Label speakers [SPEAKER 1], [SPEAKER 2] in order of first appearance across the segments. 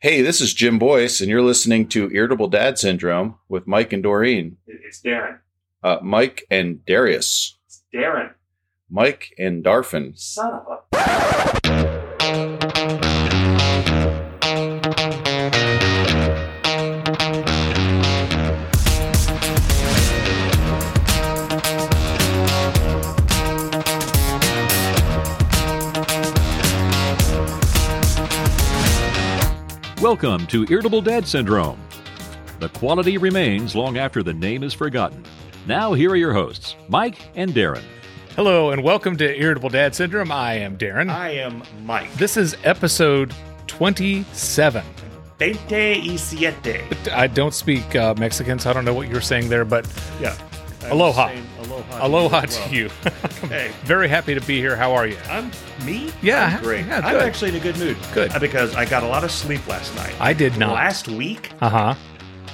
[SPEAKER 1] Hey, this is Jim Boyce, and you're listening to Irritable Dad Syndrome with Mike and Doreen.
[SPEAKER 2] It- It's Darren.
[SPEAKER 1] Uh, Mike and Darius.
[SPEAKER 2] It's Darren.
[SPEAKER 1] Mike and Darfin.
[SPEAKER 2] Son of a.
[SPEAKER 3] Welcome to Irritable Dad Syndrome. The quality remains long after the name is forgotten. Now, here are your hosts, Mike and Darren.
[SPEAKER 4] Hello and welcome to Irritable Dad Syndrome. I am Darren.
[SPEAKER 2] I am Mike.
[SPEAKER 4] This is episode 27.
[SPEAKER 2] Veinte y siete.
[SPEAKER 4] I don't speak uh, Mexican, so I don't know what you're saying there, but
[SPEAKER 5] Yeah. I'm
[SPEAKER 4] Aloha.
[SPEAKER 5] saying Aloha. to
[SPEAKER 4] aloha
[SPEAKER 5] you as well.
[SPEAKER 4] to you.
[SPEAKER 5] Hey,
[SPEAKER 4] Very happy to be here. How are you?
[SPEAKER 5] I'm me.
[SPEAKER 4] Yeah,
[SPEAKER 5] I'm great.
[SPEAKER 4] yeah,
[SPEAKER 5] I'm
[SPEAKER 4] good.
[SPEAKER 5] actually in a good mood.
[SPEAKER 4] Good.
[SPEAKER 5] Uh, because I got a lot of sleep last night.
[SPEAKER 4] I did not.
[SPEAKER 5] Last week,
[SPEAKER 4] Uh huh.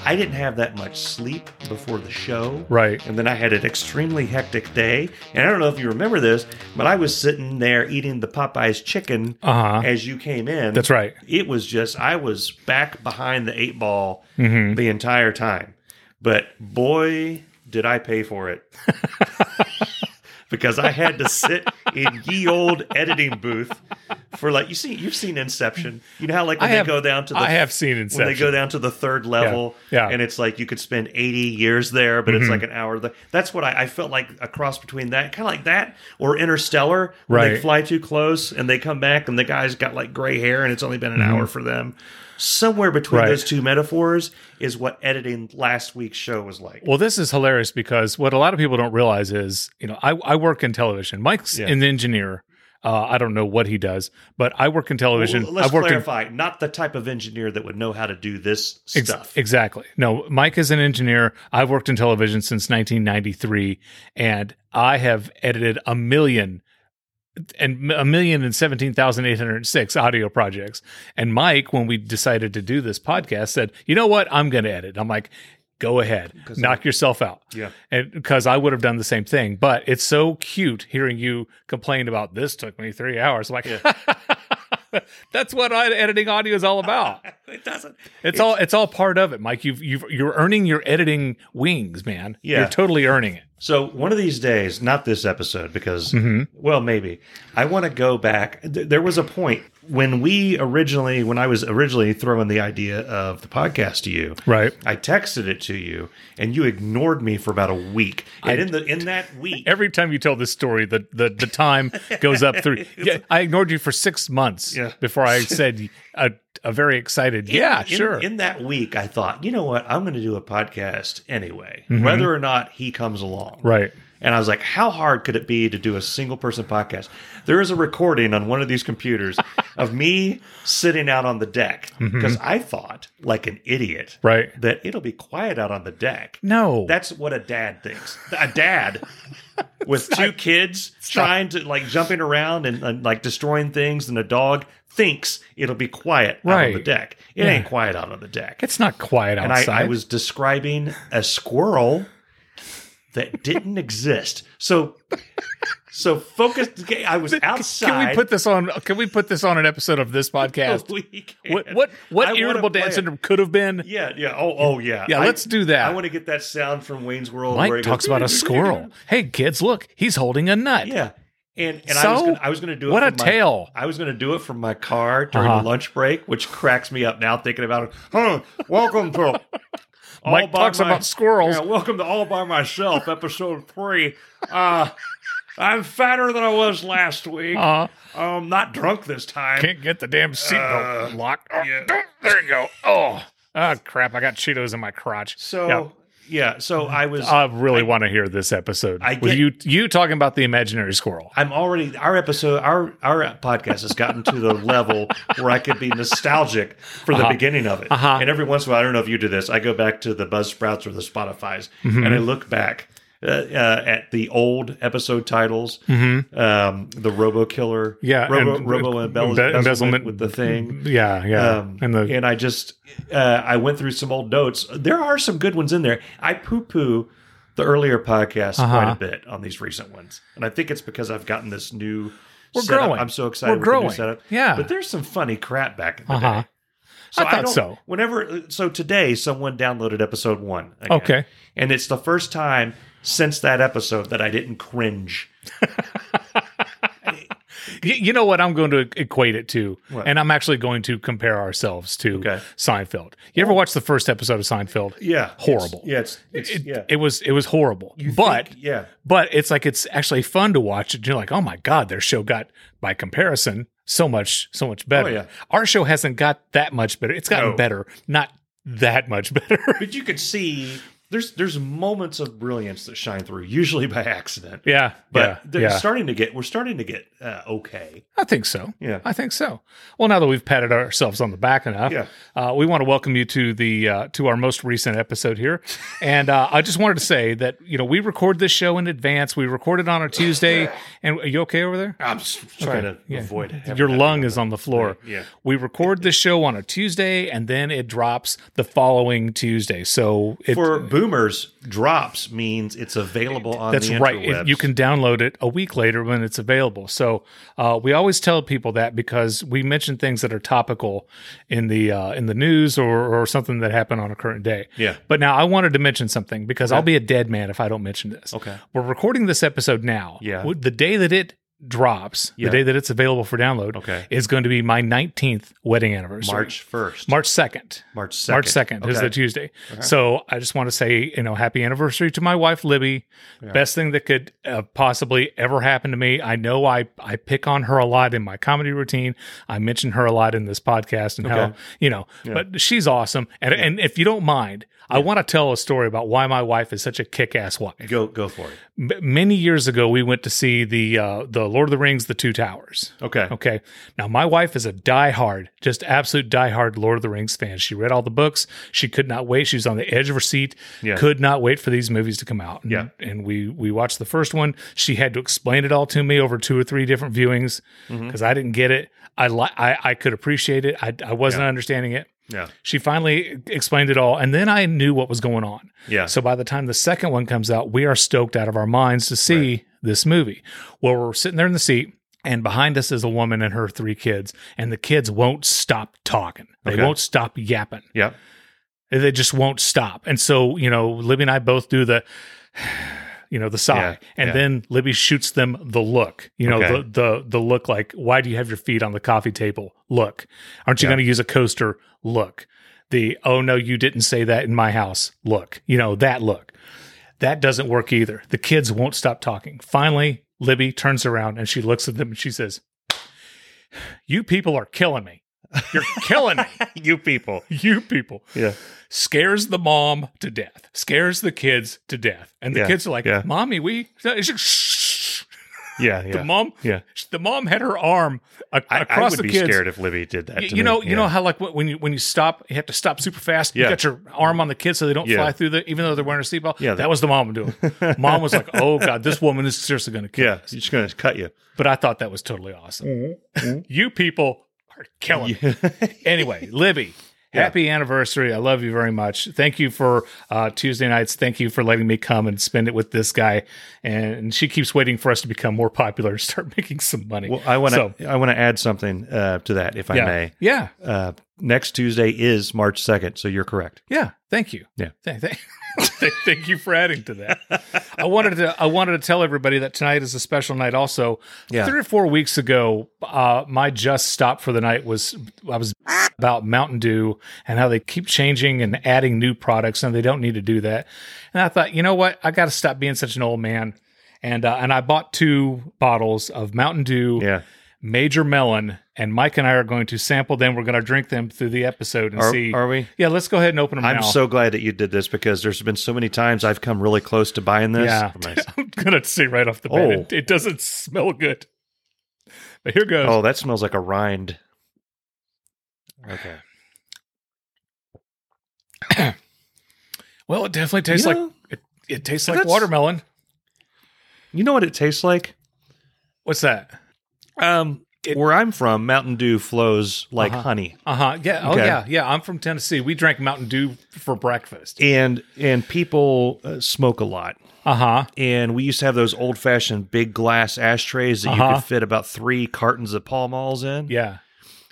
[SPEAKER 5] I didn't have that much sleep before the show.
[SPEAKER 4] Right.
[SPEAKER 5] And then I had an extremely hectic day. And I don't know if you remember this, but I was sitting there eating the Popeyes chicken
[SPEAKER 4] Uh huh.
[SPEAKER 5] as you came in.
[SPEAKER 4] That's right.
[SPEAKER 5] It was just I was back behind the eight ball
[SPEAKER 4] Mm-hmm.
[SPEAKER 5] the entire time. But boy, did I pay for it. because I had to sit in ye old editing booth for like you see you've seen Inception. You know how like when
[SPEAKER 4] I
[SPEAKER 5] they
[SPEAKER 4] have-
[SPEAKER 5] go down to the
[SPEAKER 4] I have seen
[SPEAKER 5] when they go
[SPEAKER 4] Inception.
[SPEAKER 5] down to the third level
[SPEAKER 4] yeah.
[SPEAKER 5] and it's like you could spend 80 years there but
[SPEAKER 4] Mm-hmm.
[SPEAKER 5] it's like an hour there. That's what I, I felt like a cross between that kind of like that or Interstellar when
[SPEAKER 4] Right.
[SPEAKER 5] they fly too close and they come back and the guy's got like gray hair and it's only been an hour for them. Somewhere between
[SPEAKER 4] Mm-hmm. Right.
[SPEAKER 5] those two metaphors is what editing last week's show was like.
[SPEAKER 4] Well, this is hilarious because what a lot of people don't realize is, you know, I, I work in television. Mike's
[SPEAKER 5] Yeah.
[SPEAKER 4] an engineer. Uh, I don't know what he does, but I work in television.
[SPEAKER 5] Well, let's
[SPEAKER 4] I've worked in
[SPEAKER 5] clarify, not the type of engineer that would know how to do this
[SPEAKER 4] Ex-
[SPEAKER 5] stuff.
[SPEAKER 4] Exactly. No, Mike is an engineer. I've worked in television since 1993, and I have edited a million and a million and 17,806 audio projects. And Mike, when we decided to do this podcast, said, You know what? I'm going to edit. I'm like, Go ahead, knock yourself out.
[SPEAKER 5] Yeah.
[SPEAKER 4] And because I would have done the same thing, but it's so cute hearing you complain about this took me three hours. I'm like, That's what I, editing audio is all about.
[SPEAKER 5] it doesn't.
[SPEAKER 4] It's all it's all part of it, Mike. You've you've you're earning your editing wings, man.
[SPEAKER 5] Yeah.
[SPEAKER 4] You're totally earning it.
[SPEAKER 5] So one of these days, not this episode, because
[SPEAKER 4] Mm-hmm.
[SPEAKER 5] well, maybe I want to go back. Th- There was a point when we originally, when I was originally throwing the idea of the podcast to you,
[SPEAKER 4] Right.
[SPEAKER 5] I texted it to you, and you ignored me for about a week. And in the in that week,
[SPEAKER 4] Every time you tell this story, the the, the time goes up through. Yeah, I ignored you for six months
[SPEAKER 5] Yeah.
[SPEAKER 4] before I said a, a very excited, yeah,
[SPEAKER 5] in-
[SPEAKER 4] sure.
[SPEAKER 5] In that week, I thought, you know what, I'm going to do a podcast anyway, whether or not he comes along,
[SPEAKER 4] Mm-hmm. right.
[SPEAKER 5] And I was like, how hard could it be to do a single person podcast? There is a recording on one of these computers of me sitting out on the deck because I thought, like an idiot,
[SPEAKER 4] Mm-hmm. Right.
[SPEAKER 5] that it'll be quiet out on the deck.
[SPEAKER 4] No.
[SPEAKER 5] That's what a dad thinks. A dad with two kids trying to like jumping around and, and, like destroying things, and a dog thinks it'll be quiet out on the
[SPEAKER 4] Right.
[SPEAKER 5] deck. It ain't quiet out on the deck.
[SPEAKER 4] it's not quiet
[SPEAKER 5] And I,
[SPEAKER 4] outside.
[SPEAKER 5] I was describing a squirrel that didn't exist. So, so focused. okay, I was outside.
[SPEAKER 4] can we put this on? Can we put this on an episode of this podcast? what what what irritable dad
[SPEAKER 5] dancing?
[SPEAKER 4] syndrome could have been?
[SPEAKER 5] Yeah, yeah. Oh, oh, yeah.
[SPEAKER 4] Yeah,
[SPEAKER 5] I-
[SPEAKER 4] let's do that.
[SPEAKER 5] I want to get that sound from Wayne's World. where
[SPEAKER 4] Mike
[SPEAKER 5] he
[SPEAKER 4] talks
[SPEAKER 5] goes,
[SPEAKER 4] about a squirrel. hey kids, look, he's holding a nut.
[SPEAKER 5] Yeah. And, and I was
[SPEAKER 4] So?
[SPEAKER 5] gonna, I was going to do it.
[SPEAKER 4] What a
[SPEAKER 5] from my-
[SPEAKER 4] tale.
[SPEAKER 5] I was going to do it from my car during
[SPEAKER 4] Uh-huh.
[SPEAKER 5] the lunch break, which cracks me up now thinking about it. Huh, welcome to All
[SPEAKER 4] Mike
[SPEAKER 5] by
[SPEAKER 4] talks
[SPEAKER 5] my-
[SPEAKER 4] about squirrels.
[SPEAKER 5] Yeah, welcome to All by Myself, episode three. Uh, I'm fatter than I was last week.
[SPEAKER 4] Uh,
[SPEAKER 5] I'm not drunk this time.
[SPEAKER 4] Can't get the damn seatbelt
[SPEAKER 5] Uh,
[SPEAKER 4] locked. Oh,
[SPEAKER 5] yeah.
[SPEAKER 4] There you go. Oh, oh crap! I got Cheetos in my crotch.
[SPEAKER 5] so
[SPEAKER 4] Yeah. Uh,
[SPEAKER 5] yeah. so I was.
[SPEAKER 4] I really want to hear this episode
[SPEAKER 5] I
[SPEAKER 4] with
[SPEAKER 5] get-
[SPEAKER 4] you. You talking about the imaginary squirrel?
[SPEAKER 5] I'm already our episode our our podcast has gotten to the level where I could be nostalgic for the beginning of it.
[SPEAKER 4] Uh-huh.
[SPEAKER 5] And every once in a while, I don't know if you do this. I go back to the Buzzsprouts or the Spotify's,
[SPEAKER 4] Mm-hmm.
[SPEAKER 5] and I look back uh, uh, at the old episode titles, um, the Robo Killer,
[SPEAKER 4] Mm-hmm. Yeah,
[SPEAKER 5] Robo,
[SPEAKER 4] and-
[SPEAKER 5] Robo embellish-
[SPEAKER 4] embe-
[SPEAKER 5] embezzlement,
[SPEAKER 4] embezzlement-
[SPEAKER 5] with the thing.
[SPEAKER 4] Yeah, yeah.
[SPEAKER 5] Um,
[SPEAKER 4] and
[SPEAKER 5] and,
[SPEAKER 4] the
[SPEAKER 5] I just uh, I went through some old notes. There are some good ones in there. I poo poo the earlier podcasts quite
[SPEAKER 4] Uh-huh.
[SPEAKER 5] a bit on these recent ones, and I think it's because I've gotten this new.
[SPEAKER 4] We're
[SPEAKER 5] setup.
[SPEAKER 4] growing.
[SPEAKER 5] I'm so excited.
[SPEAKER 4] We're
[SPEAKER 5] with the new
[SPEAKER 4] growing.
[SPEAKER 5] setup.
[SPEAKER 4] Yeah.
[SPEAKER 5] but there's some funny crap back in the
[SPEAKER 4] uh huh.
[SPEAKER 5] day. So
[SPEAKER 4] I thought
[SPEAKER 5] don't-
[SPEAKER 4] so.
[SPEAKER 5] Whenever, so today someone downloaded episode one. again.
[SPEAKER 4] Okay.
[SPEAKER 5] And it's the first time since that episode that I didn't cringe.
[SPEAKER 4] Y- You know what I'm going to e, equate it to,
[SPEAKER 5] What?
[SPEAKER 4] and I'm actually going to compare ourselves to
[SPEAKER 5] Okay. Oh.
[SPEAKER 4] Seinfeld. You ever watch the first episode of Seinfeld?
[SPEAKER 5] Yeah.
[SPEAKER 4] Horrible.
[SPEAKER 5] It's, yeah. It's, it's
[SPEAKER 4] It,
[SPEAKER 5] yeah.
[SPEAKER 4] it was it was horrible, but
[SPEAKER 5] yeah.
[SPEAKER 4] but it's like it's actually fun to watch it. You're like, oh my god, their show got by comparison so much so much better.
[SPEAKER 5] Oh, yeah.
[SPEAKER 4] Our show hasn't got that much better. It's gotten
[SPEAKER 5] No.
[SPEAKER 4] better, not that much better.
[SPEAKER 5] But you could see there's there's moments of brilliance that shine through, usually by accident.
[SPEAKER 4] yeah,
[SPEAKER 5] But
[SPEAKER 4] yeah,
[SPEAKER 5] they're
[SPEAKER 4] yeah.
[SPEAKER 5] starting to get we're starting to get uh, okay.
[SPEAKER 4] I think so.
[SPEAKER 5] Yeah.
[SPEAKER 4] I think so. Well, now that we've patted ourselves on the back enough,
[SPEAKER 5] Yeah.
[SPEAKER 4] uh, we want to welcome you to the uh, to our most recent episode here. and uh, I just wanted to say that you know we record this show in advance. We record it on a Tuesday. and are you okay over there?
[SPEAKER 5] I'm s- trying to avoid having
[SPEAKER 4] Your
[SPEAKER 5] that
[SPEAKER 4] lung is on the floor.
[SPEAKER 5] Yeah.
[SPEAKER 4] We record this show on a Tuesday, and then it drops the following Tuesday. So it,
[SPEAKER 5] for boomers, drops means it's available on
[SPEAKER 4] That's
[SPEAKER 5] the
[SPEAKER 4] right. It-
[SPEAKER 5] interwebs.
[SPEAKER 4] you can download it a week later when it's available. So uh, we always tell people that because we mention things that are topical in the uh, in the news or or something that happened on a current day.
[SPEAKER 5] Yeah.
[SPEAKER 4] But now I wanted to mention something because I'll be a dead man if I don't mention this.
[SPEAKER 5] Okay.
[SPEAKER 4] We're recording this episode now.
[SPEAKER 5] Yeah.
[SPEAKER 4] Would- The day that it drops,
[SPEAKER 5] Yeah.
[SPEAKER 4] the day that it's available for download,
[SPEAKER 5] Okay.
[SPEAKER 4] is going to be my 19th wedding anniversary.
[SPEAKER 5] March first.
[SPEAKER 4] March 2nd.
[SPEAKER 5] March second.
[SPEAKER 4] March 2nd is the Tuesday. So I just want to say, you know, happy anniversary to my wife, Libby. Best thing that could uh, possibly ever happen to me. I know I, I pick on her a lot in my comedy routine. I mention her a lot in this podcast and how,
[SPEAKER 5] Okay.
[SPEAKER 4] you know, but she's awesome. And, and if you don't mind, I want to tell a story about why my wife is such a kick ass wife.
[SPEAKER 5] Go go for it.
[SPEAKER 4] M- many years ago, we went to see the, uh, the Lord of the Rings, The Two Towers.
[SPEAKER 5] Okay.
[SPEAKER 4] Okay. Now, my wife is a diehard, just absolute diehard Lord of the Rings fan. She read all the books. She could not wait. She was on the edge of her seat.
[SPEAKER 5] Yeah.
[SPEAKER 4] Could not wait for these movies to come out. And,
[SPEAKER 5] Yeah.
[SPEAKER 4] And we we watched the first one. She had to explain it all to me over two or three different viewings because
[SPEAKER 5] Mm-hmm.
[SPEAKER 4] I didn't get it. I li- I I could appreciate it. I I wasn't understanding it.
[SPEAKER 5] Yeah.
[SPEAKER 4] She finally explained it all, and then I knew what was going on.
[SPEAKER 5] Yeah.
[SPEAKER 4] So by the time the second one comes out, we are stoked out of our minds to see this movie. Well, we're sitting there in the seat, and behind us is a woman and her three kids, and the kids won't stop talking. They
[SPEAKER 5] Okay.
[SPEAKER 4] won't stop yapping.
[SPEAKER 5] Yeah.
[SPEAKER 4] They just won't stop. And so, you know, Libby and I both do the you know, the sigh.
[SPEAKER 5] Yeah,
[SPEAKER 4] and
[SPEAKER 5] yeah.
[SPEAKER 4] then Libby shoots them the look, you know,
[SPEAKER 5] Okay.
[SPEAKER 4] the, the the look like, why do you have your feet on the coffee table? Look. Aren't you
[SPEAKER 5] Yeah.
[SPEAKER 4] gonna use a coaster? Look. The oh no, you didn't say that in my house. Look. You know, that look. That doesn't work either. The kids won't stop talking. Finally, Libby turns around and she looks at them and she says, You people are killing me. You're killing me.
[SPEAKER 5] you people.
[SPEAKER 4] you people
[SPEAKER 5] Yeah.
[SPEAKER 4] scares the mom to death, scares the kids to death, and the
[SPEAKER 5] Yeah,
[SPEAKER 4] kids are like,
[SPEAKER 5] yeah.
[SPEAKER 4] "Mommy, we." uh," It's like, shh.
[SPEAKER 5] Yeah.
[SPEAKER 4] The mom,
[SPEAKER 5] Yeah.
[SPEAKER 4] the mom had her arm a-
[SPEAKER 5] I, I
[SPEAKER 4] across
[SPEAKER 5] would
[SPEAKER 4] the
[SPEAKER 5] be
[SPEAKER 4] kids.
[SPEAKER 5] scared if Libby did that.
[SPEAKER 4] Y-
[SPEAKER 5] to
[SPEAKER 4] you
[SPEAKER 5] me.
[SPEAKER 4] know, you
[SPEAKER 5] Yeah.
[SPEAKER 4] know how like when you when you stop, you have to stop super fast. You
[SPEAKER 5] Yeah.
[SPEAKER 4] got your arm on the kids so they don't
[SPEAKER 5] Yeah.
[SPEAKER 4] fly through the, even though they're wearing a seatbelt.
[SPEAKER 5] Yeah,
[SPEAKER 4] that,
[SPEAKER 5] that-
[SPEAKER 4] was the mom doing. mom was like, "Oh God, this woman is seriously going to kill."
[SPEAKER 5] Yeah,
[SPEAKER 4] us."
[SPEAKER 5] she's gonna cut you.
[SPEAKER 4] But I thought that was totally awesome.
[SPEAKER 5] Mm-hmm.
[SPEAKER 4] you people are killing. me. anyway, Libby, happy anniversary. I love you very much. Thank you for uh, Tuesday nights. Thank you for letting me come and spend it with this guy. And she keeps waiting for us to become more popular and start making some money.
[SPEAKER 5] Well, I want to.
[SPEAKER 4] So-
[SPEAKER 5] I want to add something uh, to that, if I
[SPEAKER 4] yeah.
[SPEAKER 5] may.
[SPEAKER 4] Yeah.
[SPEAKER 5] Uh, next Tuesday is March second, so you're correct.
[SPEAKER 4] Yeah. Thank you.
[SPEAKER 5] Yeah.
[SPEAKER 4] Thank, thank, thank- thank you for adding to that. I wanted to I wanted to tell everybody that tonight is a special night also.
[SPEAKER 5] Yeah.
[SPEAKER 4] Three or four weeks ago, uh, my just stop for the night was I was about Mountain Dew and how they keep changing and adding new products and they don't need to do that. And I thought, you know what? I gotta stop being such an old man. And uh, and I bought two bottles of Mountain Dew
[SPEAKER 5] Yeah,
[SPEAKER 4] Major Melon, and Mike and I are going to sample them. We're going to drink them through the episode and
[SPEAKER 5] Are-
[SPEAKER 4] see.
[SPEAKER 5] are we?
[SPEAKER 4] Yeah, let's go ahead and open them.
[SPEAKER 5] I'm
[SPEAKER 4] now.
[SPEAKER 5] so glad that you did this because there's been so many times I've come really close to buying this.
[SPEAKER 4] yeah. I'm going to say right off the bat,
[SPEAKER 5] Oh.
[SPEAKER 4] it, it doesn't smell good. But here goes.
[SPEAKER 5] Oh, that smells like a rind. Okay.
[SPEAKER 4] Well, it definitely tastes
[SPEAKER 5] You
[SPEAKER 4] like
[SPEAKER 5] know-
[SPEAKER 4] it, it tastes
[SPEAKER 5] That's-
[SPEAKER 4] like watermelon.
[SPEAKER 5] You know what it tastes like?
[SPEAKER 4] What's that?
[SPEAKER 5] Um, where I'm from, Mountain Dew flows like honey,
[SPEAKER 4] Uh huh. Yeah. Oh
[SPEAKER 5] Okay.
[SPEAKER 4] yeah. Yeah. I'm from Tennessee. We drank Mountain Dew for breakfast.
[SPEAKER 5] and and people uh, smoke a lot.
[SPEAKER 4] Uh huh.
[SPEAKER 5] And we used to have those old fashioned big glass ashtrays that
[SPEAKER 4] Uh-huh.
[SPEAKER 5] you could fit about three cartons of Pall Malls in.
[SPEAKER 4] Yeah.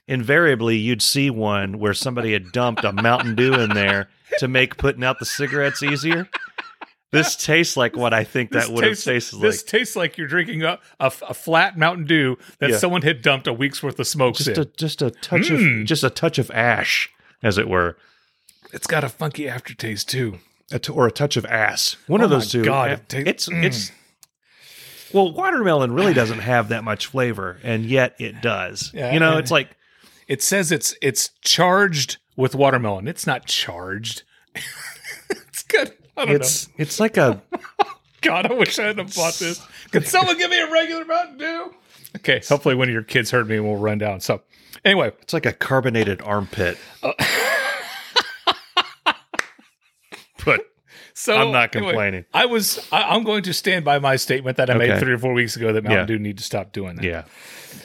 [SPEAKER 5] invariably you'd see one where somebody had dumped a Mountain Dew in there to make putting out the cigarettes easier. This tastes like what I think that would have tasted
[SPEAKER 4] this
[SPEAKER 5] like.
[SPEAKER 4] tastes like you're drinking a, a, f- a flat Mountain Dew that
[SPEAKER 5] Yeah.
[SPEAKER 4] someone had dumped a week's worth of smokes
[SPEAKER 5] Just
[SPEAKER 4] in.
[SPEAKER 5] a just a touch
[SPEAKER 4] Mm.
[SPEAKER 5] of just a touch of ash, as it were,
[SPEAKER 4] it's got a funky aftertaste too.
[SPEAKER 5] a t- or a touch of ass. One
[SPEAKER 4] Oh
[SPEAKER 5] of those
[SPEAKER 4] my
[SPEAKER 5] two.
[SPEAKER 4] God,
[SPEAKER 5] Yeah.
[SPEAKER 4] it ta-
[SPEAKER 5] it's
[SPEAKER 4] Mm.
[SPEAKER 5] it's. Well, watermelon really doesn't have that much flavor, and yet it does.
[SPEAKER 4] Yeah,
[SPEAKER 5] you know,
[SPEAKER 4] and-
[SPEAKER 5] it's like
[SPEAKER 4] It says it's it's charged with watermelon. It's not charged. it's good. I don't know.
[SPEAKER 5] it's it's like a
[SPEAKER 4] God, I wish I hadn't have bought this. Could someone give me a regular Mountain Dew? Okay, hopefully one of your kids heard me and will run down. So, anyway,
[SPEAKER 5] it's like a carbonated armpit. but
[SPEAKER 4] so
[SPEAKER 5] I'm not
[SPEAKER 4] anyway,
[SPEAKER 5] complaining.
[SPEAKER 4] I was. I, I'm going to stand by my statement that I made
[SPEAKER 5] Okay.
[SPEAKER 4] three or four weeks ago that Mountain
[SPEAKER 5] Yeah.
[SPEAKER 4] Dew need to stop doing that.
[SPEAKER 5] yeah.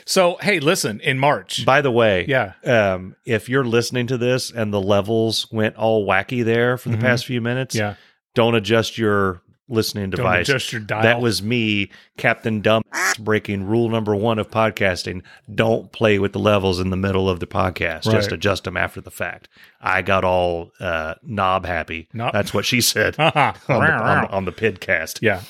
[SPEAKER 4] So, hey, listen, in March,
[SPEAKER 5] By the way,
[SPEAKER 4] Yeah.
[SPEAKER 5] Um, if you're listening to this and the levels went all wacky there for the
[SPEAKER 4] Mhm.
[SPEAKER 5] past few minutes,
[SPEAKER 4] yeah,
[SPEAKER 5] don't adjust your listening
[SPEAKER 4] don't
[SPEAKER 5] device.
[SPEAKER 4] adjust your dial.
[SPEAKER 5] that was me, Captain Dumb, breaking rule number one of podcasting. Don't play with the levels in the middle of the podcast. Just
[SPEAKER 4] Right.
[SPEAKER 5] adjust them after the fact. I got all uh, knob happy.
[SPEAKER 4] Knob-
[SPEAKER 5] That's what she said on, the, on, the, on the podcast.
[SPEAKER 4] yeah,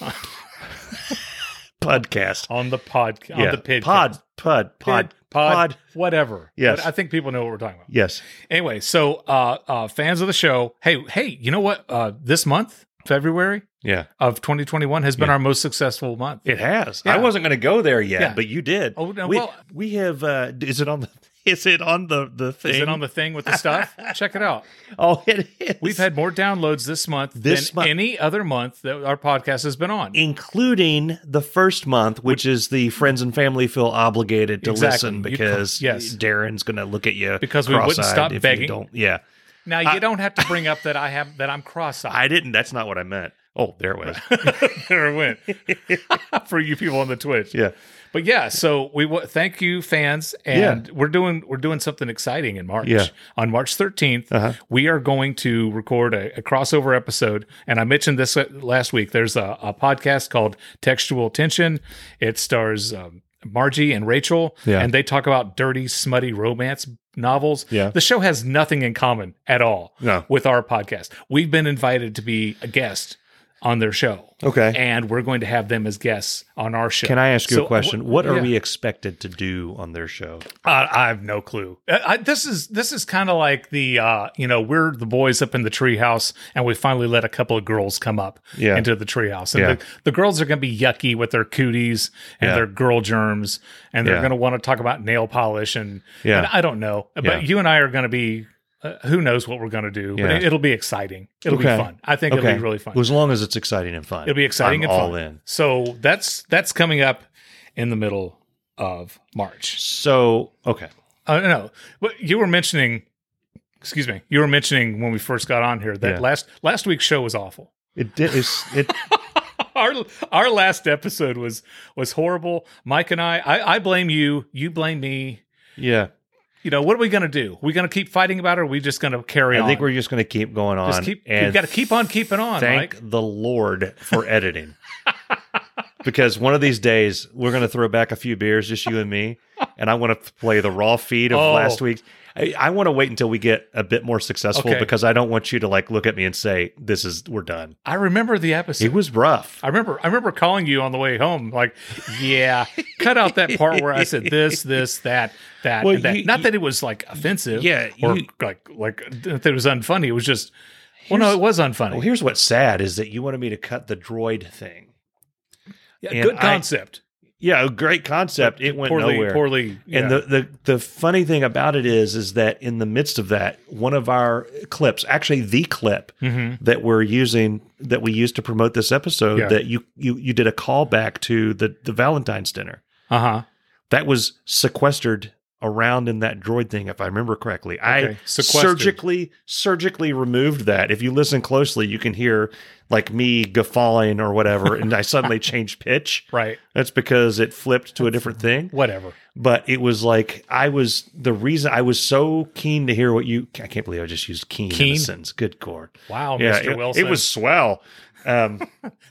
[SPEAKER 5] Podcast.
[SPEAKER 4] on the pod, on
[SPEAKER 5] Yeah.
[SPEAKER 4] the pid,
[SPEAKER 5] pod, pod, pod,
[SPEAKER 4] pod, pod, whatever.
[SPEAKER 5] Yes.
[SPEAKER 4] But I think people know what we're talking about.
[SPEAKER 5] Yes.
[SPEAKER 4] Anyway, so uh, uh, fans of the show, hey, hey, you know what? Uh, this month, February
[SPEAKER 5] Yeah.
[SPEAKER 4] of 2021, has been
[SPEAKER 5] Yeah.
[SPEAKER 4] our most successful month.
[SPEAKER 5] It has.
[SPEAKER 4] Yeah.
[SPEAKER 5] I wasn't going to go there yet,
[SPEAKER 4] Yeah.
[SPEAKER 5] but you did.
[SPEAKER 4] Oh, no,
[SPEAKER 5] we,
[SPEAKER 4] well-
[SPEAKER 5] we have. Uh, d- is it on the? Is it on the the thing?
[SPEAKER 4] Is it on the thing with the stuff? Check it out.
[SPEAKER 5] Oh, it is.
[SPEAKER 4] We've had more downloads this month
[SPEAKER 5] This
[SPEAKER 4] than
[SPEAKER 5] month-
[SPEAKER 4] any other month that our podcast has been on.
[SPEAKER 5] including the first month, which is the friends and family feel obligated to
[SPEAKER 4] Exactly.
[SPEAKER 5] listen
[SPEAKER 4] You can't-
[SPEAKER 5] because
[SPEAKER 4] yes.
[SPEAKER 5] Darren's going to look at you
[SPEAKER 4] Because we wouldn't
[SPEAKER 5] cross-eyed
[SPEAKER 4] stop
[SPEAKER 5] if you
[SPEAKER 4] begging.
[SPEAKER 5] Don't. Yeah,
[SPEAKER 4] Now you don't have to bring up that I have that I'm cross-eyed.
[SPEAKER 5] I didn't. That's not what I meant. Oh, there it was.
[SPEAKER 4] there it went for you people on the Twitch.
[SPEAKER 5] yeah.
[SPEAKER 4] But yeah, so we w- thank you, fans, and we're doing we're doing something exciting in March.
[SPEAKER 5] Yeah.
[SPEAKER 4] On March 13th
[SPEAKER 5] Uh-huh.
[SPEAKER 4] we are going to record a, a crossover episode, and I mentioned this uh, last week. There's a, a podcast called Textual Tension. It stars um, Margie and Rachel,
[SPEAKER 5] Yeah.
[SPEAKER 4] and they talk about dirty, smutty romance novels.
[SPEAKER 5] Yeah.
[SPEAKER 4] The show has nothing in common at all
[SPEAKER 5] No.
[SPEAKER 4] with our podcast. We've been invited to be a guest on their show.
[SPEAKER 5] Okay.
[SPEAKER 4] And we're going to have them as guests on our show.
[SPEAKER 5] Can I ask you
[SPEAKER 4] So,
[SPEAKER 5] a question? What are
[SPEAKER 4] yeah.
[SPEAKER 5] we expected to do on their show?
[SPEAKER 4] I, I have no clue. Uh, I, I- this is this is kind of like the uh, you know we're the boys up in the treehouse, and we finally let a couple of girls come up
[SPEAKER 5] Yeah.
[SPEAKER 4] into the treehouse, and
[SPEAKER 5] Yeah.
[SPEAKER 4] the, the girls are going to be yucky with their cooties and
[SPEAKER 5] Yeah.
[SPEAKER 4] their girl germs, and they're
[SPEAKER 5] Yeah.
[SPEAKER 4] going to want to talk about nail polish and,
[SPEAKER 5] Yeah.
[SPEAKER 4] and I don't know, but
[SPEAKER 5] Yeah.
[SPEAKER 4] you and I are going to be. Uh, who knows what we're going to do? But
[SPEAKER 5] Yeah.
[SPEAKER 4] it, it'll be exciting. It'll
[SPEAKER 5] Okay.
[SPEAKER 4] be fun. I think it'll be really fun.
[SPEAKER 5] As long as it's exciting and fun,
[SPEAKER 4] It'll be exciting
[SPEAKER 5] I'm
[SPEAKER 4] and
[SPEAKER 5] all
[SPEAKER 4] fun.
[SPEAKER 5] in.
[SPEAKER 4] So that's that's coming up in the middle of March.
[SPEAKER 5] So okay,
[SPEAKER 4] Uh, no, but you were mentioning, excuse me, you were mentioning when we first got on here that
[SPEAKER 5] Yeah.
[SPEAKER 4] last last week's show was awful.
[SPEAKER 5] it did. It's, it
[SPEAKER 4] Our our last episode was was horrible. Mike and I, I, I blame you. You blame me.
[SPEAKER 5] yeah.
[SPEAKER 4] You know what are we gonna do? we gonna keep fighting about it? Or are we just gonna carry
[SPEAKER 5] I
[SPEAKER 4] on?
[SPEAKER 5] think we're just going to keep going on.
[SPEAKER 4] just keep.
[SPEAKER 5] and
[SPEAKER 4] We've got to keep on keeping on,
[SPEAKER 5] thank
[SPEAKER 4] Mike.
[SPEAKER 5] the Lord for editing, because one of these days we're going to throw back a few beers, just you and me, and I want to play the raw feed of
[SPEAKER 4] Oh.
[SPEAKER 5] last week's. I, I want to wait until we get a bit more successful
[SPEAKER 4] Okay.
[SPEAKER 5] because I don't want you to like look at me and say this is we're done.
[SPEAKER 4] I remember the episode.
[SPEAKER 5] It was rough.
[SPEAKER 4] I remember I remember calling you on the way home, like, yeah, cut out that part where I said this, this, that, that,
[SPEAKER 5] Well,
[SPEAKER 4] and that.
[SPEAKER 5] you-
[SPEAKER 4] Not
[SPEAKER 5] you-
[SPEAKER 4] that it was like offensive,
[SPEAKER 5] Yeah,
[SPEAKER 4] or
[SPEAKER 5] you-
[SPEAKER 4] like like that it was unfunny. It was just, well, no,
[SPEAKER 5] Here's-
[SPEAKER 4] it was unfunny.
[SPEAKER 5] Well, here's what's sad is that you wanted me to cut the droid thing.
[SPEAKER 4] yeah,
[SPEAKER 5] and
[SPEAKER 4] good
[SPEAKER 5] I-
[SPEAKER 4] concept.
[SPEAKER 5] Yeah, a great concept. It went
[SPEAKER 4] poorly,
[SPEAKER 5] nowhere.
[SPEAKER 4] poorly. yeah.
[SPEAKER 5] And the, the the funny thing about it is, is that in the midst of that, one of our clips, actually the clip
[SPEAKER 4] Mhm.
[SPEAKER 5] that we're using, that we used to promote this episode,
[SPEAKER 4] Yeah.
[SPEAKER 5] that you you you did a callback to the the Valentine's dinner
[SPEAKER 4] uh-huh.
[SPEAKER 5] that was sequestered around in that droid thing, if I remember correctly. I
[SPEAKER 4] Okay, sequestered.
[SPEAKER 5] surgically surgically removed that. If you listen closely, you can hear like me guffawing or whatever, and I suddenly changed pitch.
[SPEAKER 4] Right.
[SPEAKER 5] That's because it flipped to a different thing
[SPEAKER 4] Whatever.
[SPEAKER 5] but it was like I was the reason I was so keen to hear what you. I can't believe I just used keen, in
[SPEAKER 4] Keen?
[SPEAKER 5] a sentence. Good God,
[SPEAKER 4] Wow,
[SPEAKER 5] yeah,
[SPEAKER 4] Mr.
[SPEAKER 5] it-
[SPEAKER 4] Wilson.
[SPEAKER 5] It, was swell. Um,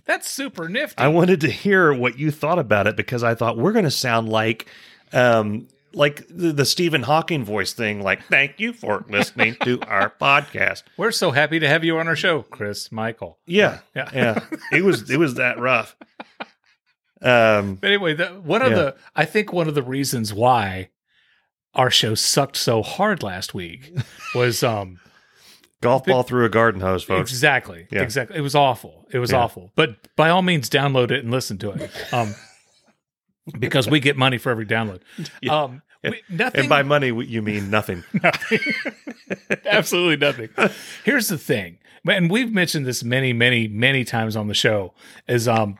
[SPEAKER 4] that's super nifty.
[SPEAKER 5] I wanted to hear what you thought about it because I thought we're going to sound like um, like the, the Stephen Hawking voice thing, like, thank you for listening to our podcast.
[SPEAKER 4] We're so happy to have you on our show, Chris Michael.
[SPEAKER 5] Yeah.
[SPEAKER 4] Yeah.
[SPEAKER 5] Yeah. It was, it was that rough. Um,
[SPEAKER 4] But anyway, the, one of
[SPEAKER 5] Yeah.
[SPEAKER 4] the I think one of the reasons why our show sucked so hard last week was um
[SPEAKER 5] golf ball through a garden hose, folks.
[SPEAKER 4] exactly
[SPEAKER 5] Yeah.
[SPEAKER 4] exactly it was awful it was
[SPEAKER 5] Yeah.
[SPEAKER 4] awful but by all means download it and listen to it um because we get money for every download
[SPEAKER 5] Yeah.
[SPEAKER 4] um we, nothing
[SPEAKER 5] And by money, we- you mean nothing.
[SPEAKER 4] absolutely nothing. Here's the thing, and we've mentioned this many, many, many times on the show. Is um,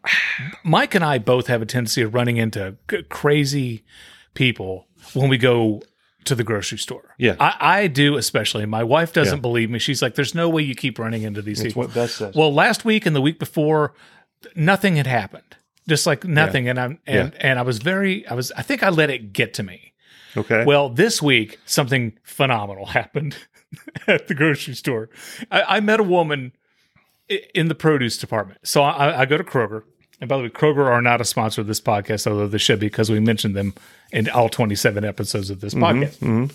[SPEAKER 4] Mike and I both have a tendency of running into c- crazy people when we go to the grocery store.
[SPEAKER 5] Yeah.
[SPEAKER 4] I, I do especially. My wife doesn't
[SPEAKER 5] Yeah.
[SPEAKER 4] believe me. She's like, "There's no way you keep running into these people."
[SPEAKER 5] Beth says.
[SPEAKER 4] Well, last week and the week before, nothing had happened. Just like nothing, and I'm and and I was very, I was, I think I let it get to me.
[SPEAKER 5] okay.
[SPEAKER 4] Well, this week something phenomenal happened at the grocery store. I, I met a woman i- in the produce department. So I, I go to Kroger, and by the way, Kroger are not a sponsor of this podcast, although they should be because we mentioned them in all 27 episodes of this podcast.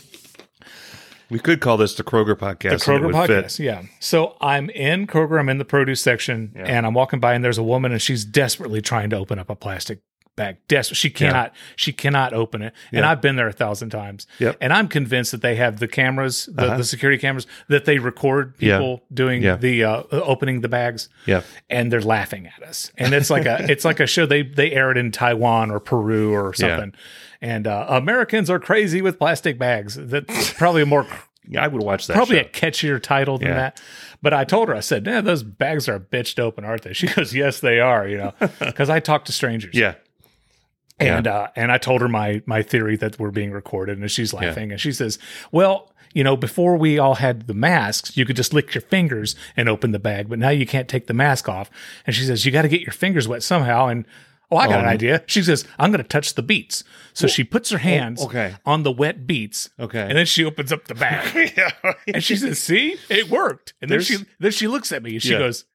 [SPEAKER 5] we could call this the Kroger podcast.
[SPEAKER 4] The Kroger
[SPEAKER 5] and it would fit.
[SPEAKER 4] podcast, yeah. So I'm in Kroger, I'm in the produce section, and I'm walking by, and there's a woman, and she's desperately trying to open up a plastic bag. Desperate, she cannot, she cannot open it. And I've been there a thousand times,
[SPEAKER 5] Yep. Uh-huh.
[SPEAKER 4] and I'm convinced that they have the cameras, the, the security cameras, that they record
[SPEAKER 5] Yeah.
[SPEAKER 4] people doing
[SPEAKER 5] Yeah.
[SPEAKER 4] the uh, opening the bags
[SPEAKER 5] Yeah.
[SPEAKER 4] and they're laughing at us. And it's like a it's like a show they they air it in Taiwan or Peru or
[SPEAKER 5] Yeah.
[SPEAKER 4] something. And uh, Americans are crazy with plastic bags. That's probably a more
[SPEAKER 5] Yeah, I would watch that.
[SPEAKER 4] probably
[SPEAKER 5] show.
[SPEAKER 4] a catchier title than
[SPEAKER 5] Yeah.
[SPEAKER 4] that. But I told her I said, "Yeah, those bags are bitched open, aren't they?" She goes, "Yes, they are." You know, because I talk to strangers.
[SPEAKER 5] yeah.
[SPEAKER 4] And uh, and I told her my my theory that we're being recorded, and she's laughing, and she says, "Well." You know, before we all had the masks, you could just lick your fingers and open the bag, but now you can't take the mask off. And she says, You got to get your fingers wet somehow. And oh, I got
[SPEAKER 5] Um,
[SPEAKER 4] an idea. She says, I'm going to touch the beets. So she puts her hands
[SPEAKER 5] oh, okay.
[SPEAKER 4] on the wet beets.
[SPEAKER 5] Okay.
[SPEAKER 4] And then she opens up the bag. And she says, "See, it worked." And then
[SPEAKER 5] There's-
[SPEAKER 4] she then she looks at me and she
[SPEAKER 5] Yeah.
[SPEAKER 4] goes,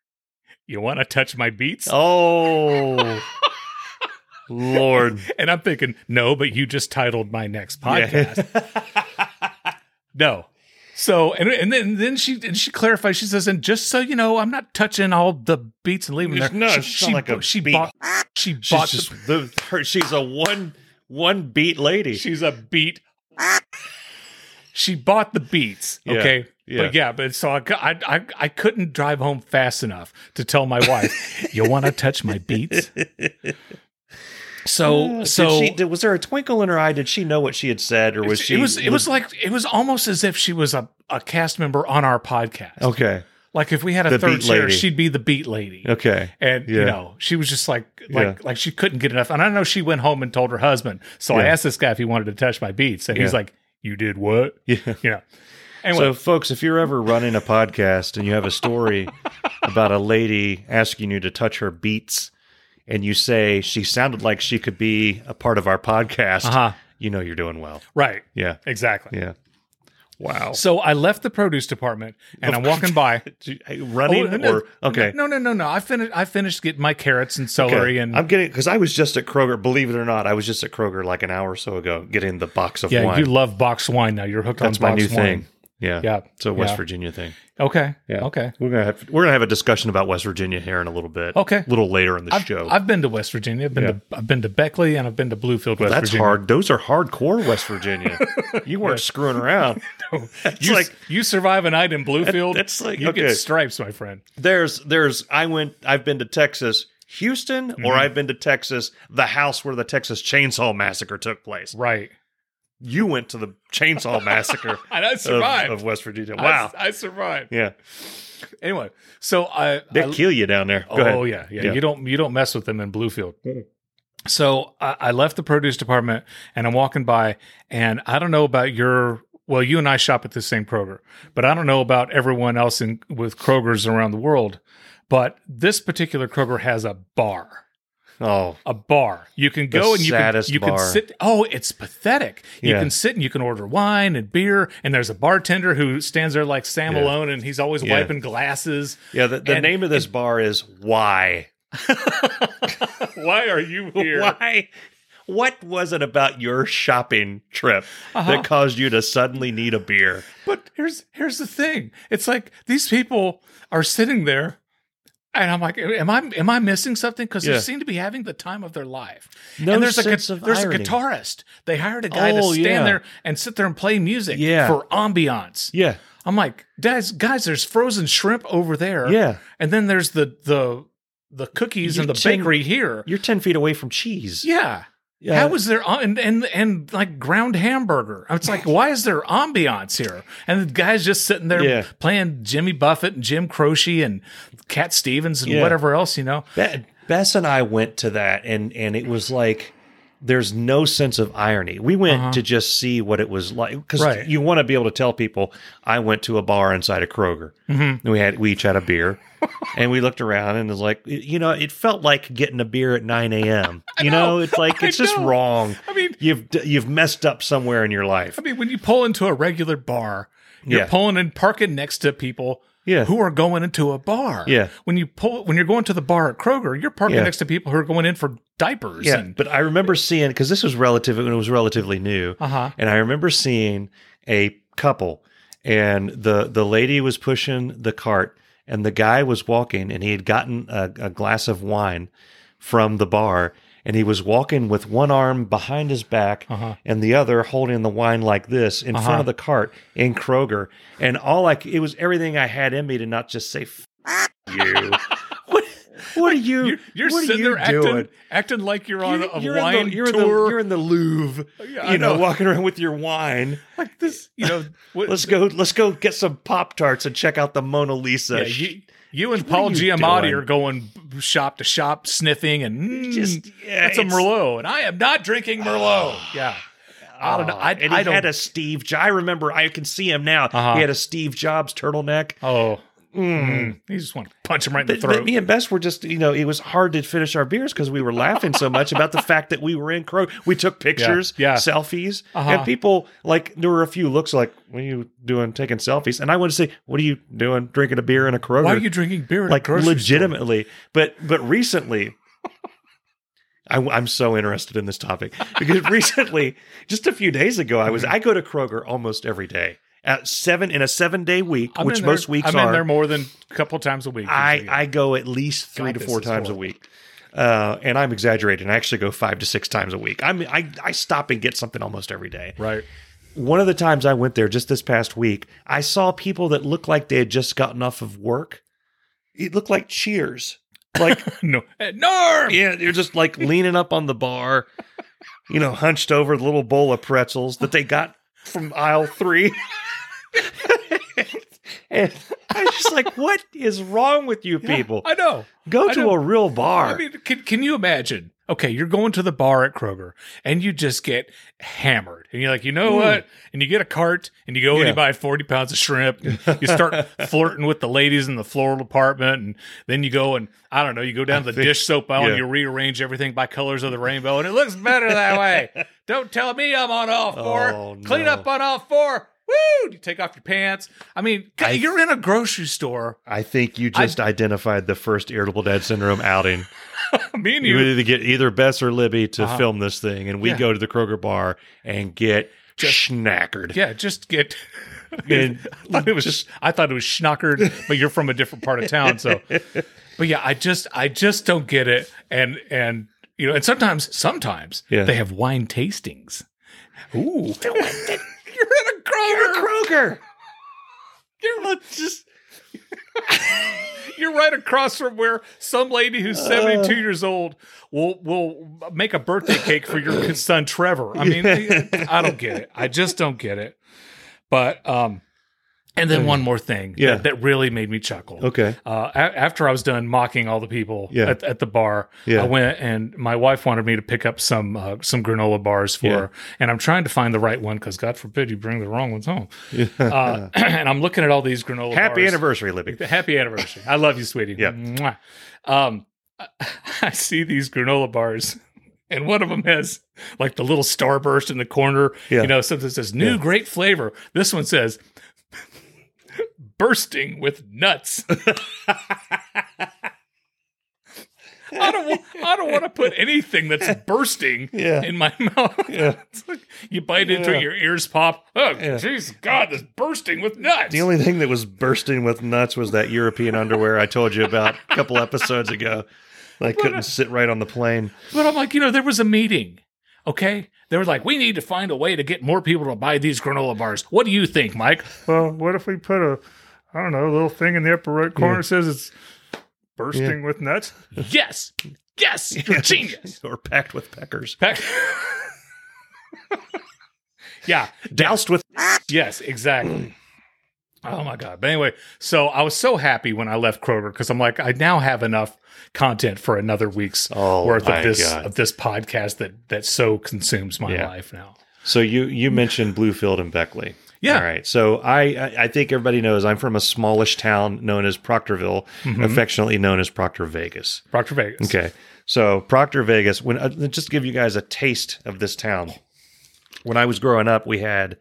[SPEAKER 4] "You want to touch my beats?"
[SPEAKER 5] Oh, Lord.
[SPEAKER 4] And I'm thinking, "No, but you just titled my next podcast." No. So and and then then she and she clarifies. She says, "And just so you know, I'm not touching all the beats and leaving
[SPEAKER 5] There's
[SPEAKER 4] them there."
[SPEAKER 5] no-
[SPEAKER 4] she,
[SPEAKER 5] it's not like a
[SPEAKER 4] she
[SPEAKER 5] beat.
[SPEAKER 4] bought she bought
[SPEAKER 5] she's
[SPEAKER 4] the,
[SPEAKER 5] just the, her, she's a one one beat lady.
[SPEAKER 4] she's a beat. she bought the beats.
[SPEAKER 5] Yeah,
[SPEAKER 4] Okay.
[SPEAKER 5] yeah.
[SPEAKER 4] But yeah, but so I, cou- I, I, I couldn't drive home fast enough to tell my wife, you want to touch my beats? So, Oh, so
[SPEAKER 5] Ah, did she, did, was there a twinkle in her eye? Did she know what she had said, or was she?
[SPEAKER 4] it was, it was like, it was almost as if she was a, a cast member on our podcast.
[SPEAKER 5] okay,
[SPEAKER 4] Like if we had a
[SPEAKER 5] The
[SPEAKER 4] third
[SPEAKER 5] beat
[SPEAKER 4] chair,
[SPEAKER 5] lady.
[SPEAKER 4] she'd be the beat lady.
[SPEAKER 5] okay,
[SPEAKER 4] And you
[SPEAKER 5] Yeah.
[SPEAKER 4] know, she was just like like
[SPEAKER 5] Yeah.
[SPEAKER 4] like she couldn't get enough. And I know she went home and told her husband. So I
[SPEAKER 5] Yeah.
[SPEAKER 4] asked this guy if he wanted to touch my beats, and he's
[SPEAKER 5] Yeah.
[SPEAKER 4] like, "You did what?"
[SPEAKER 5] yeah.
[SPEAKER 4] You know. Anyway,
[SPEAKER 5] So, folks, if you're ever running a podcast and you have a story about a lady asking you to touch her beats, and you say she sounded like she could be a part of our podcast,
[SPEAKER 4] Uh-huh.
[SPEAKER 5] you know you're doing well.
[SPEAKER 4] right,
[SPEAKER 5] Yeah,
[SPEAKER 4] exactly.
[SPEAKER 5] yeah. Wow.
[SPEAKER 4] So I left the produce department, and I'm walking by.
[SPEAKER 5] running
[SPEAKER 4] Oh, no,
[SPEAKER 5] or okay.
[SPEAKER 4] No, no, no, no. I finished. I finished getting my carrots and celery,
[SPEAKER 5] Okay.
[SPEAKER 4] and
[SPEAKER 5] I'm getting because I was just at Kroger. Believe it or not, I was just at Kroger like an hour or so ago getting the box of
[SPEAKER 4] yeah,
[SPEAKER 5] wine.
[SPEAKER 4] you love box wine now. You're hooked
[SPEAKER 5] That's
[SPEAKER 4] on
[SPEAKER 5] my
[SPEAKER 4] box
[SPEAKER 5] new
[SPEAKER 4] wine.
[SPEAKER 5] thing. Yeah,
[SPEAKER 4] Yeah,
[SPEAKER 5] It's a West
[SPEAKER 4] yeah.
[SPEAKER 5] Virginia thing.
[SPEAKER 4] Okay.
[SPEAKER 5] Yeah.
[SPEAKER 4] Okay.
[SPEAKER 5] We're gonna have we're gonna have a discussion about West Virginia here in a little bit.
[SPEAKER 4] Okay.
[SPEAKER 5] a little later in the
[SPEAKER 4] I've,
[SPEAKER 5] show.
[SPEAKER 4] I've been to West Virginia. I've been
[SPEAKER 5] Yeah.
[SPEAKER 4] to I've been to Beckley, and I've been to Bluefield, West
[SPEAKER 5] That's
[SPEAKER 4] Virginia.
[SPEAKER 5] hard. Those are hardcore West Virginia. you weren't screwing around.
[SPEAKER 4] You, like you survive a night in Bluefield.
[SPEAKER 5] that's like-
[SPEAKER 4] you
[SPEAKER 5] okay.
[SPEAKER 4] get stripes, my friend.
[SPEAKER 5] There's there's I went I've been to Texas, Houston,
[SPEAKER 4] Mm-hmm.
[SPEAKER 5] or I've been to Texas, the house where the Texas Chainsaw Massacre took place.
[SPEAKER 4] Right.
[SPEAKER 5] You went to the Chainsaw Massacre
[SPEAKER 4] And I
[SPEAKER 5] of,
[SPEAKER 4] survived.
[SPEAKER 5] of West Virginia.
[SPEAKER 4] I-
[SPEAKER 5] Wow.
[SPEAKER 4] I, survived.
[SPEAKER 5] yeah.
[SPEAKER 4] Anyway, so I,
[SPEAKER 5] They
[SPEAKER 4] I
[SPEAKER 5] kill you down there. Go
[SPEAKER 4] oh
[SPEAKER 5] ahead.
[SPEAKER 4] yeah, yeah,
[SPEAKER 5] Yeah.
[SPEAKER 4] You don't you don't mess with them in Bluefield. So I, I left the produce department and I'm walking by, and I don't know about your. Well, you and I shop at the same Kroger, but I don't know about everyone else in with Krogers around the world. But this particular Kroger has a bar.
[SPEAKER 5] Oh.
[SPEAKER 4] a bar. You can
[SPEAKER 5] The
[SPEAKER 4] go and you can,
[SPEAKER 5] saddest
[SPEAKER 4] you can
[SPEAKER 5] bar.
[SPEAKER 4] sit. Oh, it's pathetic. You
[SPEAKER 5] Yeah.
[SPEAKER 4] can sit and you can order wine and beer, and there's a bartender who stands there like Sam
[SPEAKER 5] Yeah.
[SPEAKER 4] Malone, and he's always
[SPEAKER 5] Yeah.
[SPEAKER 4] wiping glasses.
[SPEAKER 5] Yeah, the, the
[SPEAKER 4] And-
[SPEAKER 5] name of this bar is Why.
[SPEAKER 4] Why are you here?
[SPEAKER 5] Why? what was it about your shopping trip
[SPEAKER 4] Uh-huh.
[SPEAKER 5] that caused you to suddenly need a beer?
[SPEAKER 4] But here's here's the thing. It's like these people are sitting there, and I'm like, am I am I missing something? Because
[SPEAKER 5] Yeah.
[SPEAKER 4] they seem to be having the time of their life.
[SPEAKER 5] No
[SPEAKER 4] and there's
[SPEAKER 5] sense
[SPEAKER 4] a gu-
[SPEAKER 5] of
[SPEAKER 4] there's
[SPEAKER 5] irony.
[SPEAKER 4] a guitarist. They hired a guy to
[SPEAKER 5] Oh,
[SPEAKER 4] stand
[SPEAKER 5] yeah.
[SPEAKER 4] there and sit there and play music
[SPEAKER 5] Yeah.
[SPEAKER 4] for ambiance.
[SPEAKER 5] Yeah.
[SPEAKER 4] I'm like, guys, guys, there's frozen shrimp over there.
[SPEAKER 5] Yeah.
[SPEAKER 4] and then there's the the the cookies
[SPEAKER 5] You're
[SPEAKER 4] and the
[SPEAKER 5] ten-
[SPEAKER 4] bakery here.
[SPEAKER 5] You're 10 feet away from cheese.
[SPEAKER 4] Yeah.
[SPEAKER 5] Yeah.
[SPEAKER 4] How is there uh, and and and like ground hamburger? It's like why is there ambiance here? And the guy's just sitting there
[SPEAKER 5] Yeah.
[SPEAKER 4] playing Jimmy Buffett and Jim Croce and Cat Stevens and
[SPEAKER 5] Yeah.
[SPEAKER 4] whatever else you know.
[SPEAKER 5] Be- Bess and I went to that, and and it was like there's no sense of irony. We went to just see what it was like because
[SPEAKER 4] Uh-huh. Right.
[SPEAKER 5] you want to be able to tell people I went to a bar inside a Kroger.
[SPEAKER 4] Mm-hmm.
[SPEAKER 5] And we had we each had a beer, and we looked around and it was like you know it felt like getting a beer at 9 a.m. You know, it's like it's just
[SPEAKER 4] know.
[SPEAKER 5] wrong.
[SPEAKER 4] I mean-
[SPEAKER 5] you've d- you've messed up somewhere in your life.
[SPEAKER 4] I mean, when you pull into a regular bar, you're
[SPEAKER 5] Yeah.
[SPEAKER 4] pulling and parking next to people
[SPEAKER 5] Yeah.
[SPEAKER 4] who are going into a bar.
[SPEAKER 5] Yeah.
[SPEAKER 4] When you pull when you're going to the bar at Kroger, you're parking
[SPEAKER 5] Yeah.
[SPEAKER 4] next to people who are going in for diapers
[SPEAKER 5] Yeah,
[SPEAKER 4] and
[SPEAKER 5] but I remember seeing because this was relative when it was relatively new,
[SPEAKER 4] Uh-huh.
[SPEAKER 5] and I remember seeing a couple, and the the lady was pushing the cart, and the guy was walking, and he had gotten a, a glass of wine from the bar, and he was walking with one arm behind his back
[SPEAKER 4] Uh-huh.
[SPEAKER 5] and the other holding the wine like this in front of the cart in Kroger, and all like it was everything I had in me to not just say F- you. What, what are you?
[SPEAKER 4] you're, you're
[SPEAKER 5] what are
[SPEAKER 4] sitting
[SPEAKER 5] you
[SPEAKER 4] there acting,
[SPEAKER 5] doing?
[SPEAKER 4] acting like you're on a
[SPEAKER 5] in
[SPEAKER 4] wine
[SPEAKER 5] the, you're In the,
[SPEAKER 4] tour. Oh,
[SPEAKER 5] you're in the Louvre,
[SPEAKER 4] Yeah, I
[SPEAKER 5] you know,
[SPEAKER 4] know.
[SPEAKER 5] walking around with your wine.
[SPEAKER 4] like this, you know. what-
[SPEAKER 5] Let's go. Let's go get some pop tarts and check out the Mona Lisa.
[SPEAKER 4] Yeah,
[SPEAKER 5] Sh-
[SPEAKER 4] you, you and
[SPEAKER 5] are
[SPEAKER 4] Paul
[SPEAKER 5] you
[SPEAKER 4] Giamatti
[SPEAKER 5] doing?
[SPEAKER 4] are going b- shop to shop, sniffing, and mm,
[SPEAKER 5] Just- yeah,
[SPEAKER 4] that's a
[SPEAKER 5] it's- Ah.
[SPEAKER 4] Merlot, and I am not drinking Merlot. yeah, I don't know. I,
[SPEAKER 5] and
[SPEAKER 4] I
[SPEAKER 5] he
[SPEAKER 4] don't.
[SPEAKER 5] had a Steve. Jo- I remember. I can see him now.
[SPEAKER 4] Uh-huh.
[SPEAKER 5] He had a Steve Jobs turtleneck.
[SPEAKER 4] oh, mm. you just want to punch him right in
[SPEAKER 5] But,
[SPEAKER 4] the throat.
[SPEAKER 5] but me and Bess were just, you know, it was hard to finish our beers because we were laughing so much about the fact that we were in Kroger. We took pictures,
[SPEAKER 4] yeah.
[SPEAKER 5] selfies,
[SPEAKER 4] Uh-huh.
[SPEAKER 5] and people like there were a few looks like, "What are you doing, taking selfies?" And I want to say, "What are you doing, drinking a beer in a Kroger?"
[SPEAKER 4] Why are you drinking beer at a
[SPEAKER 5] like
[SPEAKER 4] grocery
[SPEAKER 5] legitimately but but recently I, am so interested in this topic because recently just a few days ago i was i go to kroger almost every day at seven in a seven day week
[SPEAKER 4] store? I'm
[SPEAKER 5] which
[SPEAKER 4] in there-
[SPEAKER 5] most weeks
[SPEAKER 4] I'm in
[SPEAKER 5] are
[SPEAKER 4] there more than a couple times a week.
[SPEAKER 5] i
[SPEAKER 4] usually.
[SPEAKER 5] i go at least three
[SPEAKER 4] God,
[SPEAKER 5] to
[SPEAKER 4] this
[SPEAKER 5] four
[SPEAKER 4] is
[SPEAKER 5] times a
[SPEAKER 4] horrible.
[SPEAKER 5] week uh, and I'm exaggerating. I actually go five to six times a week. I'm I, I stop and get something almost every day
[SPEAKER 4] right.
[SPEAKER 5] one of the times I went there just this past week, I saw people that looked like they had just gotten off of work. It looked like cheers. Like,
[SPEAKER 4] No, Eh, Norm.
[SPEAKER 5] yeah, they're just like leaning up on the bar, you know, hunched over the little bowl of pretzels that they got from aisle three. and I was just like, what is wrong with you people?
[SPEAKER 4] I know.
[SPEAKER 5] Go
[SPEAKER 4] I
[SPEAKER 5] to
[SPEAKER 4] know.
[SPEAKER 5] a real bar.
[SPEAKER 4] I mean, can, can you imagine? Okay, you're going to the bar at Kroger and you just get hammered. And you're like, you know what? And you get a cart and you go and
[SPEAKER 5] Hmm. Yeah.
[SPEAKER 4] you buy 40 pounds of shrimp. And you start flirting with the ladies in the floral department. And then you go and, I don't know, you go down to the dish soap aisle
[SPEAKER 5] yeah.
[SPEAKER 4] and you rearrange everything by colors of the rainbow. And it looks better that way. Don't tell me I'm on all four.
[SPEAKER 5] Oh,
[SPEAKER 4] Clean
[SPEAKER 5] no.
[SPEAKER 4] up on all four. Woo! You take off your pants. I mean,
[SPEAKER 5] I-
[SPEAKER 4] you're in a grocery store.
[SPEAKER 5] I think you just identified the first irritable dad syndrome outing.
[SPEAKER 4] Me and
[SPEAKER 5] You
[SPEAKER 4] you
[SPEAKER 5] would either get either Bess or Libby to
[SPEAKER 4] Uh-huh.
[SPEAKER 5] film this thing, and we
[SPEAKER 4] Yeah.
[SPEAKER 5] go to the Kroger bar and get
[SPEAKER 4] Just-
[SPEAKER 5] schnackered.
[SPEAKER 4] Yeah, just get.
[SPEAKER 5] And-
[SPEAKER 4] I thought it was I thought it was schnockered, but you're from a different part of town, so. But yeah, I just I just don't get it, and and you know, and sometimes sometimes
[SPEAKER 5] Yeah.
[SPEAKER 4] they have wine tastings. Ooh, you're in a Kroger. You're,
[SPEAKER 5] Kroger.
[SPEAKER 4] just. You're right across from where some lady
[SPEAKER 5] Uh.
[SPEAKER 4] who's 72 years old will will make a birthday cake for your son Trevor. I mean, I don't get it. I just don't get it. But um, and then one more thing
[SPEAKER 5] Yeah.
[SPEAKER 4] that, that really made me chuckle.
[SPEAKER 5] Okay.
[SPEAKER 4] Uh, a- after I was done mocking all the people
[SPEAKER 5] Yeah.
[SPEAKER 4] at, at the bar,
[SPEAKER 5] Yeah.
[SPEAKER 4] I went and my wife wanted me to pick up some uh, some granola bars for
[SPEAKER 5] Yeah.
[SPEAKER 4] her, and I'm trying to find the right one because God forbid you bring the wrong ones home. Uh, and I'm looking at all these granola.
[SPEAKER 5] Happy
[SPEAKER 4] bars.
[SPEAKER 5] anniversary, Libby.
[SPEAKER 4] Happy anniversary. I love you, sweetie.
[SPEAKER 5] Yeah.
[SPEAKER 4] Mwah. Um, I- I see these granola bars, and one of them has like the little starburst in the corner.
[SPEAKER 5] Yeah.
[SPEAKER 4] You know, something says new great flavor. This one says bursting with nuts. I don't, wa- I don't want to put anything that's bursting
[SPEAKER 5] Yeah.
[SPEAKER 4] in my mouth.
[SPEAKER 5] Yeah.
[SPEAKER 4] It's like you bite into
[SPEAKER 5] Yeah.
[SPEAKER 4] it, your ears pop. Oh,
[SPEAKER 5] Yeah.
[SPEAKER 4] jeez, God, this bursting with nuts.
[SPEAKER 5] The only thing that was bursting with nuts was that European underwear I told you about a couple episodes ago. I couldn't sit right on the plane.
[SPEAKER 4] But I'm like, you know, there was a meeting. Okay. They were like, we need to find a way to get more people to buy these granola bars. What do you think, Mike?
[SPEAKER 6] Well, what if we put a, I don't know, a little thing in the upper right corner that says it's bursting with nuts?
[SPEAKER 4] yes. Yes. You're a genius.
[SPEAKER 5] or packed with peckers.
[SPEAKER 4] Pack- yeah.
[SPEAKER 5] Doused with
[SPEAKER 4] Yes,
[SPEAKER 5] Mm.
[SPEAKER 4] exactly. oh my god. But anyway, so I was so happy when I left Kroger because I'm like, I now have enough content for another week's
[SPEAKER 5] Oh,
[SPEAKER 4] worth
[SPEAKER 5] my
[SPEAKER 4] of this
[SPEAKER 5] God.
[SPEAKER 4] of this podcast that that so consumes my
[SPEAKER 5] Yeah.
[SPEAKER 4] life now.
[SPEAKER 5] So you you mentioned Bluefield and Beckley.
[SPEAKER 4] Yeah.
[SPEAKER 5] All right. So I I- I think everybody knows I'm from a smallish town known as Proctorville,
[SPEAKER 4] Mm-hmm.
[SPEAKER 5] affectionately known as Proctor Vegas.
[SPEAKER 4] Proctor Vegas.
[SPEAKER 5] Okay. So Proctor Vegas. When uh, just to give you guys a taste of this town. When I was growing up, we had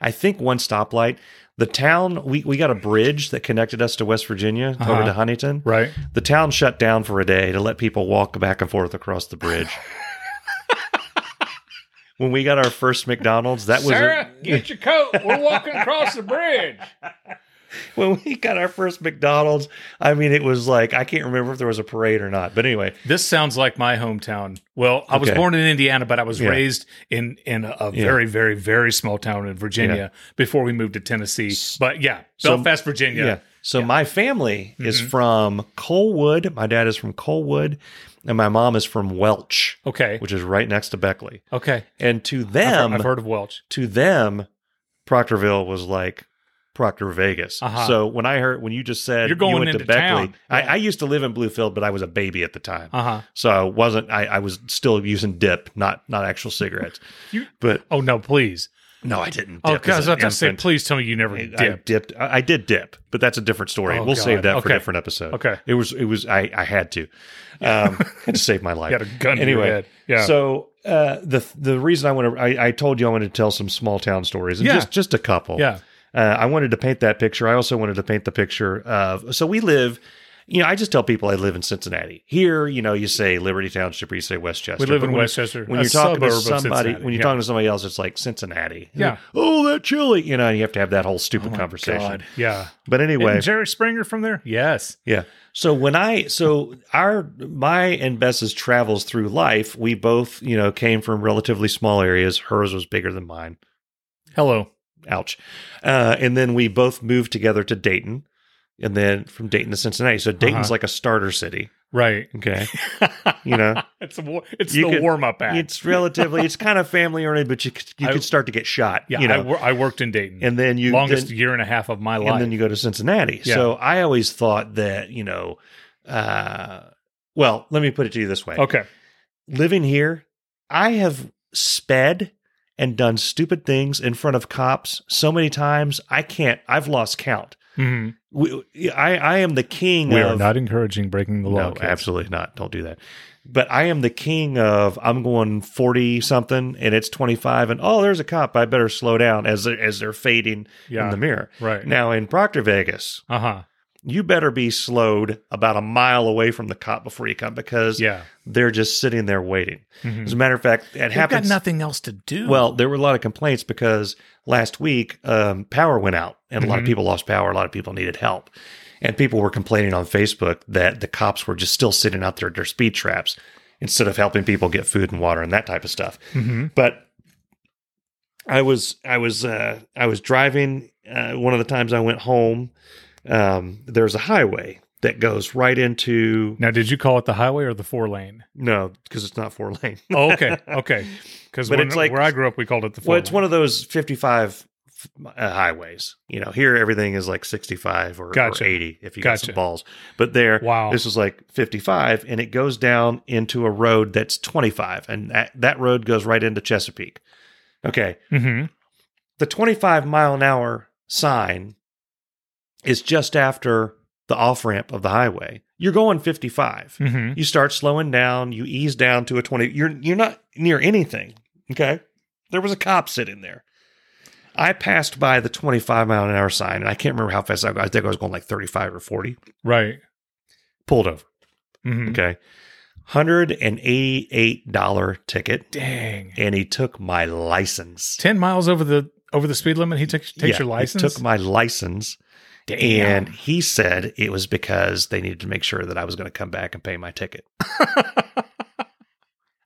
[SPEAKER 5] I think one stoplight. The town we we got a bridge that connected us to West Virginia over to Huntington.
[SPEAKER 4] Uh-huh. Right.
[SPEAKER 5] The town shut down for a day to let people walk back and forth across the bridge. when we got our first McDonald's, that was a,
[SPEAKER 4] get your coat. We're walking across the bridge.
[SPEAKER 5] when we got our first McDonald's. I mean, it was like I can't remember if there was a parade or not, but anyway,
[SPEAKER 4] This sounds like my hometown. Well, I was
[SPEAKER 5] Okay.
[SPEAKER 4] born in Indiana, but I was
[SPEAKER 5] Yeah.
[SPEAKER 4] raised in in a, a very, very, very small town in Virginia before we moved to Tennessee. But yeah, Mm-hmm.
[SPEAKER 5] So-
[SPEAKER 4] Belfast, Virginia.
[SPEAKER 5] yeah. So my family is from Colwood. My dad is from Colwood, and my mom is from Welch,
[SPEAKER 4] Okay.
[SPEAKER 5] which is right next to Beckley.
[SPEAKER 4] okay.
[SPEAKER 5] And to
[SPEAKER 4] I've
[SPEAKER 5] them,
[SPEAKER 4] heard- I've heard of Welch.
[SPEAKER 5] to them, Proctorville was like Proctor Vegas.
[SPEAKER 4] Uh-huh.
[SPEAKER 5] So when I heard when you just said
[SPEAKER 4] You're going
[SPEAKER 5] you went to
[SPEAKER 4] into
[SPEAKER 5] Beckley,
[SPEAKER 4] town.
[SPEAKER 5] I,
[SPEAKER 4] Yeah.
[SPEAKER 5] I used to live in Bluefield, but I was a baby at the time,
[SPEAKER 4] Uh huh.
[SPEAKER 5] so I wasn't. I, I was still using dip, not not actual cigarettes.
[SPEAKER 4] You-
[SPEAKER 5] but
[SPEAKER 4] Oh no, please.
[SPEAKER 5] no, I didn't.
[SPEAKER 4] Oh,
[SPEAKER 5] dip
[SPEAKER 4] God, I
[SPEAKER 5] as
[SPEAKER 4] was
[SPEAKER 5] an
[SPEAKER 4] about to say,
[SPEAKER 5] infant.
[SPEAKER 4] please tell me you never
[SPEAKER 5] I I
[SPEAKER 4] did.
[SPEAKER 5] dipped. I I did dip, but that's a different story.
[SPEAKER 4] Oh,
[SPEAKER 5] we'll save
[SPEAKER 4] God.
[SPEAKER 5] that for
[SPEAKER 4] Okay.
[SPEAKER 5] a different episode.
[SPEAKER 4] Okay.
[SPEAKER 5] It was. It was. I. I had to. Um, had to save my life.
[SPEAKER 4] You had a gun to your head. Yeah.
[SPEAKER 5] So uh, the the reason I want to, I, I told you I wanted to tell some small town stories, and
[SPEAKER 4] Yeah.
[SPEAKER 5] just just a couple.
[SPEAKER 4] Yeah.
[SPEAKER 5] Uh, I wanted to paint that picture. I also wanted to paint the picture of. So we live. You know, I just tell people I live in Cincinnati. Here, you know, you say Liberty Township, or you say Westchester.
[SPEAKER 4] We live
[SPEAKER 5] But
[SPEAKER 4] in
[SPEAKER 5] when-
[SPEAKER 4] Westchester.
[SPEAKER 5] When
[SPEAKER 4] a
[SPEAKER 5] you're talking to
[SPEAKER 4] suburb of
[SPEAKER 5] somebody,
[SPEAKER 4] Cincinnati.
[SPEAKER 5] when you're
[SPEAKER 4] Yeah.
[SPEAKER 5] talking to somebody else, it's like Cincinnati. And
[SPEAKER 4] Yeah.
[SPEAKER 5] Oh, that chili, you know, and you have to have that whole stupid conversation.
[SPEAKER 4] Oh God. Yeah.
[SPEAKER 5] But anyway,
[SPEAKER 4] Isn't Jerry Springer from there? Yes.
[SPEAKER 5] yeah. So when I so our my and Bess's travels through life, we both, you know, came from relatively small areas. Hers was bigger than mine.
[SPEAKER 4] Hello.
[SPEAKER 5] Ouch. Uh, and then we both moved together to Dayton and then from Dayton to Cincinnati. So Dayton's
[SPEAKER 4] Uh-huh.
[SPEAKER 5] like a starter city.
[SPEAKER 4] Right.
[SPEAKER 5] Okay. You know,
[SPEAKER 4] it's a war- it's
[SPEAKER 5] You
[SPEAKER 4] the
[SPEAKER 5] could-
[SPEAKER 4] warm up act.
[SPEAKER 5] it's relatively, it's kind of family oriented, but you, could- you
[SPEAKER 4] I-
[SPEAKER 5] could start to get shot,
[SPEAKER 4] yeah,
[SPEAKER 5] you know,
[SPEAKER 4] I, wor- I worked in Dayton.
[SPEAKER 5] and then you,
[SPEAKER 4] longest
[SPEAKER 5] then-
[SPEAKER 4] year and a half of my life.
[SPEAKER 5] and then you go to Cincinnati.
[SPEAKER 4] Yeah.
[SPEAKER 5] So I always thought that, you know, uh, well, let me put it to you this way.
[SPEAKER 4] okay.
[SPEAKER 5] Living here, I have sped and done stupid things in front of cops so many times. I can't, I've lost count.
[SPEAKER 4] Mhm.
[SPEAKER 5] We, I, I am the king
[SPEAKER 4] We
[SPEAKER 5] of.
[SPEAKER 4] are not encouraging breaking the law.
[SPEAKER 5] no,
[SPEAKER 4] kids.
[SPEAKER 5] absolutely not. Don't do that. But I am the king of I'm going 40 something and it's 25 and oh there's a cop I better slow down as they're, as they're fading
[SPEAKER 4] Yeah.
[SPEAKER 5] in the mirror.
[SPEAKER 4] Right.
[SPEAKER 5] Now in Proctor Vegas,
[SPEAKER 4] Uh huh.
[SPEAKER 5] you better be slowed about a mile away from the cop before you come because
[SPEAKER 4] Yeah.
[SPEAKER 5] they're just sitting there waiting.
[SPEAKER 4] Mhm.
[SPEAKER 5] As a matter of fact, it happens.
[SPEAKER 4] nothing else to do.
[SPEAKER 5] well, there were a lot of complaints because last week um, power went out and a lot of
[SPEAKER 4] Mm-hmm.
[SPEAKER 5] people lost power. A lot of people needed help. And people were complaining on Facebook that the cops were just still sitting out there at their speed traps instead of helping people get food and water and that type of stuff.
[SPEAKER 4] Mm-hmm.
[SPEAKER 5] But I was I was uh, I was driving uh, one of the times I went home. Um, there's a highway that goes right into
[SPEAKER 4] now did you call it the highway or the four lane?
[SPEAKER 5] no because it's not four lane.
[SPEAKER 4] Oh, okay. Okay. Because
[SPEAKER 5] But
[SPEAKER 4] where,
[SPEAKER 5] it's like-
[SPEAKER 4] where I grew up, we called it the four.
[SPEAKER 5] Well, it's
[SPEAKER 4] lane.
[SPEAKER 5] one of those 55 uh, highways. You know, here everything is like 65 or, or
[SPEAKER 4] Gotcha.
[SPEAKER 5] 80 if you got
[SPEAKER 4] Gotcha.
[SPEAKER 5] some balls. But there,
[SPEAKER 4] Wow.
[SPEAKER 5] this is like 55 and it goes down into a road that's 25 and that, that road goes right into Chesapeake. Okay.
[SPEAKER 4] Mhm.
[SPEAKER 5] The 25 mile an hour sign is just after the off ramp of the highway. You're going 55
[SPEAKER 4] Mhm.
[SPEAKER 5] you start slowing down you ease down to a 20 you're you're not near anything okay there was a cop sitting there i passed by the 25 mile an hour sign and i can't remember how fast i got i think i was going like 35 or 40
[SPEAKER 4] Right.
[SPEAKER 5] pulled over
[SPEAKER 4] Mhm.
[SPEAKER 5] okay $188 ticket
[SPEAKER 4] Dang.
[SPEAKER 5] and he took my license.
[SPEAKER 4] Ten miles over the over the speed limit. He took, takes
[SPEAKER 5] Yeah,
[SPEAKER 4] your license.
[SPEAKER 5] He took my license.
[SPEAKER 4] Damn.
[SPEAKER 5] And he said it was because they needed to make sure that I was going to come back and pay my ticket.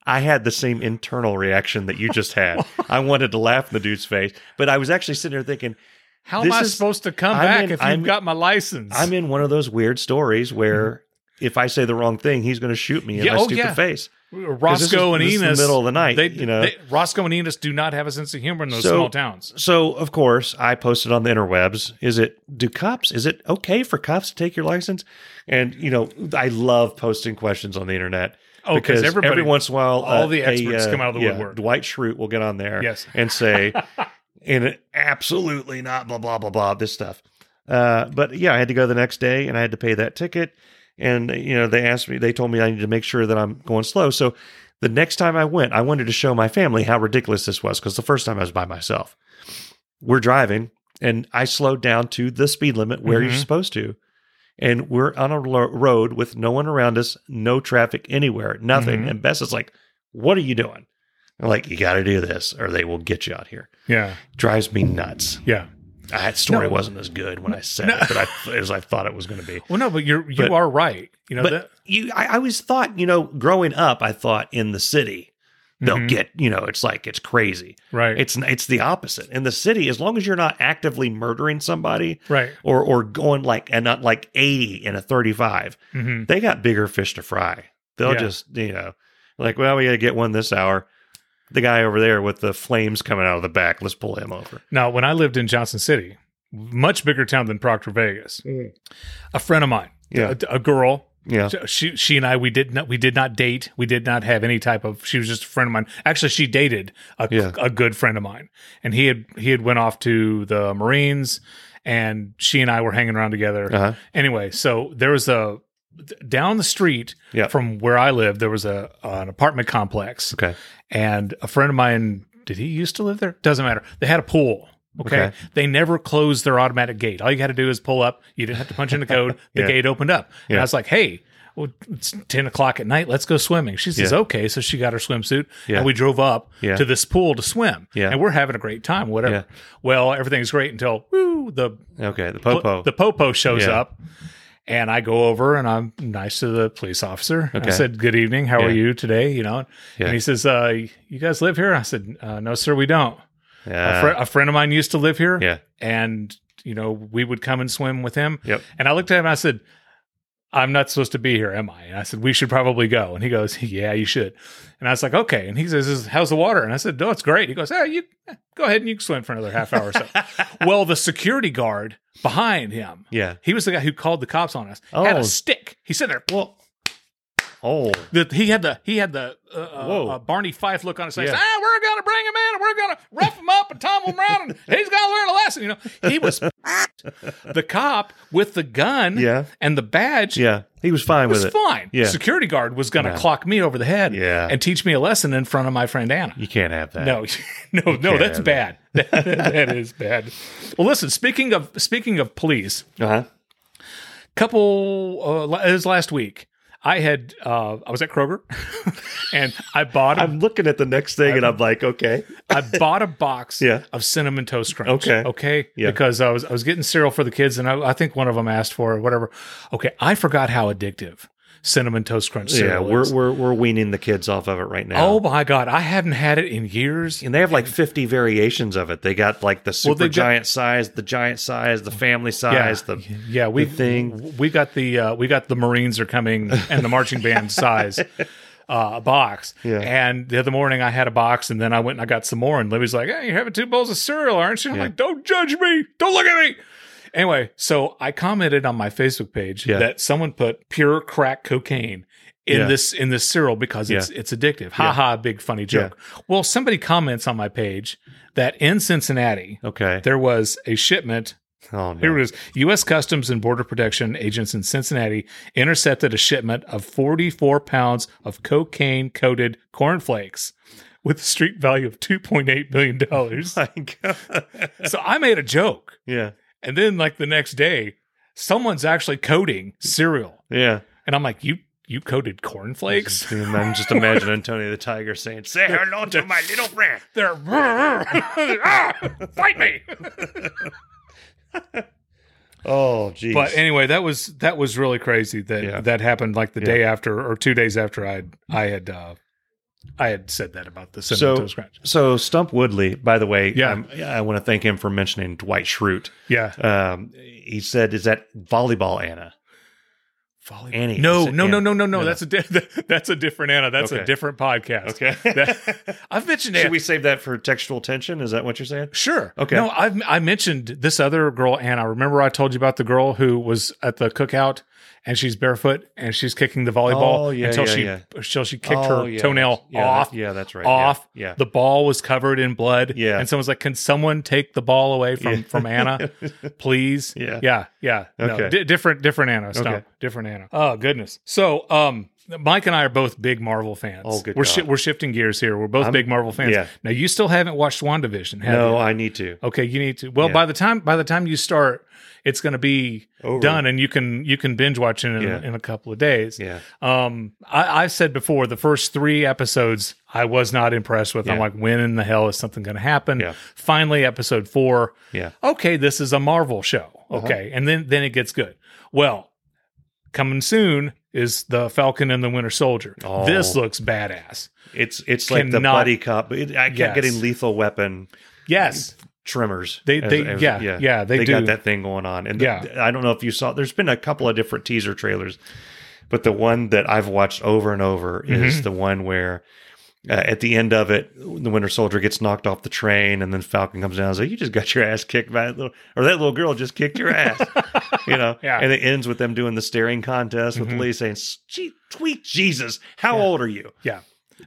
[SPEAKER 5] I had the same internal reaction that you just had. I wanted to laugh in the dude's face, but I was actually sitting there thinking,
[SPEAKER 4] How am
[SPEAKER 5] This
[SPEAKER 4] I
[SPEAKER 5] is-
[SPEAKER 4] supposed to come
[SPEAKER 5] I'm
[SPEAKER 4] back
[SPEAKER 5] in-
[SPEAKER 4] if
[SPEAKER 5] I'm-
[SPEAKER 4] you've got my license?
[SPEAKER 5] I'm in one of those weird stories where if I say the wrong thing, he's going to shoot me in
[SPEAKER 4] Mm-hmm. Yeah,
[SPEAKER 5] my
[SPEAKER 4] oh,
[SPEAKER 5] stupid
[SPEAKER 4] yeah.
[SPEAKER 5] face. 'Cause this is-
[SPEAKER 4] Roscoe and
[SPEAKER 5] this is the
[SPEAKER 4] Enos.
[SPEAKER 5] middle of the night,
[SPEAKER 4] They,
[SPEAKER 5] you know.
[SPEAKER 4] they- Roscoe and Enos do not have a sense of humor in those
[SPEAKER 5] So-
[SPEAKER 4] small towns.
[SPEAKER 5] So, of course, I posted on the interwebs. Is it do cops? Is it okay for cops to take your license? And you know, I love posting questions on the internet.
[SPEAKER 4] Oh, 'cause
[SPEAKER 5] because
[SPEAKER 4] everybody-
[SPEAKER 5] every once in a while,
[SPEAKER 4] all the experts come out of the
[SPEAKER 5] yeah,
[SPEAKER 4] woodwork.
[SPEAKER 5] Dwight Schrute will get on there,
[SPEAKER 4] Yes.
[SPEAKER 5] and say, and it- absolutely not, blah blah blah blah, this stuff. Uh, but yeah, I had to go the next day, and I had to pay that ticket. And you know, they asked me, they told me I need to make sure that I'm going slow. So the next time I went, I wanted to show my family how ridiculous this was because the first time I was by myself. We're driving and I slowed down to the speed limit where you're
[SPEAKER 4] Mhm.
[SPEAKER 5] supposed to. And we're on a lo- road with no one around us, no traffic anywhere, nothing.
[SPEAKER 4] Mhm.
[SPEAKER 5] And Bess is like, What are you doing? I'm like, You got to do this or they will get you out here.
[SPEAKER 4] Yeah,
[SPEAKER 5] Drives me nuts.
[SPEAKER 4] yeah.
[SPEAKER 5] That story
[SPEAKER 4] No.
[SPEAKER 5] wasn't as good when I said
[SPEAKER 4] No.
[SPEAKER 5] it, but I, as I thought it was going to be.
[SPEAKER 4] Well, no, but you're you
[SPEAKER 5] But-
[SPEAKER 4] are right. You know
[SPEAKER 5] but
[SPEAKER 4] that.
[SPEAKER 5] you, I, I always thought, you know, growing up, I thought in the city, they'll
[SPEAKER 4] Mhm.
[SPEAKER 5] get, you know, it's like, it's crazy.
[SPEAKER 4] right.
[SPEAKER 5] It's it's the opposite. In the city, as long as you're not actively murdering somebody
[SPEAKER 4] right.
[SPEAKER 5] or or going like and not like 80 in a 35,
[SPEAKER 4] hmm
[SPEAKER 5] they got bigger fish to fry. They'll
[SPEAKER 4] Yeah.
[SPEAKER 5] just, you know, like, well, we gotta get one this hour. The guy over there with the flames coming out of the back, let's pull him over.
[SPEAKER 4] Now, when I lived in Johnson City, much bigger town than Proctor Vegas, a friend of mine,
[SPEAKER 5] Yeah.
[SPEAKER 4] a, a girl,
[SPEAKER 5] Yeah.
[SPEAKER 4] she she and I we did not we did not date. We did not have any type of. She was just a friend of mine. Actually, she dated a,
[SPEAKER 5] Yeah.
[SPEAKER 4] a good friend of mine, and he had he had went off to the Marines, and she and I were hanging around together.
[SPEAKER 5] Uh-huh.
[SPEAKER 4] Anyway, so there was a down the street
[SPEAKER 5] Yeah.
[SPEAKER 4] from where I lived. There was a an apartment complex
[SPEAKER 5] Okay.
[SPEAKER 4] and a friend of mine did he used to live there doesn't matter they had a pool okay,
[SPEAKER 5] Okay.
[SPEAKER 4] they never closed their automatic gate all you had to do is pull up you didn't have to punch in the code the
[SPEAKER 5] Yeah.
[SPEAKER 4] gate opened up and
[SPEAKER 5] Yeah.
[SPEAKER 4] i was like hey well, it's 10 o'clock at night let's go swimming she says
[SPEAKER 5] Yeah.
[SPEAKER 4] okay so she got her swimsuit
[SPEAKER 5] Yeah.
[SPEAKER 4] and we drove up
[SPEAKER 5] Yeah.
[SPEAKER 4] to this pool to swim
[SPEAKER 5] Yeah.
[SPEAKER 4] and we're having a great time whatever
[SPEAKER 5] Yeah.
[SPEAKER 4] well everything's great until woo, the
[SPEAKER 5] Okay. The uh, popo.
[SPEAKER 4] the popo shows
[SPEAKER 5] Yeah.
[SPEAKER 4] up, and I go over and I'm nice to the police officer. I
[SPEAKER 5] Okay.
[SPEAKER 4] said, "Good evening. How are
[SPEAKER 5] Yeah.
[SPEAKER 4] you today?" You know,
[SPEAKER 5] Yeah.
[SPEAKER 4] and he says, uh, "You guys live here?" I said, uh, "No, sir, we don't. a,
[SPEAKER 5] Yeah.
[SPEAKER 4] fri a friend of mine used to live here,
[SPEAKER 5] Uh. yeah.
[SPEAKER 4] and you know, we would come and swim with him."
[SPEAKER 5] Yep.
[SPEAKER 4] And I looked at him. and I said, "I'm not supposed to be here, am I?" And I said, "We should probably go." And he goes, "Yeah, you should." And I was like, "Okay." And he says, "How's the water?" And I said, "No, it's great." He goes, "Hey, you go ahead and you can swim for another half hour or so." well, the security guard behind him,
[SPEAKER 5] Yeah.
[SPEAKER 4] he was the guy who called the cops on us. Had
[SPEAKER 5] Oh.
[SPEAKER 4] a stick. He said there.
[SPEAKER 5] Well. Oh.
[SPEAKER 4] The, he had the he had the uh,
[SPEAKER 5] Whoa.
[SPEAKER 4] uh, uh, Barney Fife look on his face.
[SPEAKER 5] Yeah.
[SPEAKER 4] Ah, we're gonna bring him in. and We're gonna rough him up and tumble him around, and he's gonna learn a lesson. You know, he was the cop with the gun
[SPEAKER 5] Yeah.
[SPEAKER 4] and the badge.
[SPEAKER 5] Yeah. He was fine
[SPEAKER 4] was
[SPEAKER 5] with it.
[SPEAKER 4] fine.
[SPEAKER 5] Yeah.
[SPEAKER 4] Security guard was gonna
[SPEAKER 5] Yeah.
[SPEAKER 4] clock me over the head
[SPEAKER 5] Yeah.
[SPEAKER 4] and teach me a lesson in front of my friend Anna.
[SPEAKER 5] You can't have that.
[SPEAKER 4] No, no, no,
[SPEAKER 5] can't
[SPEAKER 4] that's
[SPEAKER 5] have
[SPEAKER 4] bad. that is bad. Well, listen. Speaking of speaking of police,
[SPEAKER 5] Uh-huh.
[SPEAKER 4] couple uh, la- it was last week. I had uh, I was at Kroger, and I bought a,
[SPEAKER 5] I'm looking at the next thing and I'm like, okay.
[SPEAKER 4] I bought a box
[SPEAKER 5] Yeah.
[SPEAKER 4] of cinnamon toast crunch.
[SPEAKER 5] Okay.
[SPEAKER 4] okay,
[SPEAKER 5] Yeah.
[SPEAKER 4] because I was I was getting cereal for the kids, and I, I think one of them asked for it, whatever. Okay, I forgot how addictive cinnamon toast crunch
[SPEAKER 5] Yeah,
[SPEAKER 4] cereal
[SPEAKER 5] we're,
[SPEAKER 4] is.
[SPEAKER 5] we're we're weaning the kids off of it right now.
[SPEAKER 4] oh my god, I haven't had it in years.
[SPEAKER 5] and they have like 50 variations of it. They got like the
[SPEAKER 4] Well,
[SPEAKER 5] super
[SPEAKER 4] they got-
[SPEAKER 5] giant size, the giant size, the family size, the
[SPEAKER 4] yeah, we
[SPEAKER 5] thing.
[SPEAKER 4] we got the uh, we got the Marines are coming and the marching band size uh, box.
[SPEAKER 5] Yeah.
[SPEAKER 4] And the other morning I had a box and then I went and I got some more and Libby's like, "Hey, you're having two bowls of cereal, aren't you?" I'm like, "Don't judge me. Don't look at me." Anyway, so I commented on my Facebook page
[SPEAKER 5] Yeah.
[SPEAKER 4] that someone put pure crack cocaine in
[SPEAKER 5] Yeah.
[SPEAKER 4] this in this cereal because it's it's addictive. Ha ha, big funny joke. Well, somebody comments on my page that in Cincinnati
[SPEAKER 5] okay.
[SPEAKER 4] there was a shipment
[SPEAKER 5] Oh no.
[SPEAKER 4] here it is. U.S. Customs and Border Protection agents in Cincinnati intercepted a shipment of 44 pounds of cocaine coated cornflakes with a street value of $2.8 million.
[SPEAKER 5] My God.
[SPEAKER 4] so I made a joke.
[SPEAKER 5] Yeah.
[SPEAKER 4] And then, like, the next day, someone's actually coding cereal.
[SPEAKER 5] Yeah.
[SPEAKER 4] And I'm like, you you coated cornflakes.
[SPEAKER 5] I'm just imagining Tony the Tiger saying, "Say hello to my little friend."
[SPEAKER 4] They're ah, fight me.
[SPEAKER 5] Oh, geez.
[SPEAKER 4] But anyway, that was that was really crazy that
[SPEAKER 5] Yeah.
[SPEAKER 4] that happened like the
[SPEAKER 5] Yeah.
[SPEAKER 4] day after or two days after I had I had uh, I had said that about the cinnamon
[SPEAKER 5] So-
[SPEAKER 4] toast crunch.
[SPEAKER 5] so Stump Woodley, by the way,
[SPEAKER 4] Yeah.
[SPEAKER 5] um, I want to thank him for mentioning Dwight Schrute.
[SPEAKER 4] Yeah.
[SPEAKER 5] Um, he said, "Is that volleyball Anna?"
[SPEAKER 4] Volleyball.
[SPEAKER 5] Annie.
[SPEAKER 4] No,
[SPEAKER 5] Is it
[SPEAKER 4] no, no,
[SPEAKER 5] Anna?
[SPEAKER 4] no,
[SPEAKER 5] No,
[SPEAKER 4] no, no.
[SPEAKER 5] no.
[SPEAKER 4] That's a di- that's a different Anna. That's a
[SPEAKER 5] Okay.
[SPEAKER 4] different podcast.
[SPEAKER 5] Okay.
[SPEAKER 4] That- I've mentioned Anna.
[SPEAKER 5] Should we save that for textual tension? Is that what you're saying?
[SPEAKER 4] Sure.
[SPEAKER 5] Okay.
[SPEAKER 4] No, I've I mentioned this other girl, Anna. Remember I told you about the girl who was at the cookout and she's barefoot and she's kicking the volleyball
[SPEAKER 5] Oh, yeah,
[SPEAKER 4] until
[SPEAKER 5] yeah,
[SPEAKER 4] she
[SPEAKER 5] yeah.
[SPEAKER 4] until she kicked
[SPEAKER 5] Oh,
[SPEAKER 4] her
[SPEAKER 5] yeah.
[SPEAKER 4] toenail
[SPEAKER 5] Yeah, that-
[SPEAKER 4] off.
[SPEAKER 5] yeah, that's right. Yeah,
[SPEAKER 4] Off.
[SPEAKER 5] Yeah.
[SPEAKER 4] The ball was covered in blood.
[SPEAKER 5] Yeah.
[SPEAKER 4] And someone's like, Can someone take the ball away from,
[SPEAKER 5] Yeah.
[SPEAKER 4] from Anna? Please.
[SPEAKER 5] Yeah.
[SPEAKER 4] Yeah. Yeah.
[SPEAKER 5] Okay.
[SPEAKER 4] No, di- different different Anna. Stop.
[SPEAKER 5] Okay.
[SPEAKER 4] Different Anna. Oh goodness. So um Mike and I are both big Marvel fans.
[SPEAKER 5] Oh, good
[SPEAKER 4] we're
[SPEAKER 5] God.
[SPEAKER 4] we're shifting gears here. We're both
[SPEAKER 5] I'm-
[SPEAKER 4] big Marvel fans.
[SPEAKER 5] yeah.
[SPEAKER 4] Now you still haven't watched WandaVision, have you?
[SPEAKER 5] No, I need to.
[SPEAKER 4] Okay, you need to. Well,
[SPEAKER 5] Yeah.
[SPEAKER 4] by the time by the time you start, it's going to be
[SPEAKER 5] Over.
[SPEAKER 4] done, and you can you can binge watch it in,
[SPEAKER 5] Yeah.
[SPEAKER 4] in a couple of days.
[SPEAKER 5] Yeah.
[SPEAKER 4] Um, I, I've said before the first three episodes I was not impressed with. I'm
[SPEAKER 5] Yeah.
[SPEAKER 4] like, when in the hell is something going to happen?
[SPEAKER 5] Yeah.
[SPEAKER 4] Finally, episode four.
[SPEAKER 5] Yeah.
[SPEAKER 4] Okay, this is a Marvel show.
[SPEAKER 5] Uh-huh.
[SPEAKER 4] Okay, and then then it gets good. Well, coming soon is the Falcon and the Winter Soldier.
[SPEAKER 5] Oh.
[SPEAKER 4] This looks badass.
[SPEAKER 5] It's it's like the
[SPEAKER 4] Cannot-
[SPEAKER 5] buddy cop. It, I kept
[SPEAKER 4] Yes.
[SPEAKER 5] getting Lethal Weapon
[SPEAKER 4] Yes,
[SPEAKER 5] trimmers.
[SPEAKER 4] They- they- yeah, yeah, they
[SPEAKER 5] got
[SPEAKER 4] do.
[SPEAKER 5] that thing going on. And
[SPEAKER 4] Yeah.
[SPEAKER 5] the- I don't know if you saw. There's been a couple of different teaser trailers, but the one that I've watched over and over is
[SPEAKER 4] Mm-hmm.
[SPEAKER 5] the one where. Uh, at the end of it, the Winter Soldier gets knocked off the train, and then Falcon comes down and says, "You just got your ass kicked by that little, or that little girl just kicked your ass," you know.
[SPEAKER 4] Yeah. Mm-hmm.
[SPEAKER 5] And it ends with them doing the staring contest with Lee saying, "Gee, "Tweet Jesus, how old are you?"
[SPEAKER 4] yeah.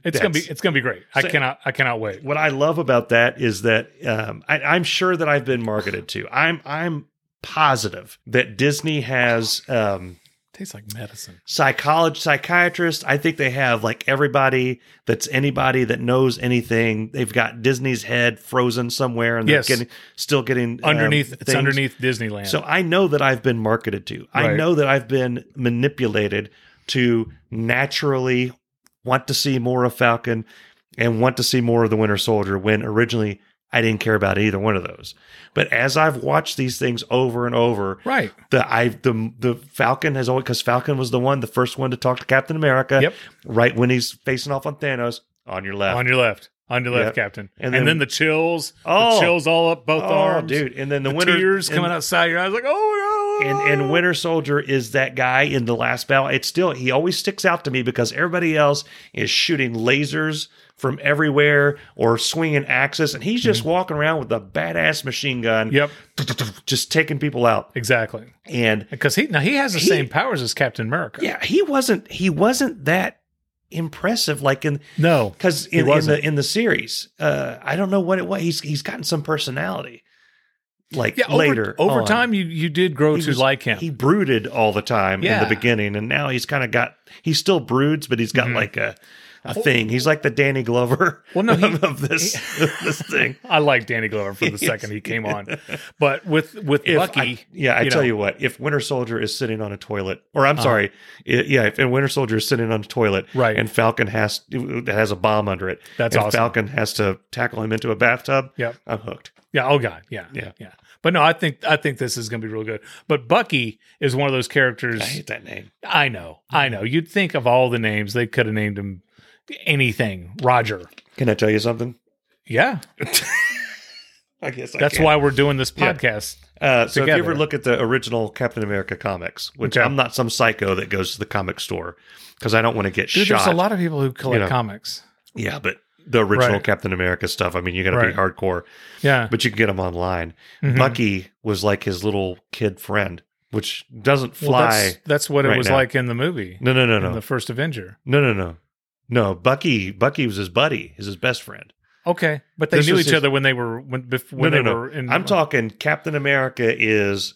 [SPEAKER 4] It's gonna be
[SPEAKER 5] That's-
[SPEAKER 4] it's gonna be great. I
[SPEAKER 5] So-
[SPEAKER 4] cannot I cannot wait.
[SPEAKER 5] what I love about that is that um, I, I'm sure that I've been marketed to. I'm I'm positive that Disney has um,
[SPEAKER 4] tastes like medicine.
[SPEAKER 5] psychologist psychiatrists. I think they have like everybody that's anybody that knows anything. They've got Disney's head frozen somewhere, and they're
[SPEAKER 4] Yes.
[SPEAKER 5] getting still getting um,
[SPEAKER 4] Underneath, it's
[SPEAKER 5] things.
[SPEAKER 4] underneath Disneyland.
[SPEAKER 5] So I know that I've been marketed to. I
[SPEAKER 4] Right.
[SPEAKER 5] know that I've been manipulated to naturally want to see more of Falcon and want to see more of the Winter Soldier when originally I didn't care about either one of those. But as I've watched these things over and over,
[SPEAKER 4] right.
[SPEAKER 5] the I the the Falcon has always because Falcon was the one, the first one to talk to Captain America.
[SPEAKER 4] Yep.
[SPEAKER 5] Right when he's facing off on Thanos on your left.
[SPEAKER 4] On your left. On your left,
[SPEAKER 5] Yep.
[SPEAKER 4] Captain.
[SPEAKER 5] And
[SPEAKER 4] And then,
[SPEAKER 5] then-
[SPEAKER 4] the chills.
[SPEAKER 5] Oh.
[SPEAKER 4] the chills all up both
[SPEAKER 5] oh,
[SPEAKER 4] arms.
[SPEAKER 5] dude! And then the,
[SPEAKER 4] The
[SPEAKER 5] winter
[SPEAKER 4] tears
[SPEAKER 5] and-
[SPEAKER 4] coming outside your eyes like, oh no.
[SPEAKER 5] and and Winter Soldier is that guy in the last battle. It's still he always sticks out to me because everybody else is shooting lasers from everywhere or swinging axes, and he's just walking around with a badass machine gun,
[SPEAKER 4] Mm-hmm. Yep.
[SPEAKER 5] just taking people out.
[SPEAKER 4] Exactly.
[SPEAKER 5] And
[SPEAKER 4] Because he now he has the
[SPEAKER 5] He-
[SPEAKER 4] same powers as Captain America.
[SPEAKER 5] yeah, he wasn't he wasn't that impressive like in
[SPEAKER 4] No.
[SPEAKER 5] because
[SPEAKER 4] He
[SPEAKER 5] in, in
[SPEAKER 4] wasn't.
[SPEAKER 5] the in the series, uh, I don't know what it was. He's he's gotten some personality. Like
[SPEAKER 4] Yeah, over-
[SPEAKER 5] later
[SPEAKER 4] Over
[SPEAKER 5] on.
[SPEAKER 4] time you you did grow
[SPEAKER 5] He
[SPEAKER 4] to
[SPEAKER 5] was-
[SPEAKER 4] like him.
[SPEAKER 5] He brooded all the time
[SPEAKER 4] Yeah.
[SPEAKER 5] in the beginning, and now he's kind of got he still broods, but he's got like a a thing. He's like the Danny Glover
[SPEAKER 4] Well, Mm-hmm. Oh. no, he-
[SPEAKER 5] of, of this of this thing.
[SPEAKER 4] I like Danny Glover from the second he came on. But with with
[SPEAKER 5] If
[SPEAKER 4] Bucky,
[SPEAKER 5] I- yeah, I
[SPEAKER 4] you
[SPEAKER 5] tell
[SPEAKER 4] know. Uh-huh.
[SPEAKER 5] you what, if Winter Soldier is sitting on a toilet, or I'm sorry, i- yeah, if and Winter Soldier is sitting on a toilet,
[SPEAKER 4] Right.
[SPEAKER 5] and Falcon has that has a bomb under it,
[SPEAKER 4] That's
[SPEAKER 5] and
[SPEAKER 4] awesome.
[SPEAKER 5] Falcon has to tackle him into a bathtub.
[SPEAKER 4] Yep.
[SPEAKER 5] I'm hooked.
[SPEAKER 4] Yeah. Oh God. Yeah.
[SPEAKER 5] Yeah.
[SPEAKER 4] Yeah. But no, I think I think this is going to be real good. But Bucky is one of those characters.
[SPEAKER 5] I hate that name.
[SPEAKER 4] I know. I know. You'd think of all the names they could have named him anything. Roger.
[SPEAKER 5] Can I tell you something?
[SPEAKER 4] Yeah.
[SPEAKER 5] I guess I
[SPEAKER 4] That's
[SPEAKER 5] can.
[SPEAKER 4] why we're doing this
[SPEAKER 5] Yeah.
[SPEAKER 4] podcast.
[SPEAKER 5] Uh, so if you
[SPEAKER 4] together.
[SPEAKER 5] ever look at the original Captain America comics, which
[SPEAKER 4] Okay.
[SPEAKER 5] I'm not some psycho that goes to the comic store because I don't want to get
[SPEAKER 4] Dude,
[SPEAKER 5] shot.
[SPEAKER 4] there's a lot of people who collect
[SPEAKER 5] You know.
[SPEAKER 4] comics.
[SPEAKER 5] yeah, but the original
[SPEAKER 4] Right.
[SPEAKER 5] Captain America stuff. I mean, you got to
[SPEAKER 4] Right.
[SPEAKER 5] be hardcore,
[SPEAKER 4] Yeah.
[SPEAKER 5] but you can get them online.
[SPEAKER 4] Mhm.
[SPEAKER 5] Bucky was like his little kid friend, which doesn't
[SPEAKER 4] Well,
[SPEAKER 5] fly.
[SPEAKER 4] that's, that's what it
[SPEAKER 5] right
[SPEAKER 4] was
[SPEAKER 5] now.
[SPEAKER 4] like in the movie.
[SPEAKER 5] no, no, no,
[SPEAKER 4] in
[SPEAKER 5] no,
[SPEAKER 4] the first Avenger.
[SPEAKER 5] no, no, no, no. Bucky, Bucky was his buddy, is his best friend.
[SPEAKER 4] Okay, but they
[SPEAKER 5] This
[SPEAKER 4] knew
[SPEAKER 5] was
[SPEAKER 4] each
[SPEAKER 5] his-
[SPEAKER 4] other when they were when bef- when
[SPEAKER 5] no,
[SPEAKER 4] they
[SPEAKER 5] no,
[SPEAKER 4] were in.
[SPEAKER 5] no. I'm talking Captain America is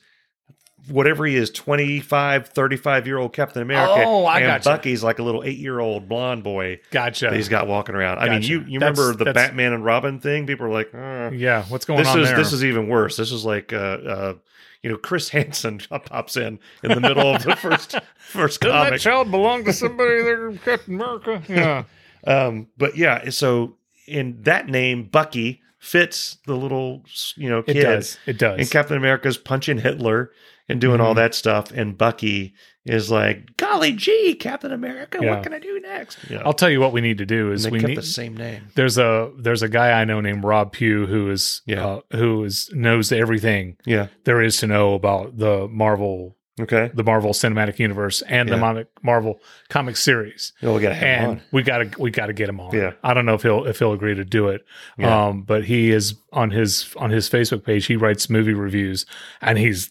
[SPEAKER 5] whatever he is 25, 35 year old Captain America.
[SPEAKER 4] Oh, I
[SPEAKER 5] and
[SPEAKER 4] gotcha.
[SPEAKER 5] Bucky's like a little eight year old blonde boy
[SPEAKER 4] Gotcha.
[SPEAKER 5] that he's got walking around. I mean,
[SPEAKER 4] Gotcha.
[SPEAKER 5] you, you
[SPEAKER 4] That's-
[SPEAKER 5] remember the
[SPEAKER 4] that's-
[SPEAKER 5] Batman and Robin thing? People are like, uh,
[SPEAKER 4] yeah. What's going
[SPEAKER 5] this
[SPEAKER 4] on
[SPEAKER 5] is
[SPEAKER 4] there?
[SPEAKER 5] this is even worse. This is like uh, uh, you know, Chris Hansen pops in in the middle of the first first
[SPEAKER 6] That
[SPEAKER 5] comic.
[SPEAKER 6] child belonged to somebody there, in Captain America. Yeah.
[SPEAKER 5] Um, but yeah, so in that name, Bucky fits the little you know
[SPEAKER 4] It
[SPEAKER 5] kid.
[SPEAKER 4] does. It does.
[SPEAKER 5] And Captain America's punching Hitler and doing
[SPEAKER 4] Mm-hmm.
[SPEAKER 5] all that stuff, and Bucky is like, "Golly gee, Captain America,
[SPEAKER 4] Yeah.
[SPEAKER 5] what can I do next?" You know,
[SPEAKER 4] I'll tell you what we need to do
[SPEAKER 5] and
[SPEAKER 4] is
[SPEAKER 5] they
[SPEAKER 4] we
[SPEAKER 5] kept
[SPEAKER 4] need
[SPEAKER 5] the same name.
[SPEAKER 4] there's a there's a guy I know named Rob Pugh who is
[SPEAKER 5] Yeah.
[SPEAKER 4] uh, who is knows everything
[SPEAKER 5] Yeah.
[SPEAKER 4] there is to know about the Marvel
[SPEAKER 5] Okay.
[SPEAKER 4] the Marvel Cinematic Universe and the
[SPEAKER 5] Yeah.
[SPEAKER 4] Mon- Marvel comic series.
[SPEAKER 5] Oh, we gotta have him
[SPEAKER 4] And
[SPEAKER 5] on.
[SPEAKER 4] we gotta we gotta get him on.
[SPEAKER 5] Yeah.
[SPEAKER 4] I don't know if he'll if he'll agree to do it.
[SPEAKER 5] Yeah.
[SPEAKER 4] Um, but he is on his on his Facebook page. He writes movie reviews, and he's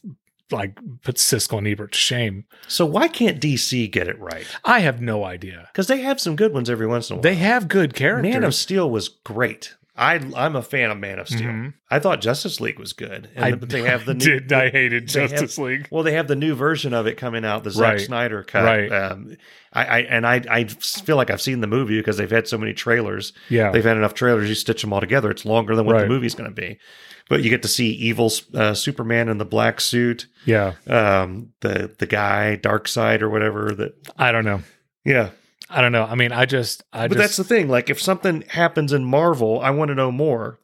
[SPEAKER 4] like puts Siskel and Ebert to shame.
[SPEAKER 5] So why can't DC get it right?
[SPEAKER 4] I have no idea.
[SPEAKER 5] Because they have some good ones every once in a while.
[SPEAKER 4] They have good characters.
[SPEAKER 5] Man of Steel was great. I I'm a fan of Man of Steel.
[SPEAKER 4] Mhm.
[SPEAKER 5] I thought Justice League was good, and
[SPEAKER 4] I-
[SPEAKER 5] but they have the new,
[SPEAKER 4] Did I hated
[SPEAKER 5] they have-
[SPEAKER 4] Justice League?
[SPEAKER 5] well, they have the new version of it coming out, the Zack
[SPEAKER 4] Right.
[SPEAKER 5] Snyder cut.
[SPEAKER 4] Right.
[SPEAKER 5] Um, I, I and I I feel like I've seen the movie because they've had so many trailers.
[SPEAKER 4] Yeah.
[SPEAKER 5] They've had enough trailers. You stitch them all together. It's longer than what
[SPEAKER 4] Right.
[SPEAKER 5] the movie's going to be, but you get to see evil uh, Superman in the black suit.
[SPEAKER 4] yeah.
[SPEAKER 5] Um, the the guy Dark Side or whatever that.
[SPEAKER 4] I don't know.
[SPEAKER 5] Yeah,
[SPEAKER 4] I don't know. I mean, I just I
[SPEAKER 5] but
[SPEAKER 4] just
[SPEAKER 5] that's the thing. Like, if something happens in Marvel, I want to know more.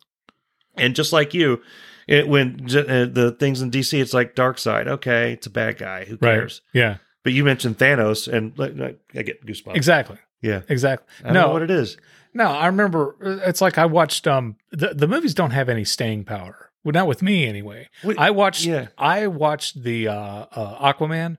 [SPEAKER 5] And just like you, it, when j- uh, the things in DC, it's like Dark Side. Okay, it's a bad guy. Who
[SPEAKER 4] right.
[SPEAKER 5] cares?
[SPEAKER 4] Yeah.
[SPEAKER 5] But you mentioned Thanos, and like, like, I get goosebumps.
[SPEAKER 4] Exactly.
[SPEAKER 5] Yeah.
[SPEAKER 4] Exactly.
[SPEAKER 5] I don't
[SPEAKER 4] no,
[SPEAKER 5] know what it is.
[SPEAKER 4] No, I remember. uh, It's like I watched. Um, the the movies don't have any staying power. Well, not with me anyway.
[SPEAKER 5] What-
[SPEAKER 4] I watched.
[SPEAKER 5] yeah.
[SPEAKER 4] I watched the uh, uh, Aquaman,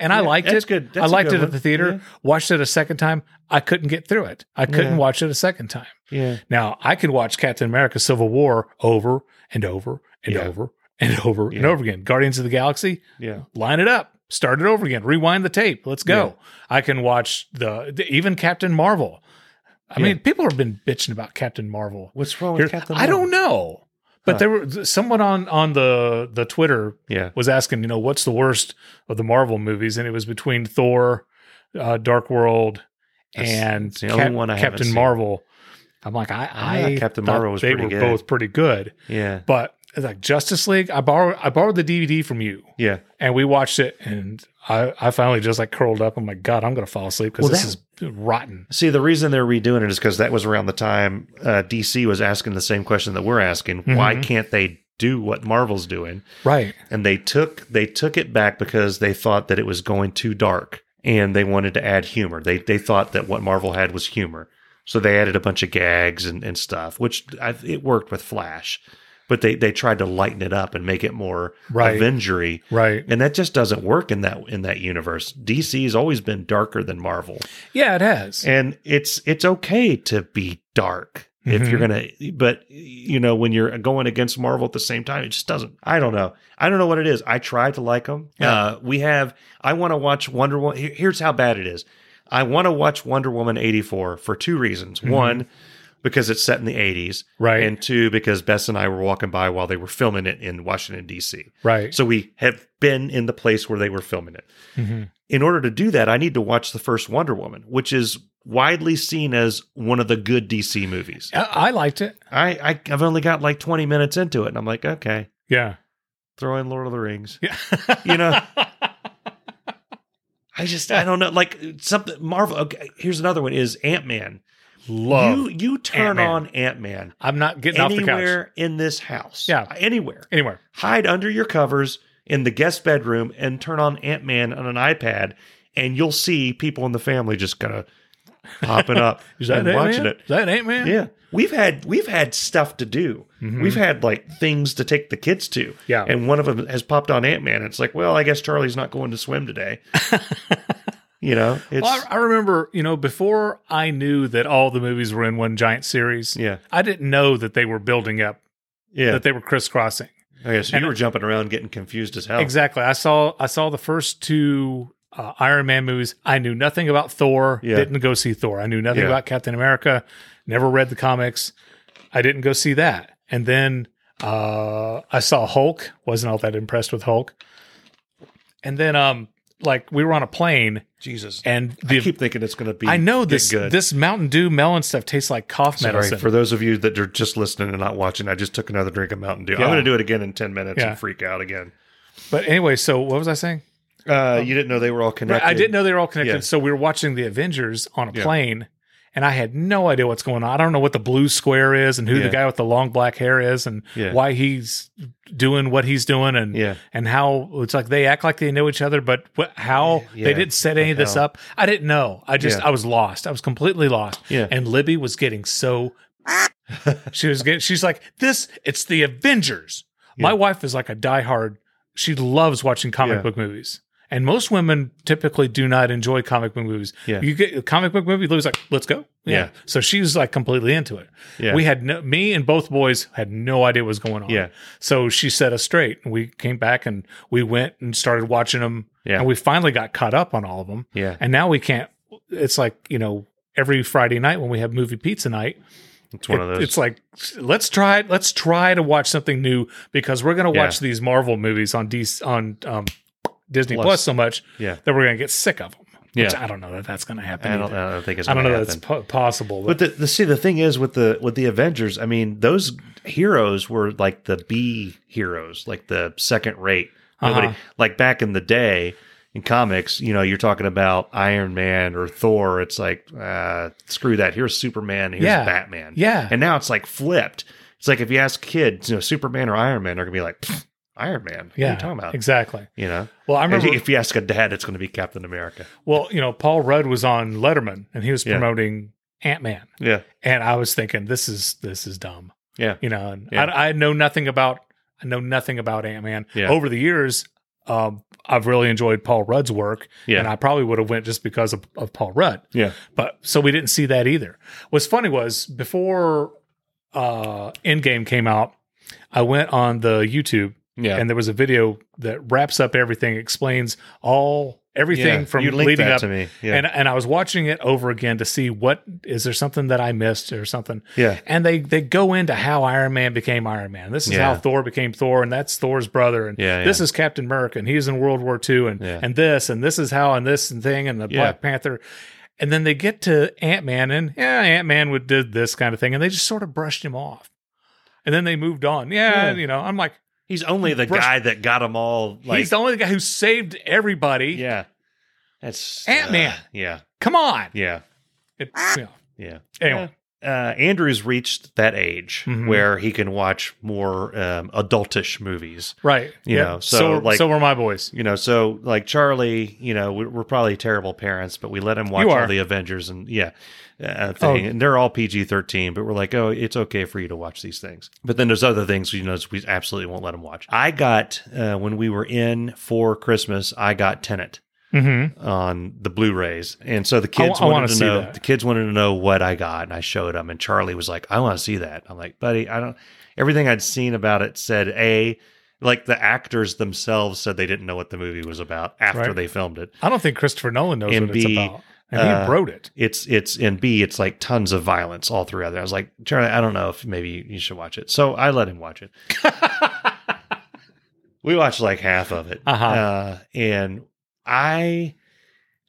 [SPEAKER 4] and I
[SPEAKER 5] Yeah,
[SPEAKER 4] liked
[SPEAKER 5] that's
[SPEAKER 4] it.
[SPEAKER 5] good. That's
[SPEAKER 4] I
[SPEAKER 5] a
[SPEAKER 4] liked
[SPEAKER 5] good
[SPEAKER 4] it
[SPEAKER 5] one.
[SPEAKER 4] at the theater. Watched it a second time. I couldn't get through it. I couldn't
[SPEAKER 5] Yeah.
[SPEAKER 4] watch it a second time.
[SPEAKER 5] Yeah.
[SPEAKER 4] Now I could watch Captain America: Civil War over and over and
[SPEAKER 5] Yeah.
[SPEAKER 4] over and over and
[SPEAKER 5] Yeah.
[SPEAKER 4] over again. Guardians of the Galaxy
[SPEAKER 5] Yeah.
[SPEAKER 4] line it up start it over again rewind the tape let's go i can watch the, the- even captain marvel i
[SPEAKER 5] Yeah.
[SPEAKER 4] mean people have been bitching about captain marvel
[SPEAKER 5] What's wrong
[SPEAKER 4] Here-
[SPEAKER 5] with Captain?
[SPEAKER 4] i
[SPEAKER 5] Marvel?
[SPEAKER 4] don't know but
[SPEAKER 5] Huh.
[SPEAKER 4] there were someone on on the the twitter
[SPEAKER 5] Yeah.
[SPEAKER 4] was asking you know what's the worst of the marvel movies and it was between thor uh, dark world
[SPEAKER 5] That's-
[SPEAKER 4] and
[SPEAKER 5] that's the only
[SPEAKER 4] Cap-
[SPEAKER 5] one I haven't
[SPEAKER 4] captain
[SPEAKER 5] seen.
[SPEAKER 4] marvel i'm like i, I
[SPEAKER 5] Yeah, Captain
[SPEAKER 4] thought
[SPEAKER 5] Marvel was
[SPEAKER 4] they
[SPEAKER 5] pretty
[SPEAKER 4] were
[SPEAKER 5] good.
[SPEAKER 4] both pretty good
[SPEAKER 5] Yeah.
[SPEAKER 4] but like justice league i borrowed i borrowed the dvd from you
[SPEAKER 5] Yeah.
[SPEAKER 4] and we watched it and I, I finally just like curled up. I'm like, God, I'm gonna fall asleep because
[SPEAKER 5] Well,
[SPEAKER 4] this
[SPEAKER 5] that-
[SPEAKER 4] is rotten.
[SPEAKER 5] See, the reason they're redoing it is because that was around the time uh, DC was asking the same question that we're asking. Why
[SPEAKER 4] Mhm.
[SPEAKER 5] can't they do what Marvel's doing?
[SPEAKER 4] Right.
[SPEAKER 5] and they took they took it back because they thought that it was going too dark and they wanted to add humor they they thought that what marvel had was humor so they added a bunch of gags and, and stuff which I, it worked with flash but they they tried to lighten it up and make it more
[SPEAKER 4] Right.
[SPEAKER 5] avengery
[SPEAKER 4] Right.
[SPEAKER 5] and that just doesn't work in that in that universe dc's always been darker than marvel
[SPEAKER 4] Yeah, it has.
[SPEAKER 5] and it's it's okay to be dark if
[SPEAKER 4] Mhm.
[SPEAKER 5] you're gonna but you know when you're going against marvel at the same time it just doesn't i don't know i don't know what it is i try to like them uh, we have i want to watch wonder woman here- here's how bad it is i want to watch wonder woman 84 for two reasons one because it's set in the 80s
[SPEAKER 4] Right.
[SPEAKER 5] and two because bess and i were walking by while they were filming it in washington d.c
[SPEAKER 4] right.
[SPEAKER 5] so we have been in the place where they were filming it
[SPEAKER 4] Mhm.
[SPEAKER 5] in order to do that, I need to watch the first Wonder Woman, which is widely seen as one of the good DC movies.
[SPEAKER 4] I, I liked it.
[SPEAKER 5] I, I I've only got like twenty minutes into it, and I'm like, okay,
[SPEAKER 4] Yeah.
[SPEAKER 5] throw in Lord of the Rings.
[SPEAKER 4] Yeah.
[SPEAKER 5] You know, I just I don't know, like something Marvel. Okay, here's another one: is Ant Man.
[SPEAKER 4] Love.
[SPEAKER 5] You you turn
[SPEAKER 4] Ant-Man.
[SPEAKER 5] on Ant Man
[SPEAKER 4] I'm not getting off the couch.
[SPEAKER 5] anywhere in this house.
[SPEAKER 4] Yeah.
[SPEAKER 5] anywhere.
[SPEAKER 4] Anywhere.
[SPEAKER 5] hide under your covers in the guest bedroom and turn on Ant Man on an iPad, and you'll see people in the family just kind of popping up and watching
[SPEAKER 4] Ant-Man?
[SPEAKER 5] it.
[SPEAKER 4] Is that Ant Man?
[SPEAKER 5] Yeah, we've had we've had stuff to do. We've had like things to take the kids to.
[SPEAKER 4] Mm-hmm. Yeah.
[SPEAKER 5] and one of them has popped on Ant Man. It's like, well, I guess Charlie's not going to swim today. you know, it's
[SPEAKER 4] Well, I, I remember, you know, before I knew that all the movies were in one giant series.
[SPEAKER 5] yeah,
[SPEAKER 4] I didn't know that they were building up,
[SPEAKER 5] yeah.
[SPEAKER 4] that they were crisscrossing.
[SPEAKER 5] okay, so
[SPEAKER 4] and-
[SPEAKER 5] you were jumping around, getting confused as hell.
[SPEAKER 4] Exactly. I saw I saw the first two uh, Iron Man movies. I knew nothing about Thor.
[SPEAKER 5] Yeah.
[SPEAKER 4] Didn't go see Thor. I knew nothing
[SPEAKER 5] Yeah.
[SPEAKER 4] about Captain America. Never read the comics. I didn't go see that. And then uh, I saw Hulk. Wasn't all that impressed with Hulk. And then um like we were on a plane
[SPEAKER 5] Jesus.
[SPEAKER 4] and
[SPEAKER 5] I
[SPEAKER 4] the
[SPEAKER 5] keep thinking it's going to be.
[SPEAKER 4] I know
[SPEAKER 5] get
[SPEAKER 4] this
[SPEAKER 5] good.
[SPEAKER 4] this Mountain Dew melon stuff tastes like cough
[SPEAKER 5] Sorry,
[SPEAKER 4] medicine.
[SPEAKER 5] for those of you that are just listening and not watching, I just took another drink of Mountain Dew.
[SPEAKER 4] Yeah.
[SPEAKER 5] I'm going to do it again in 10 minutes
[SPEAKER 4] Yeah.
[SPEAKER 5] and freak out again.
[SPEAKER 4] But anyway, so what was I saying?
[SPEAKER 5] Uh, you didn't know they were all
[SPEAKER 4] Right,
[SPEAKER 5] connected.
[SPEAKER 4] I didn't know they were all connected.
[SPEAKER 5] Yeah.
[SPEAKER 4] So we were watching the Avengers on a
[SPEAKER 5] Yeah.
[SPEAKER 4] plane, and I had no idea what's going on. I don't know what the blue square is, and who
[SPEAKER 5] Yeah.
[SPEAKER 4] the guy with the long black hair is, and
[SPEAKER 5] Yeah.
[SPEAKER 4] why he's doing what he's doing, and
[SPEAKER 5] Yeah.
[SPEAKER 4] and how it's like they act like they know each other, but wh- how
[SPEAKER 5] Yeah.
[SPEAKER 4] they didn't set any of this
[SPEAKER 5] hell?
[SPEAKER 4] up. I didn't know. I just
[SPEAKER 5] Yeah.
[SPEAKER 4] I was lost. I was completely lost.
[SPEAKER 5] Yeah.
[SPEAKER 4] And Libby was getting so she was getting she's like this. It's the Avengers. My
[SPEAKER 5] Yeah.
[SPEAKER 4] wife is like a diehard. She loves watching comic
[SPEAKER 5] Yeah.
[SPEAKER 4] book movies. And most women typically do not enjoy comic book movies.
[SPEAKER 5] Yeah.
[SPEAKER 4] You get a comic book movie, Lou's like, let's go.
[SPEAKER 5] Yeah.
[SPEAKER 4] So she was like completely into it.
[SPEAKER 5] Yeah.
[SPEAKER 4] We had no, me and both boys had no idea what was going on.
[SPEAKER 5] Yeah.
[SPEAKER 4] So she set us straight. And we came back and we went and started watching them.
[SPEAKER 5] Yeah.
[SPEAKER 4] And we finally got caught up on all of them.
[SPEAKER 5] Yeah.
[SPEAKER 4] And now we can't, it's like, you know, every Friday night when we have movie pizza night,
[SPEAKER 5] It's one of
[SPEAKER 4] it-
[SPEAKER 5] those.
[SPEAKER 4] It's like let's try let's try to watch something new because we're gonna
[SPEAKER 5] Yeah.
[SPEAKER 4] watch these Marvel movies on D- on um, Disney Plus.
[SPEAKER 5] Plus.
[SPEAKER 4] so much
[SPEAKER 5] Yeah.
[SPEAKER 4] that we're gonna get sick of them. Which
[SPEAKER 5] Yeah.
[SPEAKER 4] I don't know that that's gonna happen.
[SPEAKER 5] I don't,
[SPEAKER 4] either.
[SPEAKER 5] I don't think it's.
[SPEAKER 4] I don't know
[SPEAKER 5] gonna
[SPEAKER 4] that's
[SPEAKER 5] happen.
[SPEAKER 4] po- possible.
[SPEAKER 5] But
[SPEAKER 4] But,
[SPEAKER 5] the, the see the thing is with the with the Avengers, I mean, those heroes were like the B heroes, like the second rate. Nobody
[SPEAKER 4] Uh-huh.
[SPEAKER 5] like back in the day in comics, you know, you're talking about Iron Man or Thor. It's like uh, screw that. Here's Superman. Here's
[SPEAKER 4] Yeah.
[SPEAKER 5] Batman.
[SPEAKER 4] Yeah.
[SPEAKER 5] And now it's like flipped. It's like if you ask kids, you know, Superman or Iron Man, they're gonna be like "Pfft, Iron Man. What are
[SPEAKER 4] yeah,
[SPEAKER 5] you talking about?
[SPEAKER 4] exactly.
[SPEAKER 5] You know.
[SPEAKER 4] Well, I
[SPEAKER 5] And
[SPEAKER 4] remember.
[SPEAKER 5] if you ask a dad, it's going to be Captain America.
[SPEAKER 4] well, you know, Paul Rudd was on Letterman and he was
[SPEAKER 5] Yeah.
[SPEAKER 4] promoting Ant Man,
[SPEAKER 5] Yeah.
[SPEAKER 4] and I was thinking this is this is dumb.
[SPEAKER 5] Yeah.
[SPEAKER 4] you know, and
[SPEAKER 5] Yeah.
[SPEAKER 4] I, I know nothing about I know nothing about Ant Man.
[SPEAKER 5] Yeah.
[SPEAKER 4] Over the years, um, I've really enjoyed Paul Rudd's work,
[SPEAKER 5] Yeah.
[SPEAKER 4] and I probably would have went just because of, of Paul Rudd.
[SPEAKER 5] Yeah.
[SPEAKER 4] But so we didn't see that either. What's funny was before uh, Endgame came out, I went on the YouTube
[SPEAKER 5] Yeah.
[SPEAKER 4] and there was a video that wraps up everything, explains all everything
[SPEAKER 5] Yeah.
[SPEAKER 4] from
[SPEAKER 5] You linked
[SPEAKER 4] leading
[SPEAKER 5] that
[SPEAKER 4] up
[SPEAKER 5] to me. Yeah.
[SPEAKER 4] And and I was watching it over again to see what is there something that I missed or something.
[SPEAKER 5] Yeah.
[SPEAKER 4] And they they go into how Iron Man became Iron Man. This is
[SPEAKER 5] Yeah.
[SPEAKER 4] how Thor became Thor, and that's Thor's brother, and
[SPEAKER 5] Yeah,
[SPEAKER 4] this
[SPEAKER 5] yeah.
[SPEAKER 4] is Captain America, and he's in World War II, and
[SPEAKER 5] Yeah.
[SPEAKER 4] and this, and this is how, and this and thing, and the
[SPEAKER 5] Yeah.
[SPEAKER 4] Black Panther. And then they get to Ant Man, and yeah, Ant Man would did this kind of thing, and they just sort of brushed him off. And then they moved on. Yeah,
[SPEAKER 5] Yeah.
[SPEAKER 4] you know, I'm like,
[SPEAKER 5] He's only the
[SPEAKER 4] Brush-
[SPEAKER 5] guy that got them all. Like,
[SPEAKER 4] he's the only guy who saved everybody.
[SPEAKER 5] yeah, that's
[SPEAKER 4] Ant-Man.
[SPEAKER 5] uh, yeah,
[SPEAKER 4] Come on.
[SPEAKER 5] yeah,
[SPEAKER 4] It-
[SPEAKER 5] Ah.
[SPEAKER 4] you know.
[SPEAKER 5] yeah.
[SPEAKER 4] Anyway.
[SPEAKER 5] Uh, Andrew's reached that age
[SPEAKER 4] Mhm.
[SPEAKER 5] where he can watch more um, adultish movies.
[SPEAKER 4] Right.
[SPEAKER 5] You
[SPEAKER 4] Yep.
[SPEAKER 5] know, so,
[SPEAKER 4] were-
[SPEAKER 5] like-
[SPEAKER 4] so were my boys.
[SPEAKER 5] You know, so like Charlie, you know, we're, we're probably terrible parents, but we let him watch
[SPEAKER 4] You are.
[SPEAKER 5] all the Avengers and yeah, uh, thing,
[SPEAKER 4] Oh.
[SPEAKER 5] and they're all PG thirteen. But we're like, oh, it's okay for you to watch these things. But then there's other things you know we absolutely won't let him watch. I got uh, when we were in for Christmas, I got Tenet.
[SPEAKER 4] Mm-hmm.
[SPEAKER 5] on the Blu-rays, and so the
[SPEAKER 4] I wa-
[SPEAKER 5] kids
[SPEAKER 4] I wanna
[SPEAKER 5] wanted to
[SPEAKER 4] see
[SPEAKER 5] know.
[SPEAKER 4] that.
[SPEAKER 5] The kids wanted to know what I got, and I showed them. And Charlie was like, "I want to see that." I'm like, "Buddy, I don't." Everything I'd seen about it said a, like the actors themselves said they didn't know what the movie was about after
[SPEAKER 4] Right.
[SPEAKER 5] they filmed it.
[SPEAKER 4] I don't think Christopher Nolan knows
[SPEAKER 5] And
[SPEAKER 4] what
[SPEAKER 5] B,
[SPEAKER 4] it's about. And
[SPEAKER 5] uh,
[SPEAKER 4] he wrote it.
[SPEAKER 5] It's it's and B, it's like tons of violence all throughout. It. I was like, Charlie, I don't know if maybe you- you should watch it. So I let him watch it. we watched like half of it,
[SPEAKER 4] Uh-huh.
[SPEAKER 5] Uh, and I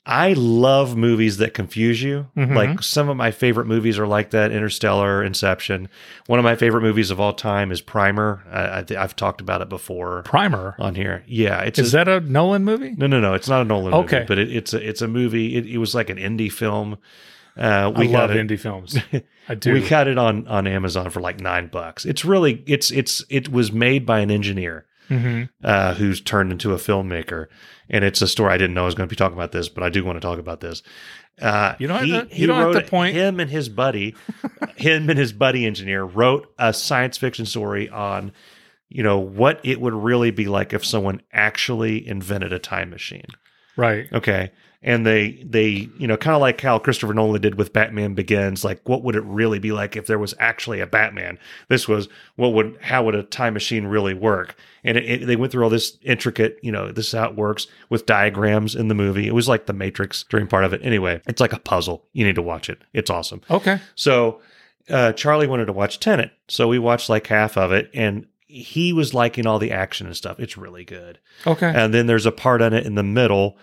[SPEAKER 5] I love movies that confuse you.
[SPEAKER 4] Mhm.
[SPEAKER 5] Like some of my favorite movies are like that: Interstellar, Inception. One of my favorite movies of all time is Primer. I, I, th- I've talked about it before
[SPEAKER 4] Primer.
[SPEAKER 5] on here. Yeah, it's
[SPEAKER 4] Is
[SPEAKER 5] a-
[SPEAKER 4] that a Nolan movie?
[SPEAKER 5] no, no, no. It's not a Nolan
[SPEAKER 4] Okay.
[SPEAKER 5] movie, but it, it's a it's a movie. It, it was like an indie film. Uh,
[SPEAKER 4] I
[SPEAKER 5] we got
[SPEAKER 4] love
[SPEAKER 5] it.
[SPEAKER 4] indie films. I do.
[SPEAKER 5] We got it on on Amazon for like nine bucks. It's really it's it's it was made by an engineer
[SPEAKER 4] hmm
[SPEAKER 5] uh, who's turned into a filmmaker, and it's a story I didn't know I was going to be talking about this, but I do want to talk about this. Uh,
[SPEAKER 4] You don't have to- you don't have to
[SPEAKER 5] wrote-
[SPEAKER 4] point.
[SPEAKER 5] Him and his buddy, him and his buddy engineer wrote a science fiction story on, you know, what it would really be like if someone actually invented a time machine.
[SPEAKER 4] Right.
[SPEAKER 5] Okay. And they they, you know, kind of like how Christopher Nolan did with Batman Begins, like what would it really be like if there was actually a Batman? This was what would how would a time machine really work? And it, it, they went through all this intricate, you know, this is how it works with diagrams in the movie. It was like the Matrix during part of it. Anyway, it's like a puzzle. You need to watch it. It's awesome.
[SPEAKER 4] Okay.
[SPEAKER 5] So uh, Charlie wanted to watch Tenet, so we watched like half of it, and he was liking all the action and stuff. It's really good
[SPEAKER 4] Okay.
[SPEAKER 5] and then there's a part on it in the middle.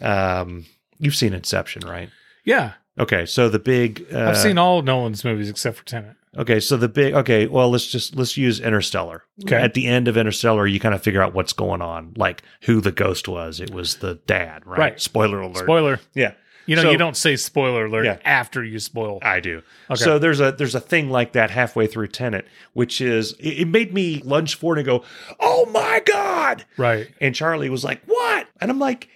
[SPEAKER 5] Um, you've seen Inception, right?
[SPEAKER 4] yeah.
[SPEAKER 5] Okay, so the big uh,
[SPEAKER 4] I've seen all Nolan's movies except for Tenet.
[SPEAKER 5] Okay, so the big okay, well let's just let's use Interstellar.
[SPEAKER 4] Okay.
[SPEAKER 5] At the end of Interstellar, you kind of figure out what's going on, like who the ghost was. It was the dad, right?
[SPEAKER 4] Right.
[SPEAKER 5] Spoiler alert.
[SPEAKER 4] Spoiler.
[SPEAKER 5] yeah.
[SPEAKER 4] You know,
[SPEAKER 5] So-
[SPEAKER 4] you don't say spoiler alert
[SPEAKER 5] Yeah.
[SPEAKER 4] after you spoil.
[SPEAKER 5] I do.
[SPEAKER 4] Okay.
[SPEAKER 5] So there's a there's a thing like that halfway through Tenet, which is it, it made me lunge forward and go, "Oh my god!"
[SPEAKER 4] Right.
[SPEAKER 5] And Charlie was like, "What?" And I'm like,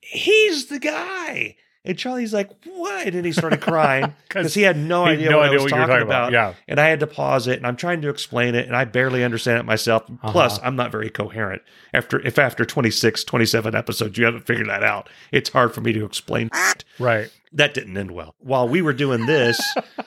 [SPEAKER 5] "He's the guy." And Charlie's like, "What?" And he started crying
[SPEAKER 4] 'Cause
[SPEAKER 5] because he had no
[SPEAKER 4] he had
[SPEAKER 5] idea
[SPEAKER 4] no
[SPEAKER 5] what
[SPEAKER 4] idea
[SPEAKER 5] I was
[SPEAKER 4] what you were
[SPEAKER 5] talking,
[SPEAKER 4] talking
[SPEAKER 5] about.
[SPEAKER 4] about. Yeah.
[SPEAKER 5] And I had to pause it, and I'm trying to explain it, and I barely understand it myself.
[SPEAKER 4] Uh-huh.
[SPEAKER 5] Plus, I'm not very coherent. After if after 26, 27 episodes, you haven't figured that out, it's hard for me to explain.
[SPEAKER 4] Right.
[SPEAKER 5] that didn't end well. While we were doing this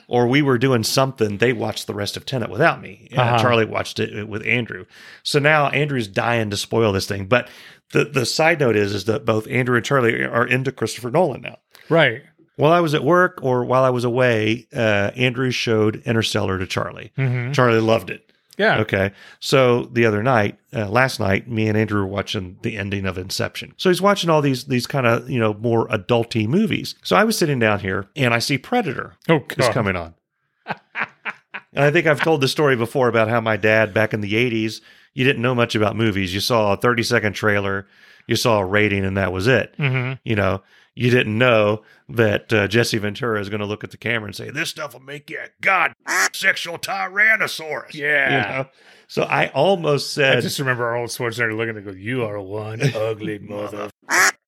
[SPEAKER 5] or we were doing something, they watched the rest of Tenet without me. And
[SPEAKER 4] Uh-huh.
[SPEAKER 5] Charlie watched it with Andrew. So now Andrew's dying to spoil this thing. But the, the side note is, is that both Andrew and Charlie are into Christopher Nolan now.
[SPEAKER 4] Right.
[SPEAKER 5] While I was at work or while I was away, uh, Andrew showed Interstellar to Charlie.
[SPEAKER 4] Mm-hmm.
[SPEAKER 5] Charlie loved it.
[SPEAKER 4] Yeah.
[SPEAKER 5] Okay. So the other night, uh, last night, me and Andrew were watching the ending of Inception. So he's watching all these these kind of you know more adulty movies. So I was sitting down here and I see Predator
[SPEAKER 4] Oh,
[SPEAKER 5] is
[SPEAKER 4] God.
[SPEAKER 5] coming on. and I think I've told the story before about how my dad back in the '80s, you didn't know much about movies. You saw a 30 second trailer, you saw a rating, and that was it.
[SPEAKER 4] Mm-hmm.
[SPEAKER 5] You know. You didn't know that uh, Jesse Ventura is going to look at the camera and say, "This stuff will make you a god sexual tyrannosaurus." You
[SPEAKER 4] Yeah.
[SPEAKER 5] know? So I almost
[SPEAKER 4] I
[SPEAKER 5] said,
[SPEAKER 4] just remember Arnold Schwarzenegger looking and go, "You are one
[SPEAKER 5] Oh.
[SPEAKER 4] ugly mother."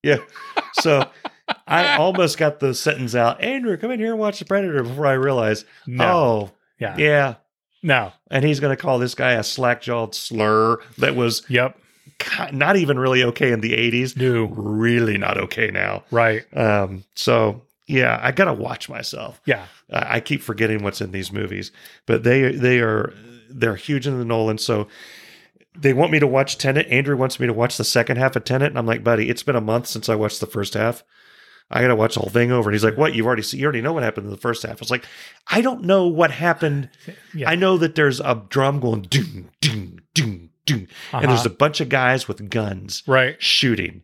[SPEAKER 5] yeah. So I almost got the sentence out. Andrew, come in here and watch the Predator before I realize,
[SPEAKER 4] No.
[SPEAKER 5] oh,
[SPEAKER 4] yeah.
[SPEAKER 5] yeah.
[SPEAKER 4] No.
[SPEAKER 5] And he's going to call this guy a slack jawed slur that was
[SPEAKER 4] Yep.
[SPEAKER 5] ki- not even really okay in the 80s,
[SPEAKER 4] No.
[SPEAKER 5] really not okay now.
[SPEAKER 4] Right.
[SPEAKER 5] Um, so, yeah, I got to watch myself.
[SPEAKER 4] Yeah.
[SPEAKER 5] I I keep forgetting what's in these movies, but they they are they're huge in the Nolan. So they want me to watch Tenet. Andrew wants me to watch the second half of Tenet, and I'm like, buddy, it's been a month since I watched the first half. I got to watch the whole thing over. And he's like, what? You've already seen, you already know what happened in the first half. It's like, I don't know what happened.
[SPEAKER 4] Yeah.
[SPEAKER 5] I know that there's a drum going doom doom doom doom, and there's
[SPEAKER 4] Uh-huh.
[SPEAKER 5] a bunch of guys with guns
[SPEAKER 4] Right.
[SPEAKER 5] shooting.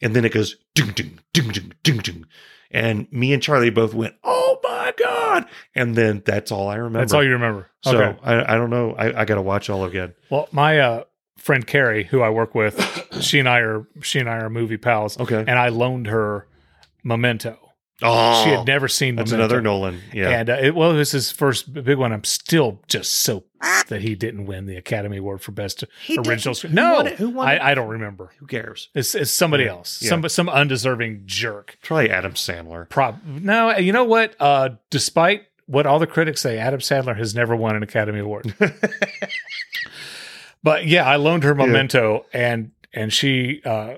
[SPEAKER 5] And then it goes ding ding ding ding ding ding. And me and Charlie both went, Oh my God. And then that's all I remember.
[SPEAKER 4] That's all you remember.
[SPEAKER 5] so
[SPEAKER 4] okay.
[SPEAKER 5] I, I don't know. I, I gotta watch all again.
[SPEAKER 4] Well, my uh, friend Carrie, who I work with, she and I are she and I are movie pals,
[SPEAKER 5] Okay.
[SPEAKER 4] and I loaned her Memento.
[SPEAKER 5] oh
[SPEAKER 4] she had never seen
[SPEAKER 5] that's
[SPEAKER 4] Memento.
[SPEAKER 5] another Nolan. Yeah.
[SPEAKER 4] And uh, it, well, it was his first b- big one. I'm still just so that he didn't win the Academy Award for Best Original Screen. No,
[SPEAKER 5] won it? Who won it?
[SPEAKER 4] I, I don't remember.
[SPEAKER 5] Who cares?
[SPEAKER 4] It's, it's somebody else,
[SPEAKER 5] Yeah.
[SPEAKER 4] some some undeserving jerk.
[SPEAKER 5] Probably Adam Sandler.
[SPEAKER 4] Prob- no, you know what? Uh, despite what all the critics say, Adam Sandler has never won an Academy Award. but yeah, I loaned her Memento, and and she uh,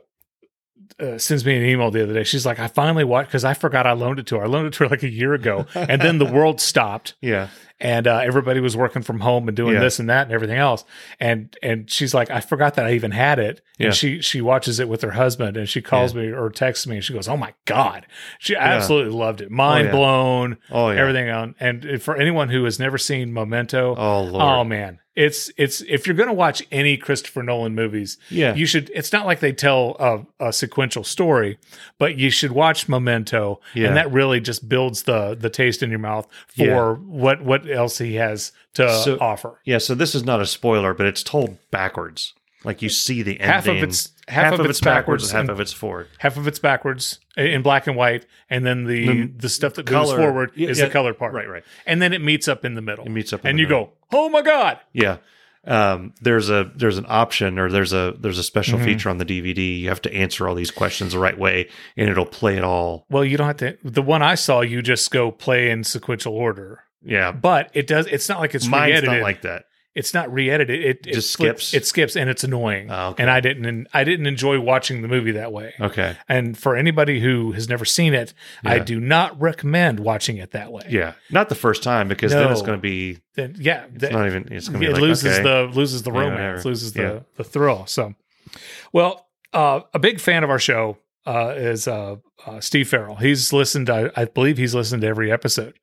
[SPEAKER 4] uh, sends me an email the other day. She's like, "I finally watched because I forgot I loaned it to her. I loaned it to her like a year ago, and then the world stopped,
[SPEAKER 5] Yeah.
[SPEAKER 4] and uh, everybody was working from home and doing
[SPEAKER 5] Yeah.
[SPEAKER 4] this and that and everything else. And and she's like, I forgot that I even had it.
[SPEAKER 5] Yeah.
[SPEAKER 4] And she she watches it with her husband, and she calls me or texts me, and she goes, "Oh my god, she absolutely loved it, mind
[SPEAKER 5] yeah.
[SPEAKER 4] blown,
[SPEAKER 5] Oh yeah.
[SPEAKER 4] everything on." And for anyone who has never seen Memento,
[SPEAKER 5] Oh Lord.
[SPEAKER 4] oh man, it's it's if you're gonna watch any Christopher Nolan movies,
[SPEAKER 5] yeah.
[SPEAKER 4] you should it's not like they tell a, a sequential story but you should watch memento
[SPEAKER 5] Yeah.
[SPEAKER 4] and that really just builds the the taste in your mouth for
[SPEAKER 5] Yeah.
[SPEAKER 4] what what else he has to
[SPEAKER 5] So-
[SPEAKER 4] offer
[SPEAKER 5] yeah, so this is not a spoiler, but it's told backwards. Like you see the ending.
[SPEAKER 4] half of it's half, of, it's backwards,
[SPEAKER 5] and
[SPEAKER 4] and
[SPEAKER 5] half of it's forward.
[SPEAKER 4] half of it's backwards in black and white and then the the,
[SPEAKER 5] The-
[SPEAKER 4] stuff that
[SPEAKER 5] color-
[SPEAKER 4] goes forward
[SPEAKER 5] Yeah,
[SPEAKER 4] is
[SPEAKER 5] yeah.
[SPEAKER 4] the color part
[SPEAKER 5] Right, right.
[SPEAKER 4] and then it meets up in the middle
[SPEAKER 5] It meets up in
[SPEAKER 4] and
[SPEAKER 5] the
[SPEAKER 4] you go oh my god
[SPEAKER 5] Yeah. Um, there's a there's an option or there's a there's a special
[SPEAKER 4] Mhm.
[SPEAKER 5] feature on the DVD. You have to answer all these questions the right way, and it'll play it all.
[SPEAKER 4] well you don't have to the one i saw you just go play in sequential order
[SPEAKER 5] Yeah,
[SPEAKER 4] but it does it's not like it's
[SPEAKER 5] mine's
[SPEAKER 4] re-edited.
[SPEAKER 5] not like that.
[SPEAKER 4] it's not re-edited. It, it
[SPEAKER 5] Just
[SPEAKER 4] flips-
[SPEAKER 5] skips?
[SPEAKER 4] It skips, and it's annoying.
[SPEAKER 5] Oh, okay. Ah.
[SPEAKER 4] And I didn't. And I didn't enjoy watching the movie that way.
[SPEAKER 5] Okay,
[SPEAKER 4] And for anybody who has never seen it, I
[SPEAKER 5] Yeah.
[SPEAKER 4] do not recommend watching it that way.
[SPEAKER 5] yeah, not the first time because then it's
[SPEAKER 4] No.
[SPEAKER 5] going to be
[SPEAKER 4] Then, yeah,
[SPEAKER 5] it's
[SPEAKER 4] that-
[SPEAKER 5] not even it's going to be
[SPEAKER 4] it
[SPEAKER 5] like,
[SPEAKER 4] loses
[SPEAKER 5] okay.
[SPEAKER 4] the loses the
[SPEAKER 5] Yeah,
[SPEAKER 4] romance,
[SPEAKER 5] whatever.
[SPEAKER 4] loses the
[SPEAKER 5] Yeah.
[SPEAKER 4] the thrill. So, well, uh, a big fan of our show uh, is uh, uh, Steve Farrell. He's listened. I, I believe he's listened to every episode,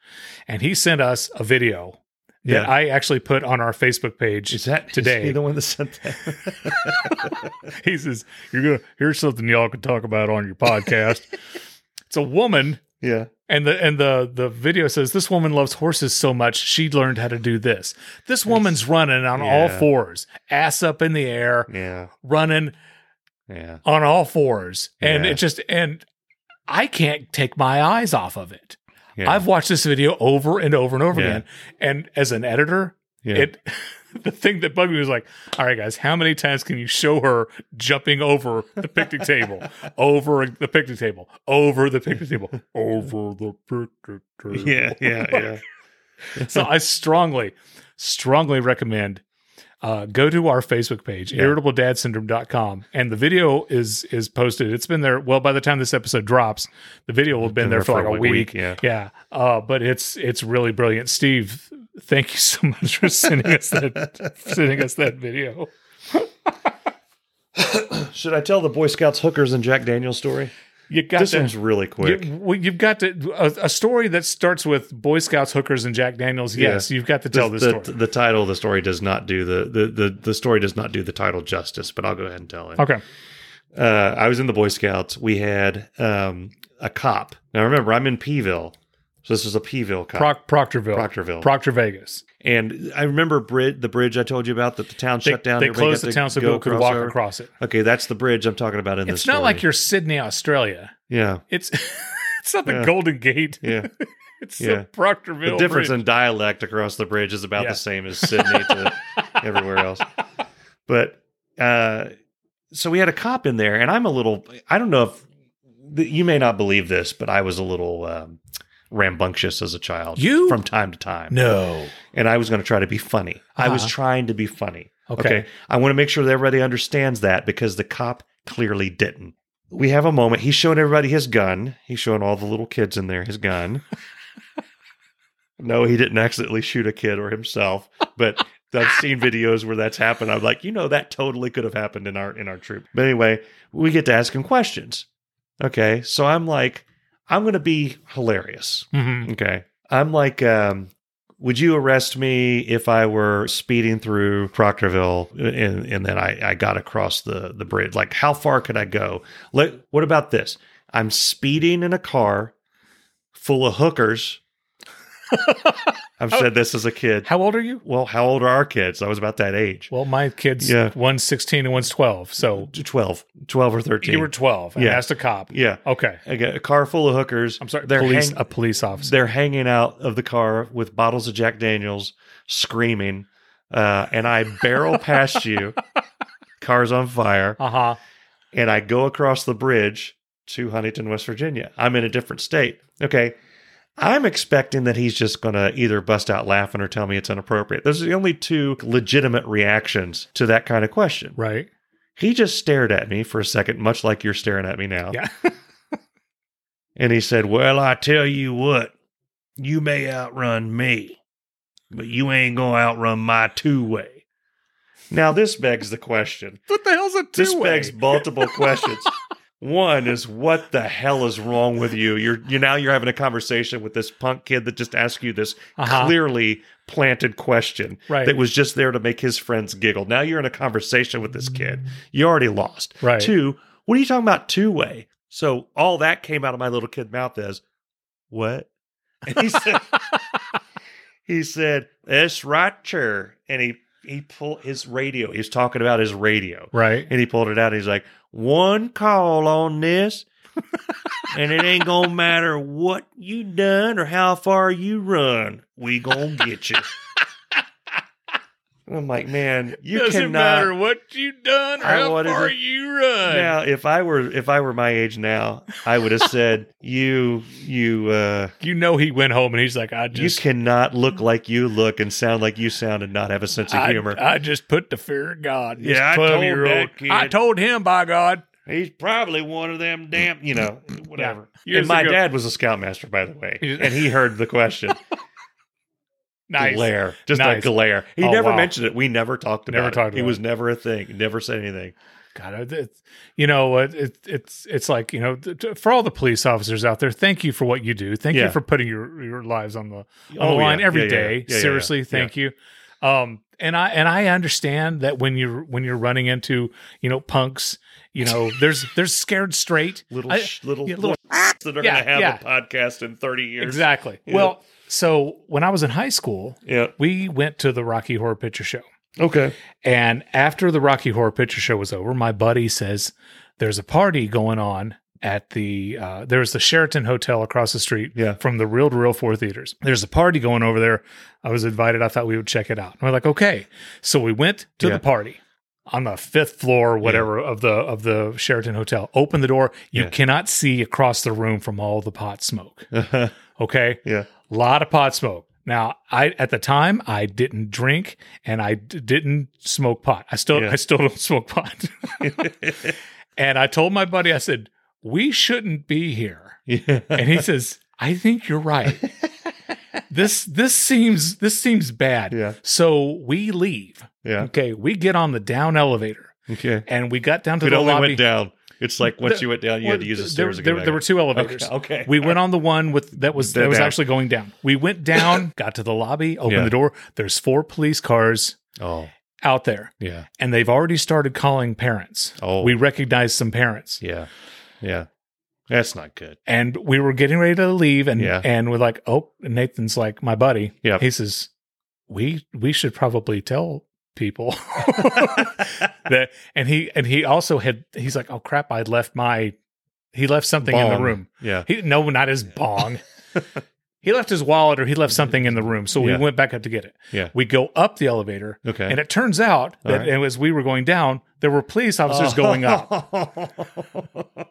[SPEAKER 4] and he sent us a video that
[SPEAKER 5] Yeah.
[SPEAKER 4] I actually put on our Facebook page.
[SPEAKER 5] is that is
[SPEAKER 4] today.
[SPEAKER 5] he the one that sent that?
[SPEAKER 4] he says, "You're gonna here's something y'all can talk about on your podcast." it's a woman,
[SPEAKER 5] yeah,
[SPEAKER 4] and the and the the video says this woman loves horses so much she learned how to do this. This woman's running on all
[SPEAKER 5] yeah.
[SPEAKER 4] fours, ass up in the air,
[SPEAKER 5] Yeah.
[SPEAKER 4] running
[SPEAKER 5] Yeah.
[SPEAKER 4] on all fours, and
[SPEAKER 5] Yeah.
[SPEAKER 4] it just and I can't take my eyes off of it.
[SPEAKER 5] Yeah.
[SPEAKER 4] I've watched this video over and over and over
[SPEAKER 5] Yeah.
[SPEAKER 4] again, and as an editor,
[SPEAKER 5] yeah.
[SPEAKER 4] it the thing that bugged me was like, all right, guys, how many times can you show her jumping over the picnic table, over the picnic table, over the picnic table, over the picnic table?
[SPEAKER 5] yeah. Yeah. Yeah.
[SPEAKER 4] so I strongly, strongly recommend uh, go to our Facebook page,
[SPEAKER 5] Yeah.
[SPEAKER 4] irritabledadsyndrome.com, and the video is is posted. It's been there. Well, by the time this episode drops, the video will have been, there for like a week.
[SPEAKER 5] Yeah.
[SPEAKER 4] Yeah, uh, but it's it's really brilliant, Steve. Thank you so much for sending us that sending us that video.
[SPEAKER 5] Should I tell the Boy Scouts hookers and Jack Daniels story?
[SPEAKER 4] You got
[SPEAKER 5] this
[SPEAKER 4] to,
[SPEAKER 5] one's really quick.
[SPEAKER 4] You, well, you've got to a, a story that starts with Boy Scouts, hookers, and Jack Daniels.
[SPEAKER 5] Yeah.
[SPEAKER 4] Yes, you've got to tell
[SPEAKER 5] the,
[SPEAKER 4] this
[SPEAKER 5] the,
[SPEAKER 4] story.
[SPEAKER 5] the title of the story does not do the, the the the story does not do the title justice, but I'll go ahead and tell it.
[SPEAKER 4] okay.
[SPEAKER 5] Uh, I was in the Boy Scouts. We had um, a cop. Now remember, I'm in Peeville, so this was a Peeville cop,
[SPEAKER 4] Proc- Proctorville,
[SPEAKER 5] Proctorville,
[SPEAKER 4] Proctor Vegas.
[SPEAKER 5] and I remember Brid- the bridge I told you about that the town
[SPEAKER 4] They,
[SPEAKER 5] shut down.
[SPEAKER 4] they
[SPEAKER 5] everybody
[SPEAKER 4] closed
[SPEAKER 5] got
[SPEAKER 4] the
[SPEAKER 5] to
[SPEAKER 4] town so
[SPEAKER 5] go
[SPEAKER 4] people could walk
[SPEAKER 5] crossover.
[SPEAKER 4] across it.
[SPEAKER 5] Okay, that's the bridge I'm talking about in this.
[SPEAKER 4] It's not like you're Sydney, Australia.
[SPEAKER 5] yeah,
[SPEAKER 4] It's it's not the
[SPEAKER 5] Yeah.
[SPEAKER 4] Golden Gate.
[SPEAKER 5] yeah.
[SPEAKER 4] It's
[SPEAKER 5] Yeah.
[SPEAKER 4] the
[SPEAKER 5] the
[SPEAKER 4] Proctorville.
[SPEAKER 5] difference
[SPEAKER 4] Bridge.
[SPEAKER 5] in dialect across the bridge is about
[SPEAKER 4] Yeah.
[SPEAKER 5] the same as Sydney to everywhere else. But uh, so we had a cop in there, and I'm a little, I don't know if th- you may not believe this, but I was a little um, rambunctious as a child
[SPEAKER 4] You?
[SPEAKER 5] from time to time.
[SPEAKER 4] no.
[SPEAKER 5] And I was going to try to be funny. I was
[SPEAKER 4] Uh-huh.
[SPEAKER 5] trying to be funny.
[SPEAKER 4] Okay.
[SPEAKER 5] I want to make sure that everybody understands that because the cop clearly didn't. We have a moment. He's showing everybody his gun. He's showing all the little kids in there his gun. no, he didn't accidentally shoot a kid or himself, but I've seen videos where that's happened. I'm like, you know, that totally could have happened in our in our troop. But anyway, we get to ask him questions. Okay. So I'm like, I'm gonna be hilarious.
[SPEAKER 4] Mhm.
[SPEAKER 5] Okay. I'm like, um, would you arrest me if I were speeding through Proctorville uh, and, and then I, I got across the, the bridge? Like, how far could I go? Let, what about this? I'm speeding in a car full of hookers. I've said this as a kid.
[SPEAKER 4] How old are you?
[SPEAKER 5] well, how old are our kids? I was about that age.
[SPEAKER 4] Well, my kids,
[SPEAKER 5] Yeah.
[SPEAKER 4] one's 16 and one's 12. So
[SPEAKER 5] 12, 12 or 13.
[SPEAKER 4] you were 12 and
[SPEAKER 5] Yeah.
[SPEAKER 4] asked a cop.
[SPEAKER 5] yeah.
[SPEAKER 4] Okay.
[SPEAKER 5] I got a car full of hookers.
[SPEAKER 4] I'm sorry.
[SPEAKER 5] They're
[SPEAKER 4] police,
[SPEAKER 5] hang-
[SPEAKER 4] a police officer.
[SPEAKER 5] They're hanging out of the car with bottles of Jack Daniels, screaming, uh, and I barrel past you. Car's on fire,
[SPEAKER 4] Uh huh.
[SPEAKER 5] and I go across the bridge to Huntington, West Virginia. I'm in a different state. Okay. I'm expecting that he's just going to either bust out laughing or tell me it's inappropriate. Those are the only two legitimate reactions to that kind of question.
[SPEAKER 4] Right.
[SPEAKER 5] He just stared at me for a second, much like you're staring at me now.
[SPEAKER 4] Yeah.
[SPEAKER 5] And he said, Well, I tell you what, you may outrun me, but you ain't going to outrun my two way. Now, this begs the question.
[SPEAKER 4] What the hell's a
[SPEAKER 5] This
[SPEAKER 4] two way?
[SPEAKER 5] begs multiple questions. One is what the hell is wrong with you? You're you now you're having a conversation with this punk kid that just asked you this
[SPEAKER 4] Uh-huh.
[SPEAKER 5] clearly planted question
[SPEAKER 4] Right.
[SPEAKER 5] that was just there to make his friends giggle. Now you're in a conversation with this
[SPEAKER 4] Mm.
[SPEAKER 5] kid. You already lost.
[SPEAKER 4] Right.
[SPEAKER 5] Two, what are you talking about two way? So all that came out of my little kid mouth as what? And he said he said, That's right, sure. And he he pulled his radio. He was talking about his radio.
[SPEAKER 4] Right.
[SPEAKER 5] And he pulled it out. he's like, one call on this, and it ain't gonna matter what you done or how far you run. We gonna get you. I'm like, man, you
[SPEAKER 4] Doesn't
[SPEAKER 5] cannot.
[SPEAKER 4] matter what you done or
[SPEAKER 5] I
[SPEAKER 4] how
[SPEAKER 5] wanted
[SPEAKER 4] far
[SPEAKER 5] to-
[SPEAKER 4] you run.
[SPEAKER 5] Now, if I were if I were my age now, I would have said, you you uh,
[SPEAKER 4] you know he went home and he's like, I
[SPEAKER 5] you
[SPEAKER 4] just
[SPEAKER 5] cannot look like you look and sound like you sound and not have a sense of
[SPEAKER 4] I,
[SPEAKER 5] humor.
[SPEAKER 4] I just put the fear of God. in this
[SPEAKER 5] Yeah, I told
[SPEAKER 4] 12-year-old.
[SPEAKER 5] that kid.
[SPEAKER 4] I told him, by God.
[SPEAKER 5] He's probably one of them damn, you know, whatever.
[SPEAKER 4] Yeah. Years
[SPEAKER 5] and my
[SPEAKER 4] ago-
[SPEAKER 5] dad was a scoutmaster, by the way,
[SPEAKER 4] He's-
[SPEAKER 5] and he heard the question.
[SPEAKER 4] Nice.
[SPEAKER 5] Glare, just
[SPEAKER 4] Nice.
[SPEAKER 5] a glare. He
[SPEAKER 4] Oh,
[SPEAKER 5] never
[SPEAKER 4] wow.
[SPEAKER 5] mentioned it. We never talked about
[SPEAKER 4] Never
[SPEAKER 5] it.
[SPEAKER 4] talked
[SPEAKER 5] he
[SPEAKER 4] about
[SPEAKER 5] was
[SPEAKER 4] it.
[SPEAKER 5] never a thing. Never said anything.
[SPEAKER 4] God, I- it's, you know, it, it, it's it's like you know, th- th- for all the police officers out there, thank you for what you do. Thank
[SPEAKER 5] Yeah.
[SPEAKER 4] you for putting your your lives on the on
[SPEAKER 5] Oh,
[SPEAKER 4] the
[SPEAKER 5] yeah.
[SPEAKER 4] line every
[SPEAKER 5] Yeah,
[SPEAKER 4] day.
[SPEAKER 5] yeah, yeah. Yeah, yeah,
[SPEAKER 4] Seriously,
[SPEAKER 5] yeah.
[SPEAKER 4] thank you. Um, and I and I understand that when you're when you're running into you know punks You know, there's there's scared straight.
[SPEAKER 5] Little,
[SPEAKER 4] I-
[SPEAKER 5] sh- little,
[SPEAKER 4] yeah,
[SPEAKER 5] little
[SPEAKER 4] little-
[SPEAKER 5] that are
[SPEAKER 4] Yeah,
[SPEAKER 5] going to have
[SPEAKER 4] yeah.
[SPEAKER 5] a podcast in 30 years.
[SPEAKER 4] Exactly.
[SPEAKER 5] Yeah.
[SPEAKER 4] Well, so when I was in high school,
[SPEAKER 5] Yeah.
[SPEAKER 4] we went to the Rocky Horror Picture Show.
[SPEAKER 5] Okay.
[SPEAKER 4] And after the Rocky Horror Picture Show was over, my buddy says there's a party going on at the uh, there's the Sheraton Hotel across the street
[SPEAKER 5] Yeah.
[SPEAKER 4] from the Real to Real Four theaters. There's a party going over there. I was invited. I thought we would check it out. And we're like, okay. So we went to
[SPEAKER 5] Yeah.
[SPEAKER 4] the party on the fifth floor, whatever of the of the Sheraton Hotel. Open the door. You
[SPEAKER 5] Yeah.
[SPEAKER 4] cannot see across the room from all the pot smoke. Okay.
[SPEAKER 5] Yeah.
[SPEAKER 4] A lot of pot smoke. Now, I at the time I didn't drink and I d- didn't smoke pot. I still
[SPEAKER 5] Yeah.
[SPEAKER 4] I still don't smoke pot. and I told my buddy I said, "We shouldn't be here."
[SPEAKER 5] yeah.
[SPEAKER 4] And he says, "I think you're right. this this seems this seems bad."
[SPEAKER 5] Yeah.
[SPEAKER 4] So we leave.
[SPEAKER 5] Yeah.
[SPEAKER 4] Okay, we get on the down elevator
[SPEAKER 5] Okay.
[SPEAKER 4] and we got down to
[SPEAKER 5] It
[SPEAKER 4] the
[SPEAKER 5] only
[SPEAKER 4] lobby.
[SPEAKER 5] went down. It's like once you went down, you
[SPEAKER 4] Well,
[SPEAKER 5] had to use the
[SPEAKER 4] there-
[SPEAKER 5] stairs to
[SPEAKER 4] There,
[SPEAKER 5] get back
[SPEAKER 4] there were
[SPEAKER 5] up.
[SPEAKER 4] two elevators.
[SPEAKER 5] Okay, okay.
[SPEAKER 4] We went on the one with that was
[SPEAKER 5] They're
[SPEAKER 4] that was
[SPEAKER 5] down.
[SPEAKER 4] actually going down. We went down, got to the lobby, opened
[SPEAKER 5] Yeah.
[SPEAKER 4] the door. There's four police cars
[SPEAKER 5] Oh,
[SPEAKER 4] out there,
[SPEAKER 5] yeah.
[SPEAKER 4] and they've already started calling parents.
[SPEAKER 5] Oh.
[SPEAKER 4] We recognized some parents.
[SPEAKER 5] Yeah. Yeah. That's not good.
[SPEAKER 4] And we were getting ready to leave, and
[SPEAKER 5] Yeah.
[SPEAKER 4] and we're like, oh, and Nathan's like my buddy.
[SPEAKER 5] Yep.
[SPEAKER 4] he says, we we should probably tell people that. And he and he also had he's like, oh crap, I left my he left something in
[SPEAKER 5] Bong.
[SPEAKER 4] the room.
[SPEAKER 5] Yeah.
[SPEAKER 4] He no, not his bong. he left his wallet or he left something in the room. So we
[SPEAKER 5] Yeah.
[SPEAKER 4] went back up to get it.
[SPEAKER 5] Yeah.
[SPEAKER 4] We go up the elevator.
[SPEAKER 5] Okay.
[SPEAKER 4] And it turns out
[SPEAKER 5] All Oh.
[SPEAKER 4] that as we were going down, there were police officers going up.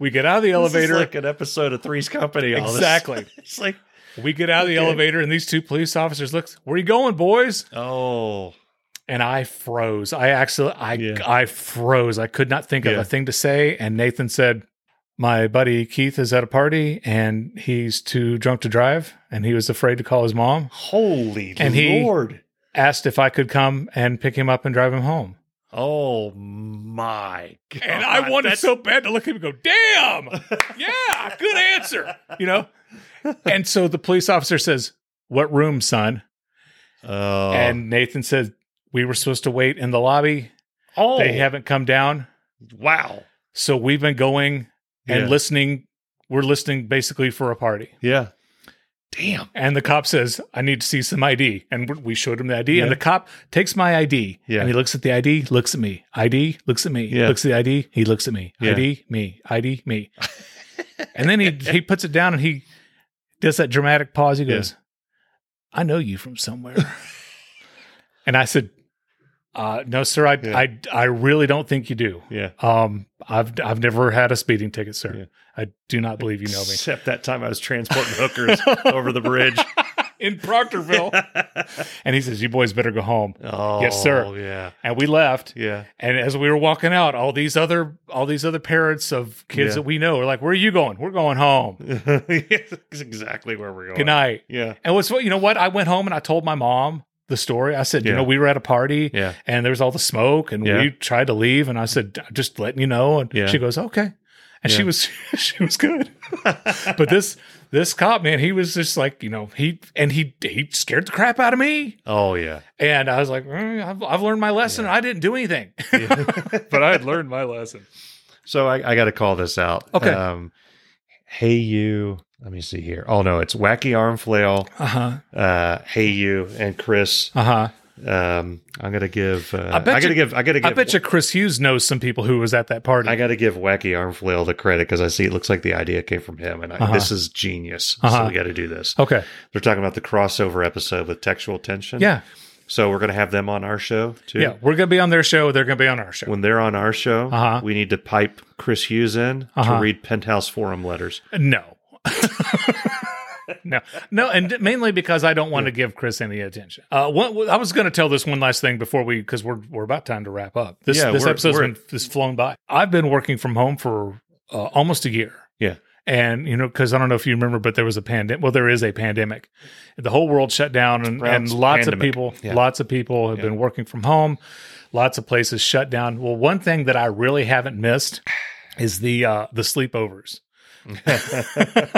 [SPEAKER 4] We get out of the elevator.
[SPEAKER 5] This is like an episode of Three's Company. all this-
[SPEAKER 4] Exactly.
[SPEAKER 5] it's like,
[SPEAKER 4] we get out of the elevator and these two police officers look, where you going, boys?
[SPEAKER 5] oh,
[SPEAKER 4] And I froze. I actually I
[SPEAKER 5] Yeah.
[SPEAKER 4] I froze. I could not think of
[SPEAKER 5] Yeah.
[SPEAKER 4] a thing to say. And Nathan said, My buddy Keith is at a party and he's too drunk to drive, and he was afraid to call his mom.
[SPEAKER 5] holy
[SPEAKER 4] And he-
[SPEAKER 5] Lord.
[SPEAKER 4] asked if I could come and pick him up and drive him home.
[SPEAKER 5] oh, my Oh, God.
[SPEAKER 4] And I wanted
[SPEAKER 5] That's-
[SPEAKER 4] so bad to look at him and go, damn, yeah, good answer, you know? And so the police officer says, What room, son?
[SPEAKER 5] Oh.
[SPEAKER 4] And Nathan says, We were supposed to wait in the lobby.
[SPEAKER 5] oh,
[SPEAKER 4] They haven't come down.
[SPEAKER 5] wow.
[SPEAKER 4] So we've been going and
[SPEAKER 5] Yeah.
[SPEAKER 4] listening. We're listening basically for a party.
[SPEAKER 5] Yeah. Damn.
[SPEAKER 4] And the cop says, I need to see some ID. And we- we showed him the ID.
[SPEAKER 5] Yeah.
[SPEAKER 4] And the cop takes my ID.
[SPEAKER 5] Yeah.
[SPEAKER 4] And he looks at the ID, looks at me. ID, looks at me.
[SPEAKER 5] Yeah.
[SPEAKER 4] Looks at the ID, he looks at me.
[SPEAKER 5] Yeah.
[SPEAKER 4] ID, me. ID, me. and then he, he puts it down and he does that dramatic pause. He
[SPEAKER 5] Yeah.
[SPEAKER 4] goes, I know you from somewhere. and I said, uh, no, sir, I,
[SPEAKER 5] Yeah.
[SPEAKER 4] I, I really don't think you do.
[SPEAKER 5] Yeah.
[SPEAKER 4] Um, I've, I've never had a speeding ticket, sir.
[SPEAKER 5] Yeah.
[SPEAKER 4] I do not believe you know me.
[SPEAKER 5] Except that time I was transporting hookers over the bridge.
[SPEAKER 4] in Proctorville. and he says, You boys better go home.
[SPEAKER 5] Oh,
[SPEAKER 4] Yes, sir.
[SPEAKER 5] Yeah.
[SPEAKER 4] And we left.
[SPEAKER 5] Yeah.
[SPEAKER 4] And as we were walking out, all these other all these other parents of kids
[SPEAKER 5] Yeah.
[SPEAKER 4] that we know are like, Where are you going? We're going home.
[SPEAKER 5] That's exactly where we're going.
[SPEAKER 4] Good night.
[SPEAKER 5] Yeah.
[SPEAKER 4] And what's you know what? I went home and I told my mom the story. I said,
[SPEAKER 5] Yeah.
[SPEAKER 4] you know, we were at a party
[SPEAKER 5] Yeah.
[SPEAKER 4] and there was all the smoke and
[SPEAKER 5] Yeah.
[SPEAKER 4] we tried to leave. And I said, just letting you know. And
[SPEAKER 5] Yeah.
[SPEAKER 4] she goes, okay. And she
[SPEAKER 5] Yeah.
[SPEAKER 4] was she was good. but this this cop, man, he was just like, you know, he and he he scared the crap out of me.
[SPEAKER 5] Oh, yeah.
[SPEAKER 4] And I was like, "Mm, I've, I've learned my lesson. I didn't do anything. but I had learned my lesson.
[SPEAKER 5] So I, I got to call this out.
[SPEAKER 4] Okay.
[SPEAKER 5] Um, hey, you. Let me see here. Oh, no. It's Wacky Arm Flail,
[SPEAKER 4] Uh-huh.
[SPEAKER 5] uh, Hey, you, and Chris.
[SPEAKER 4] Uh-huh.
[SPEAKER 5] Um, I'm going to give. Uh,
[SPEAKER 4] I bet
[SPEAKER 5] I got to
[SPEAKER 4] you-
[SPEAKER 5] give. I got to give.
[SPEAKER 4] I bet you Chris Hughes knows some people who was at that party.
[SPEAKER 5] I got to give Wacky Arm Flail the credit because I see it looks like the idea came from him, and I,
[SPEAKER 4] Uh-huh.
[SPEAKER 5] this is genius. So
[SPEAKER 4] Uh-huh.
[SPEAKER 5] we got to do this.
[SPEAKER 4] okay.
[SPEAKER 5] They're talking about the crossover episode with textual tension.
[SPEAKER 4] Yeah.
[SPEAKER 5] So we're going to have them on our show too.
[SPEAKER 4] Yeah. We're going to be on their show. They're going to be on our show.
[SPEAKER 5] When they're on our show,
[SPEAKER 4] Uh-huh.
[SPEAKER 5] we need to pipe Chris Hughes in to
[SPEAKER 4] Uh-huh.
[SPEAKER 5] read Penthouse Forum letters.
[SPEAKER 4] No. no, no, and mainly because I don't want to give Chris any attention. Uh, one, I was going to tell this one last thing before we, because we're we're about time to wrap up. This
[SPEAKER 5] Yeah,
[SPEAKER 4] this
[SPEAKER 5] we're-
[SPEAKER 4] episode's
[SPEAKER 5] we're-
[SPEAKER 4] been has flown by. I've been working from home for uh, almost a year.
[SPEAKER 5] Yeah.
[SPEAKER 4] and you know, because I don't know if you remember, but there was a pandemic. Well, there is a pandemic. The whole world shut down, and, and
[SPEAKER 5] Brown's
[SPEAKER 4] lots
[SPEAKER 5] pandemic.
[SPEAKER 4] of people,
[SPEAKER 5] Yeah.
[SPEAKER 4] lots of people have been working from home. Lots of places shut down. Well, one thing that I really haven't missed is the uh, the sleepovers.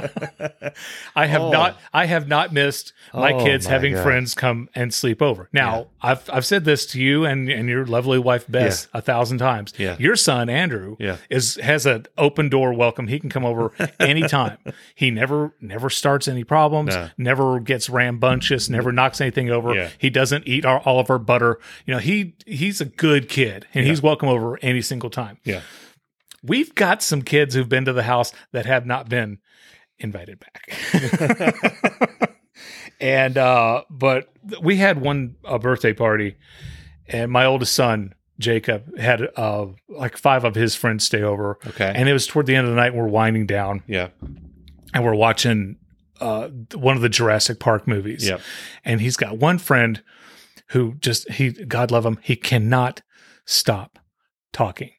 [SPEAKER 4] I have
[SPEAKER 5] Oh.
[SPEAKER 4] not I have not missed my
[SPEAKER 5] Oh,
[SPEAKER 4] kids
[SPEAKER 5] my
[SPEAKER 4] having
[SPEAKER 5] God.
[SPEAKER 4] friends come and sleep over. Now, I've I've said this to you and, and your lovely wife Bess a thousand times.
[SPEAKER 5] Yeah.
[SPEAKER 4] Your son Andrew
[SPEAKER 5] Yeah.
[SPEAKER 4] is has an open door welcome. He can come over anytime. he never never starts any problems,
[SPEAKER 5] No.
[SPEAKER 4] never gets rambunctious, never knocks anything over.
[SPEAKER 5] Yeah.
[SPEAKER 4] He doesn't eat our, all of our butter. You know, he he's a good kid and he's welcome over any single time.
[SPEAKER 5] Yeah.
[SPEAKER 4] We've got some kids who've been to the house that have not been invited back. and uh but we had one a birthday party and my oldest son Jacob had uh like five of his friends stay over
[SPEAKER 5] Okay.
[SPEAKER 4] and it was toward the end of the night we're winding down
[SPEAKER 5] yeah.
[SPEAKER 4] and we're watching uh one of the Jurassic Park movies.
[SPEAKER 5] Yep.
[SPEAKER 4] And he's got one friend who just he God love him, he cannot stop talking.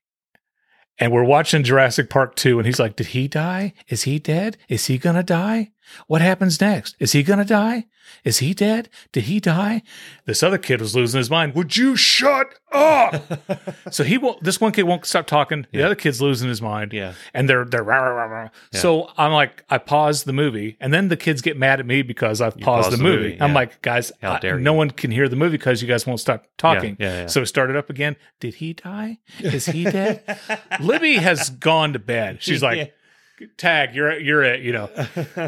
[SPEAKER 4] And we're watching Jurassic Park 2 and he's like, "Did he die? Is he dead? Is he going to die? What happens next? Is he going to die? Is he dead? Did he die?" This other kid was losing his mind. Would you shut up? so he won't this one kid won't stop talking. The
[SPEAKER 5] Yeah.
[SPEAKER 4] other kid's losing his mind
[SPEAKER 5] Yeah.
[SPEAKER 4] and they're they're rah, rah, rah, rah.
[SPEAKER 5] Yeah.
[SPEAKER 4] so I'm like I paused the movie and then the kids get mad at me because I've paused,
[SPEAKER 5] paused
[SPEAKER 4] the,
[SPEAKER 5] the
[SPEAKER 4] movie.
[SPEAKER 5] movie,
[SPEAKER 4] I'm
[SPEAKER 5] yeah.
[SPEAKER 4] like guys,
[SPEAKER 5] How
[SPEAKER 4] I-
[SPEAKER 5] dare
[SPEAKER 4] no
[SPEAKER 5] you.
[SPEAKER 4] one can hear the movie because you guys won't stop talking.
[SPEAKER 5] yeah, yeah.
[SPEAKER 4] So it started up again. Did he die? Is he dead? Libby has gone to bed. She's like tag you're you're it you know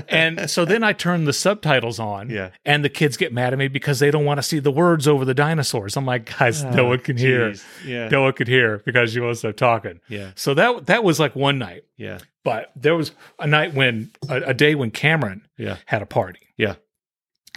[SPEAKER 4] and so then i turn the subtitles on
[SPEAKER 5] Yeah.
[SPEAKER 4] and the kids get mad at me because they don't want to see the words over the dinosaurs i'm like guys no one can hear
[SPEAKER 5] Ah, Jeez. Yeah.
[SPEAKER 4] no one could hear because you won't stop talking
[SPEAKER 5] Yeah.
[SPEAKER 4] so that that was like one night
[SPEAKER 5] Yeah.
[SPEAKER 4] but there was a night when a, a day when Cameron
[SPEAKER 5] Yeah.
[SPEAKER 4] had a party.
[SPEAKER 5] Yeah.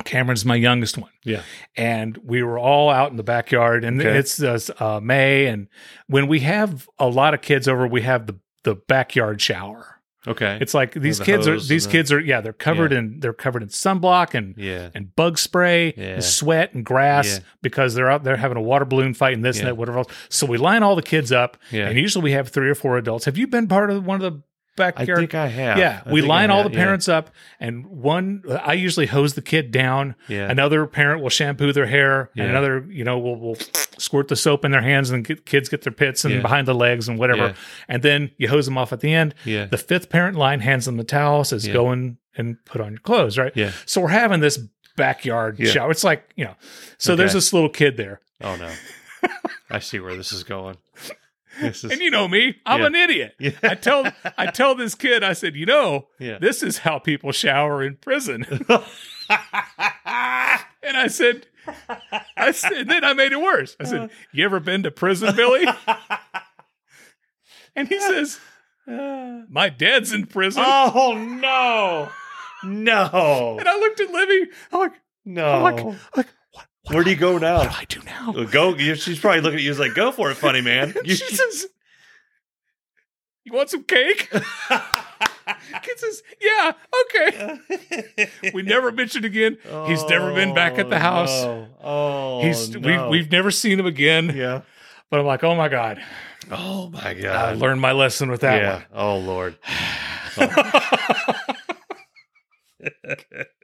[SPEAKER 4] Cameron's my youngest one.
[SPEAKER 5] Yeah.
[SPEAKER 4] And we were all out in the backyard and
[SPEAKER 5] Okay.
[SPEAKER 4] it's uh, uh, May and when we have a lot of kids over we have the the backyard shower.
[SPEAKER 5] Okay.
[SPEAKER 4] It's like these
[SPEAKER 5] the
[SPEAKER 4] kids are
[SPEAKER 5] hose and
[SPEAKER 4] these
[SPEAKER 5] the-
[SPEAKER 4] kids are yeah, they're covered in they're covered in sunblock and
[SPEAKER 5] yeah.
[SPEAKER 4] and bug spray
[SPEAKER 5] Yeah.
[SPEAKER 4] and sweat and grass
[SPEAKER 5] Yeah.
[SPEAKER 4] because they're out there having a water balloon fight and this and
[SPEAKER 5] Yeah.
[SPEAKER 4] that, whatever else. So we line all the kids up,
[SPEAKER 5] Yeah.
[SPEAKER 4] and usually we have three or four adults. Have you been part of one of the
[SPEAKER 5] I
[SPEAKER 4] backyard?
[SPEAKER 5] think I have.
[SPEAKER 4] yeah,
[SPEAKER 5] I
[SPEAKER 4] we
[SPEAKER 5] think
[SPEAKER 4] line
[SPEAKER 5] I
[SPEAKER 4] all the
[SPEAKER 5] have, yeah.
[SPEAKER 4] parents up, and one I usually hose the kid down.
[SPEAKER 5] Yeah.
[SPEAKER 4] Another parent will shampoo their hair,
[SPEAKER 5] Yeah.
[SPEAKER 4] and another you know will will squirt the soap in their hands, and get, kids get their pits and
[SPEAKER 5] Yeah.
[SPEAKER 4] behind the legs and whatever.
[SPEAKER 5] Yeah.
[SPEAKER 4] And then you hose them off at the end.
[SPEAKER 5] Yeah.
[SPEAKER 4] The fifth parent line hands them the towel, says,
[SPEAKER 5] Yeah.
[SPEAKER 4] "Go in and put on your clothes." Right.
[SPEAKER 5] Yeah.
[SPEAKER 4] So we're having this backyard
[SPEAKER 5] Yeah.
[SPEAKER 4] shower. It's like, you know, so there's
[SPEAKER 5] Okay.
[SPEAKER 4] this little kid there.
[SPEAKER 5] Oh no. I see where this is going. This is
[SPEAKER 4] And you know me, I'm
[SPEAKER 5] Yeah.
[SPEAKER 4] an idiot.
[SPEAKER 5] Yeah.
[SPEAKER 4] I tell I tell this kid, I said, you know,
[SPEAKER 5] Yeah.
[SPEAKER 4] this is how people shower in prison. and I said, I said, and then I made it worse. I
[SPEAKER 5] Uh.
[SPEAKER 4] said, You ever been to prison, Billy? and he says, My dad's in prison.
[SPEAKER 5] Uh. Oh no. No.
[SPEAKER 4] And I looked at Libby, I'm like,
[SPEAKER 5] No.
[SPEAKER 4] I'm like, like what, what
[SPEAKER 5] where do you go
[SPEAKER 4] what do
[SPEAKER 5] now?
[SPEAKER 4] I do now?
[SPEAKER 5] Go. you- She's probably looking at you. She's like, "Go for it, funny man." You-
[SPEAKER 4] she says, "You want some cake?" Kid says, "Yeah, okay." We never mentioned again. He's never been back at the
[SPEAKER 5] Oh,
[SPEAKER 4] house.
[SPEAKER 5] no. Oh,
[SPEAKER 4] He's
[SPEAKER 5] no.
[SPEAKER 4] we've we've never seen him again.
[SPEAKER 5] yeah.
[SPEAKER 4] But I'm like, oh my god,
[SPEAKER 5] Oh my
[SPEAKER 4] I
[SPEAKER 5] god.
[SPEAKER 4] learned my lesson with that
[SPEAKER 5] yeah.
[SPEAKER 4] one.
[SPEAKER 5] Oh lord.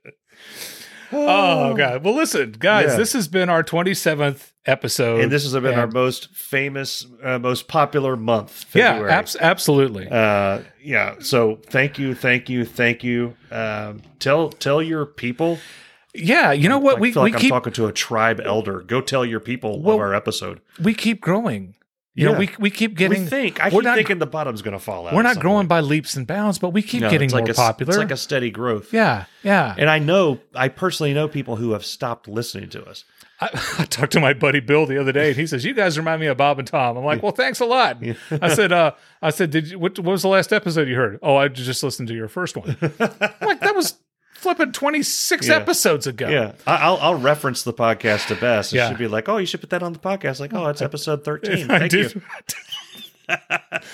[SPEAKER 4] Oh god. Well, listen, guys,
[SPEAKER 5] Yeah.
[SPEAKER 4] this has been our 27th episode,
[SPEAKER 5] And this has been our
[SPEAKER 4] And-
[SPEAKER 5] most famous, uh, most popular month.
[SPEAKER 4] yeah,
[SPEAKER 5] February.
[SPEAKER 4] abs- absolutely.
[SPEAKER 5] uh yeah so thank you thank you thank you um tell tell your people
[SPEAKER 4] yeah, you know what?
[SPEAKER 5] I
[SPEAKER 4] We
[SPEAKER 5] feel like
[SPEAKER 4] we
[SPEAKER 5] i'm
[SPEAKER 4] keep
[SPEAKER 5] talking to a tribe elder go tell your people
[SPEAKER 4] Well,
[SPEAKER 5] of our episode
[SPEAKER 4] we keep growing. You know,
[SPEAKER 5] Yeah.
[SPEAKER 4] we we keep getting.
[SPEAKER 5] we think i
[SPEAKER 4] we're
[SPEAKER 5] keep
[SPEAKER 4] not-
[SPEAKER 5] thinking the bottom's gonna fall out
[SPEAKER 4] we're
[SPEAKER 5] at
[SPEAKER 4] not
[SPEAKER 5] some
[SPEAKER 4] growing
[SPEAKER 5] point.
[SPEAKER 4] by leaps and bounds, but we keep
[SPEAKER 5] No,
[SPEAKER 4] getting
[SPEAKER 5] it's like a
[SPEAKER 4] more
[SPEAKER 5] s-
[SPEAKER 4] popular.
[SPEAKER 5] it's like a steady growth
[SPEAKER 4] yeah, yeah.
[SPEAKER 5] and i know i personally know people who have stopped listening to us
[SPEAKER 4] I, I talked to my buddy Bill the other day, and he says, "You guys remind me of Bob and Tom." I'm like, "Well, thanks a lot." I said, uh, "I said, did you, what, what was the last episode you heard?" Oh, I just listened to your first one. I'm like that was flipping 26
[SPEAKER 5] Yeah.
[SPEAKER 4] episodes ago.
[SPEAKER 5] yeah I, I'll, I'll reference the podcast to best it
[SPEAKER 4] Yeah.
[SPEAKER 5] should be like oh you should put that on the podcast like oh it's episode 13
[SPEAKER 4] I
[SPEAKER 5] thank
[SPEAKER 4] do-
[SPEAKER 5] you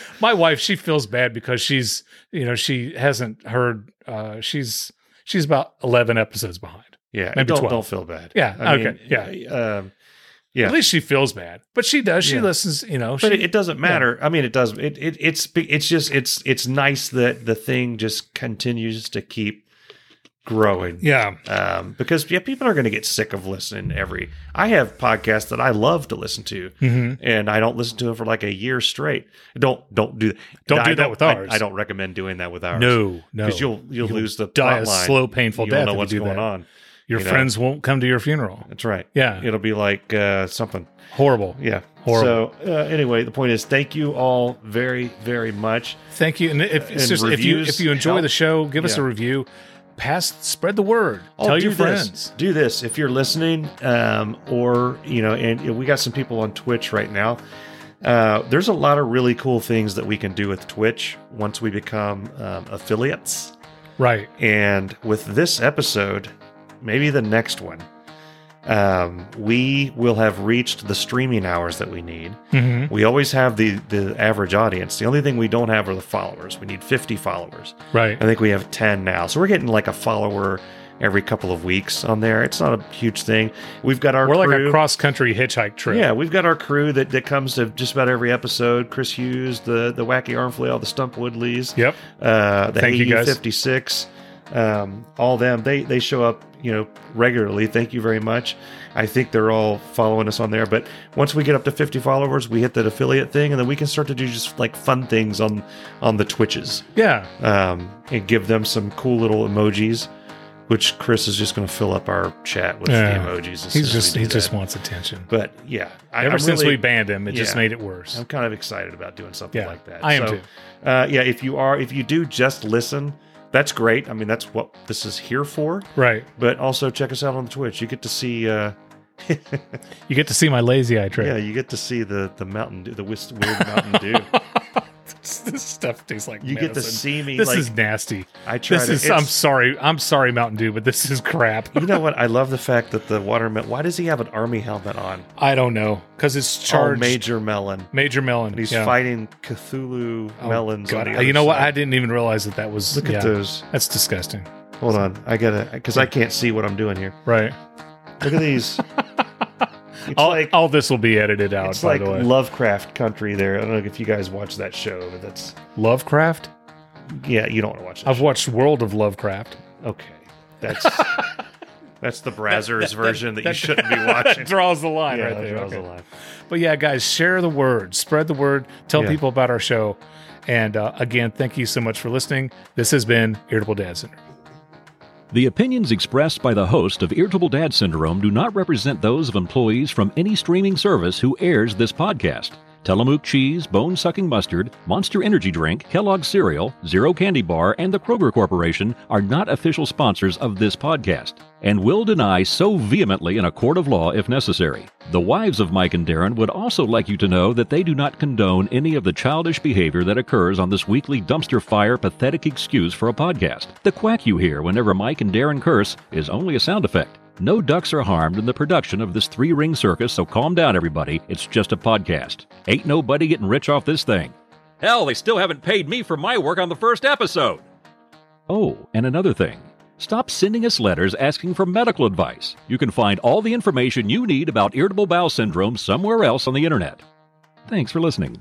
[SPEAKER 4] my wife, she feels bad because she's, you know, she hasn't heard. Uh, she's she's about 11 episodes behind.
[SPEAKER 5] yeah
[SPEAKER 4] Maybe
[SPEAKER 5] don't,
[SPEAKER 4] 12.
[SPEAKER 5] don't feel bad
[SPEAKER 4] Yeah, okay,
[SPEAKER 5] yeah um Yeah.
[SPEAKER 4] At least she feels bad, but she does. She
[SPEAKER 5] Yeah.
[SPEAKER 4] listens. You know,
[SPEAKER 5] But
[SPEAKER 4] she,
[SPEAKER 5] it, it doesn't matter. I mean, it does. It, it it's it's just it's it's nice that the thing just continues to keep growing.
[SPEAKER 6] Yeah.
[SPEAKER 5] Um, because yeah, people are going to get sick of listening to every. I have podcasts that I love to listen to,
[SPEAKER 4] Hmm. Mm-hmm.
[SPEAKER 5] and I don't listen to them for like a year straight. Don't don't do that.
[SPEAKER 4] Don't
[SPEAKER 5] I
[SPEAKER 4] do that with
[SPEAKER 5] I-
[SPEAKER 4] ours.
[SPEAKER 5] I, don't recommend doing that with ours.
[SPEAKER 4] No, no.
[SPEAKER 5] because you'll, you'll lose the
[SPEAKER 4] die a
[SPEAKER 5] plot line.
[SPEAKER 4] slow, painful
[SPEAKER 5] You
[SPEAKER 4] death.
[SPEAKER 5] Don't know
[SPEAKER 4] if
[SPEAKER 5] what's
[SPEAKER 4] you do
[SPEAKER 5] going
[SPEAKER 4] that.
[SPEAKER 5] on.
[SPEAKER 4] Your
[SPEAKER 5] you know?
[SPEAKER 4] friends won't come to your funeral.
[SPEAKER 5] That's right.
[SPEAKER 4] Yeah.
[SPEAKER 5] it'll be like uh, something.
[SPEAKER 4] Horrible.
[SPEAKER 5] Yeah.
[SPEAKER 4] Horrible.
[SPEAKER 5] So uh, anyway, the point is, thank you all very very much.
[SPEAKER 4] Thank you. And if it's
[SPEAKER 5] And
[SPEAKER 4] just if you
[SPEAKER 5] reviews
[SPEAKER 4] if you enjoy
[SPEAKER 5] help.
[SPEAKER 4] the show, give us a
[SPEAKER 5] Yeah.
[SPEAKER 4] review. Pass spread the word.
[SPEAKER 5] Oh,
[SPEAKER 4] Tell
[SPEAKER 5] do
[SPEAKER 4] your
[SPEAKER 5] this.
[SPEAKER 4] friends.
[SPEAKER 5] Do this if you're listening, um, or you know, and we got some people on Twitch right now. Uh, there's a lot of really cool things that we can do with Twitch once we become um, affiliates.
[SPEAKER 4] Right.
[SPEAKER 5] And with this episode, maybe the next one, um, we will have reached the streaming hours that we need.
[SPEAKER 4] Mm-hmm.
[SPEAKER 5] We always have the the average audience. The only thing we don't have are the followers. We need 50 followers.
[SPEAKER 4] Right.
[SPEAKER 5] I think we have 10 now. So we're getting like a follower every couple of weeks on there. It's not a huge thing. We've got our
[SPEAKER 4] We're like
[SPEAKER 5] crew.
[SPEAKER 4] a cross country hitchhike trip.
[SPEAKER 5] yeah, we've got our crew that, that comes to just about every episode. Chris Hughes, the the wacky Armflail, the Stump Woodleys,
[SPEAKER 4] Yep.
[SPEAKER 5] uh, the
[SPEAKER 4] Thank you, guys.
[SPEAKER 5] fifty six, um, all them. They they show up, you know, regularly. Thank you very much. I think they're all following us on there. But once we get up to fifty followers, we hit that affiliate thing, and then we can start to do just like fun things on on the Twitches
[SPEAKER 4] Yeah.
[SPEAKER 5] um, and give them some cool little emojis. Which Chris is just going to fill up our chat with
[SPEAKER 4] Yeah.
[SPEAKER 5] the emojis. as soon
[SPEAKER 4] He's
[SPEAKER 5] as
[SPEAKER 4] just
[SPEAKER 5] we
[SPEAKER 4] he
[SPEAKER 5] do
[SPEAKER 4] just
[SPEAKER 5] that.
[SPEAKER 4] wants attention.
[SPEAKER 5] But yeah, I,
[SPEAKER 4] Ever
[SPEAKER 5] I'm
[SPEAKER 4] since
[SPEAKER 5] really-
[SPEAKER 4] we banned him, it just
[SPEAKER 5] Yeah.
[SPEAKER 4] made it worse.
[SPEAKER 5] I'm kind of excited about doing something
[SPEAKER 4] Yeah,
[SPEAKER 5] like that.
[SPEAKER 4] I am
[SPEAKER 5] So,
[SPEAKER 4] too.
[SPEAKER 5] Uh, yeah, if you are, if you do just listen, that's great. I mean, that's what this is here for.
[SPEAKER 4] Right.
[SPEAKER 5] But also check us out on Twitch. You get to see, uh,
[SPEAKER 4] You get to see my lazy eye trip.
[SPEAKER 5] yeah, you get to see the the Mountain Dew, the wis- weird Mountain Dew.
[SPEAKER 4] this, this stuff tastes like
[SPEAKER 5] You get to
[SPEAKER 4] medicine.
[SPEAKER 5] see me.
[SPEAKER 4] This
[SPEAKER 5] like,
[SPEAKER 4] is nasty.
[SPEAKER 5] I try
[SPEAKER 4] This
[SPEAKER 5] to.
[SPEAKER 4] is.
[SPEAKER 5] it's-
[SPEAKER 4] I'm sorry. I'm sorry, Mountain Dew, but this is crap.
[SPEAKER 5] you know what? I love the fact that the watermelon. Why does he have an army helmet on?
[SPEAKER 4] I don't know because it's charged.
[SPEAKER 5] Oh, Major Melon.
[SPEAKER 4] Major melon.
[SPEAKER 5] And he's
[SPEAKER 4] yeah.
[SPEAKER 5] fighting Cthulhu
[SPEAKER 4] Oh,
[SPEAKER 5] melons. on
[SPEAKER 4] God.
[SPEAKER 5] the
[SPEAKER 4] you
[SPEAKER 5] other
[SPEAKER 4] know what? I
[SPEAKER 5] side.
[SPEAKER 4] didn't even realize that that was.
[SPEAKER 5] Look
[SPEAKER 4] yeah.
[SPEAKER 5] at those.
[SPEAKER 4] That's disgusting.
[SPEAKER 5] Hold on. I gotta because I can't see what I'm doing here.
[SPEAKER 4] Right.
[SPEAKER 5] Look at these. It's
[SPEAKER 4] all,
[SPEAKER 5] like
[SPEAKER 4] all this will be edited out.
[SPEAKER 5] it's
[SPEAKER 4] by
[SPEAKER 5] like
[SPEAKER 4] the way,
[SPEAKER 5] Lovecraft country there. I don't know if you guys watch that show, but that's
[SPEAKER 4] Lovecraft.
[SPEAKER 5] yeah, you don't want to watch that.
[SPEAKER 4] I've watched World of Lovecraft.
[SPEAKER 5] show. Okay. That's that's the Brazzers version that, you shouldn't be
[SPEAKER 4] That
[SPEAKER 5] watching.
[SPEAKER 4] draws the line
[SPEAKER 5] Yeah,
[SPEAKER 4] right
[SPEAKER 5] that
[SPEAKER 4] there.
[SPEAKER 5] draws
[SPEAKER 4] okay.
[SPEAKER 5] a line.
[SPEAKER 4] But yeah, guys, share the word, spread the word, tell
[SPEAKER 5] Yeah.
[SPEAKER 4] people about our show. And uh, again, thank you so much for listening. This has been Irritable Dad Syndrome.
[SPEAKER 3] The opinions expressed by the host of Irritable Dad Syndrome do not represent those of employees from any streaming service who airs this podcast. Tillamook cheese, bone sucking mustard, Monster Energy drink, Kellogg's cereal, Zero Candy Bar, and the Kroger Corporation are not official sponsors of this podcast and will deny so vehemently in a court of law if necessary. The wives of Mike and Darren would also like you to know that they do not condone any of the childish behavior that occurs on this weekly dumpster fire pathetic excuse for a podcast. The quack you hear whenever Mike and Darren curse is only a sound effect. No ducks are harmed in the production of this three ring circus, so calm down, everybody. It's just a podcast. Ain't nobody getting rich off this thing. Hell, they still haven't paid me for my work on the first episode. Oh, and another thing. Stop sending us letters asking for medical advice. You can find all the information you need about irritable bowel syndrome somewhere else on the internet. Thanks for listening.